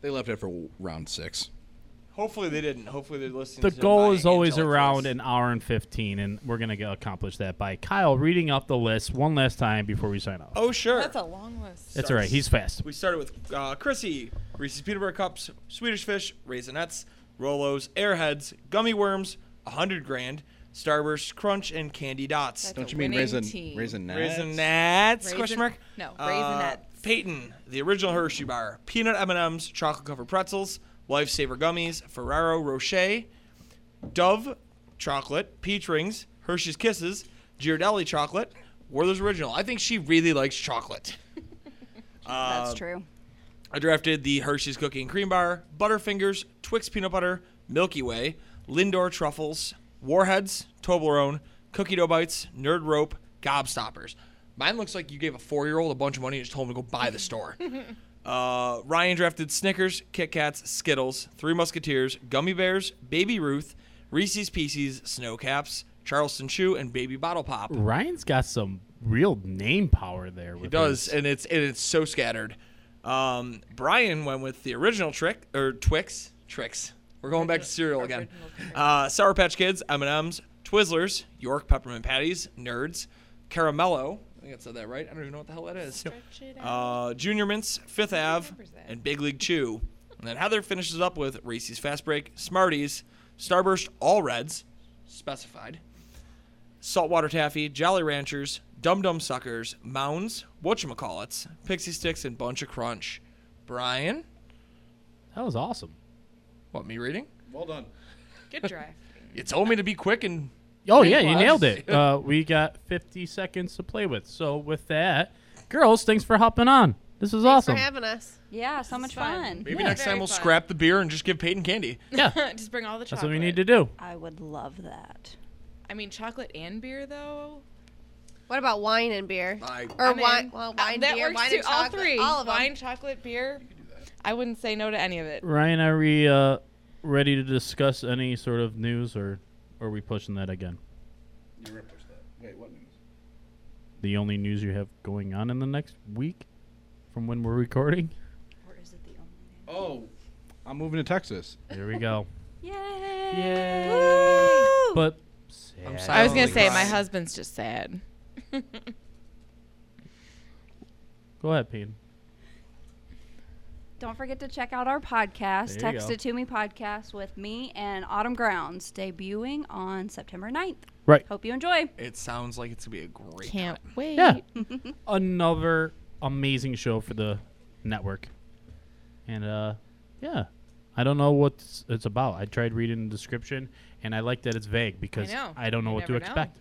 S4: They left it for w- round six.
S3: hopefully they didn't. Hopefully they're listening.
S2: the
S3: to
S2: goal
S3: my
S2: is always
S3: angelic
S2: around
S3: voice.
S2: an hour and 15 and we're going to accomplish that by kyle reading up the list one last time before we sign off
S3: Oh sure.
S6: That's a long list.
S2: that's all right he's fast
S3: We started with uh, Chrissy, Reese's Peanut Butter Cups, Swedish Fish, Raisinettes, Rolos, Airheads, Gummy Worms, 100 Grand, Starburst Crunch, and Candy Dots.
S6: That's
S4: Don't
S6: a
S4: you mean
S6: winning
S4: raisin
S6: team.
S4: raisin nuts?
S3: Raisin Raisinets?
S6: Raisin-
S3: Question mark.
S6: no,
S3: Uh,
S6: Raisinettes.
S3: Peyton, the original Hershey bar, peanut M and M's, chocolate covered pretzels, Lifesaver gummies, Ferrero Rocher, Dove chocolate, peach rings, Hershey's Kisses, Ghirardelli chocolate, Werther's Original. I think she really likes chocolate.
S5: That's true.
S3: I drafted the Hershey's Cookie and Cream Bar, Butterfingers, Twix Peanut Butter, Milky Way, Lindor Truffles, Warheads, Toblerone, Cookie Dough Bites, Nerd Rope, Gobstoppers. Mine looks like you gave a four year old a bunch of money and just told him to go buy the store. uh, Ryan drafted Snickers, Kit Kats, Skittles, Three Musketeers, Gummy Bears, Baby Ruth, Reese's Pieces, Snow Caps, Charleston Chew, and Baby Bottle Pop.
S2: Ryan's got some real name power there.
S3: It does, and it's and it's so scattered. Um, Brian went with the original trick or Twix tricks. We're going back to cereal again. Uh, Sour Patch Kids, M and M's, Twizzlers, York peppermint patties, Nerds, Caramello. I think I said that right. I don't even know what the hell that is. Uh, Junior Mints, Fifth Ave, and Big League Chew. And then Heather finishes up with Reese's Fast Break, Smarties, Starburst All Reds, specified, Saltwater Taffy, Jolly Ranchers, Dum Dum Suckers, Mounds, Whatchamacallits, Pixie Sticks, and Bunch of Crunch. Brian,
S2: That was awesome.
S3: what, me reading?
S4: Well done.
S6: Good drive.
S3: You told me to be quick and
S2: Oh yeah, you
S3: Likewise.
S2: nailed it. Uh, we got 50 seconds to play with. So with that, girls, thanks for hopping on. This is
S7: Thanks
S2: awesome.
S7: for having us.
S5: Yeah, so much
S6: fun.
S5: fun.
S3: maybe
S6: Yeah.
S3: next time
S6: Very
S3: we'll
S6: fun.
S3: scrap the beer and just give Peyton candy.
S2: yeah,
S6: Just bring all the chocolate.
S2: that's what we need to do.
S5: I would love that.
S6: I mean, chocolate and beer though.
S7: What about wine and beer?
S3: I-
S7: Or
S6: I'm
S7: wine,
S6: in.
S7: well,
S6: Uh,
S7: wine,
S6: that
S7: beer,
S6: works
S7: wine
S6: too.
S7: and
S6: all
S7: chocolate,
S6: three.
S7: all of them.
S6: Wine, chocolate, beer. I wouldn't say no to any of it.
S2: Ryan, are we uh, ready to discuss any sort of news, or, or are we pushing that again?
S4: You're gonna push that. Wait, what news?
S2: The only news you have going on in the next week, from when we're recording.
S5: Or is it the only?
S4: Oh, I'm moving to Texas.
S2: There we go.
S5: Yay!
S2: But
S3: I'm
S2: sad.
S6: I was gonna
S3: Silently
S6: say my
S3: crying.
S6: husband's just sad.
S2: Go ahead, Peyton.
S5: Don't forget to check out our podcast,
S2: There you
S5: Text
S2: go.
S5: It To Me podcast, with me and Autumn Grounds, debuting on September 9th.
S2: Right.
S5: Hope you enjoy.
S3: It sounds like it's going to be a great
S6: Can't wait.
S2: Yeah. Another amazing show for the network. And uh yeah. I don't know what it's about. I tried reading the description and I like that it's vague because
S6: know.
S2: I, don't know
S6: You
S2: what to
S6: never know.
S2: expect.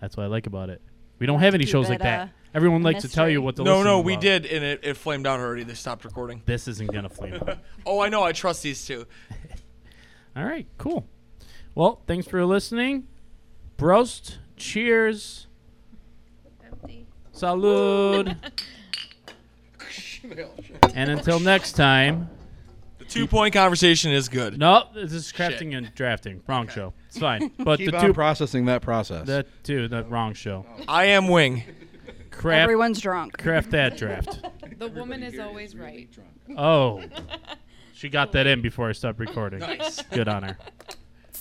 S2: That's what I like about it. We don't have any
S5: keep
S2: shows
S5: it,
S2: like that.
S5: uh,
S2: Everyone
S5: a
S2: likes to tell you
S5: mystery.
S2: what to
S3: No,
S2: listen
S3: no, we
S2: about.
S3: did, and it, it flamed out already. They stopped recording.
S2: This isn't gonna flame out.
S3: Oh, I know. I trust these two.
S2: All right, cool. Well, thanks for listening. Brost, cheers,
S7: Empty.
S2: salud. and until next time.
S3: The two point conversation is good.
S2: No, this is crafting and drafting. Wrong show. It's fine. But
S4: Keep
S2: the
S4: on Oh.
S2: two,
S4: processing that process.
S2: the two, the wrong show.
S3: I am Wing.
S2: Craft,
S5: Everyone's drunk.
S2: craft that draft.
S6: The woman is always right.
S2: Oh, she got that in before I stopped recording.
S3: Nice.
S2: Good on her.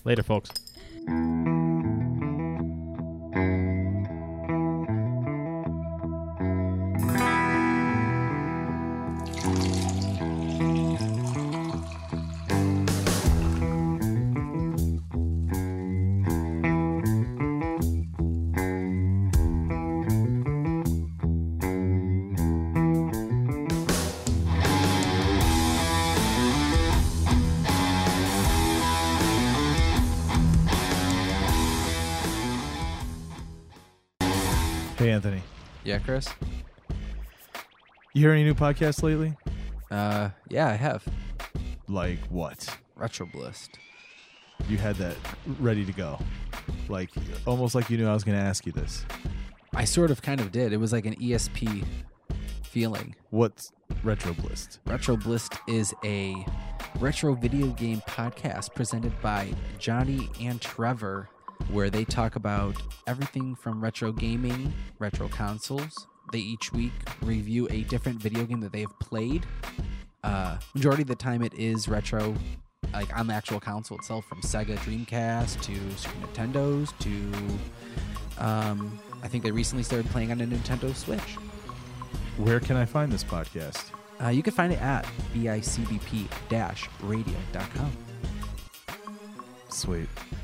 S2: Later, folks.
S1: Hey, Anthony.
S8: Yeah, Chris.
S1: You hear any new podcasts lately?
S8: Uh, yeah, I have
S1: Like what?
S8: Retroblist.
S1: You had that ready to go. Like, almost like you knew I was going to ask you this.
S8: I sort of, kind of did. It was like an ESP feeling.
S1: What's RetroBlist?
S8: Retroblist is a retro video game podcast presented by Johnny and Trevor, where they talk about everything from retro gaming, retro consoles. They each week review a different video game that they have played. Uh, majority of the time, it is retro, like on the actual console itself, from Sega Dreamcast to Super Nintendo's to. Um, I think they recently started playing on a Nintendo Switch.
S1: Where can I find this podcast?
S8: Uh, you can find it at bicbp-radio.com.
S1: Sweet.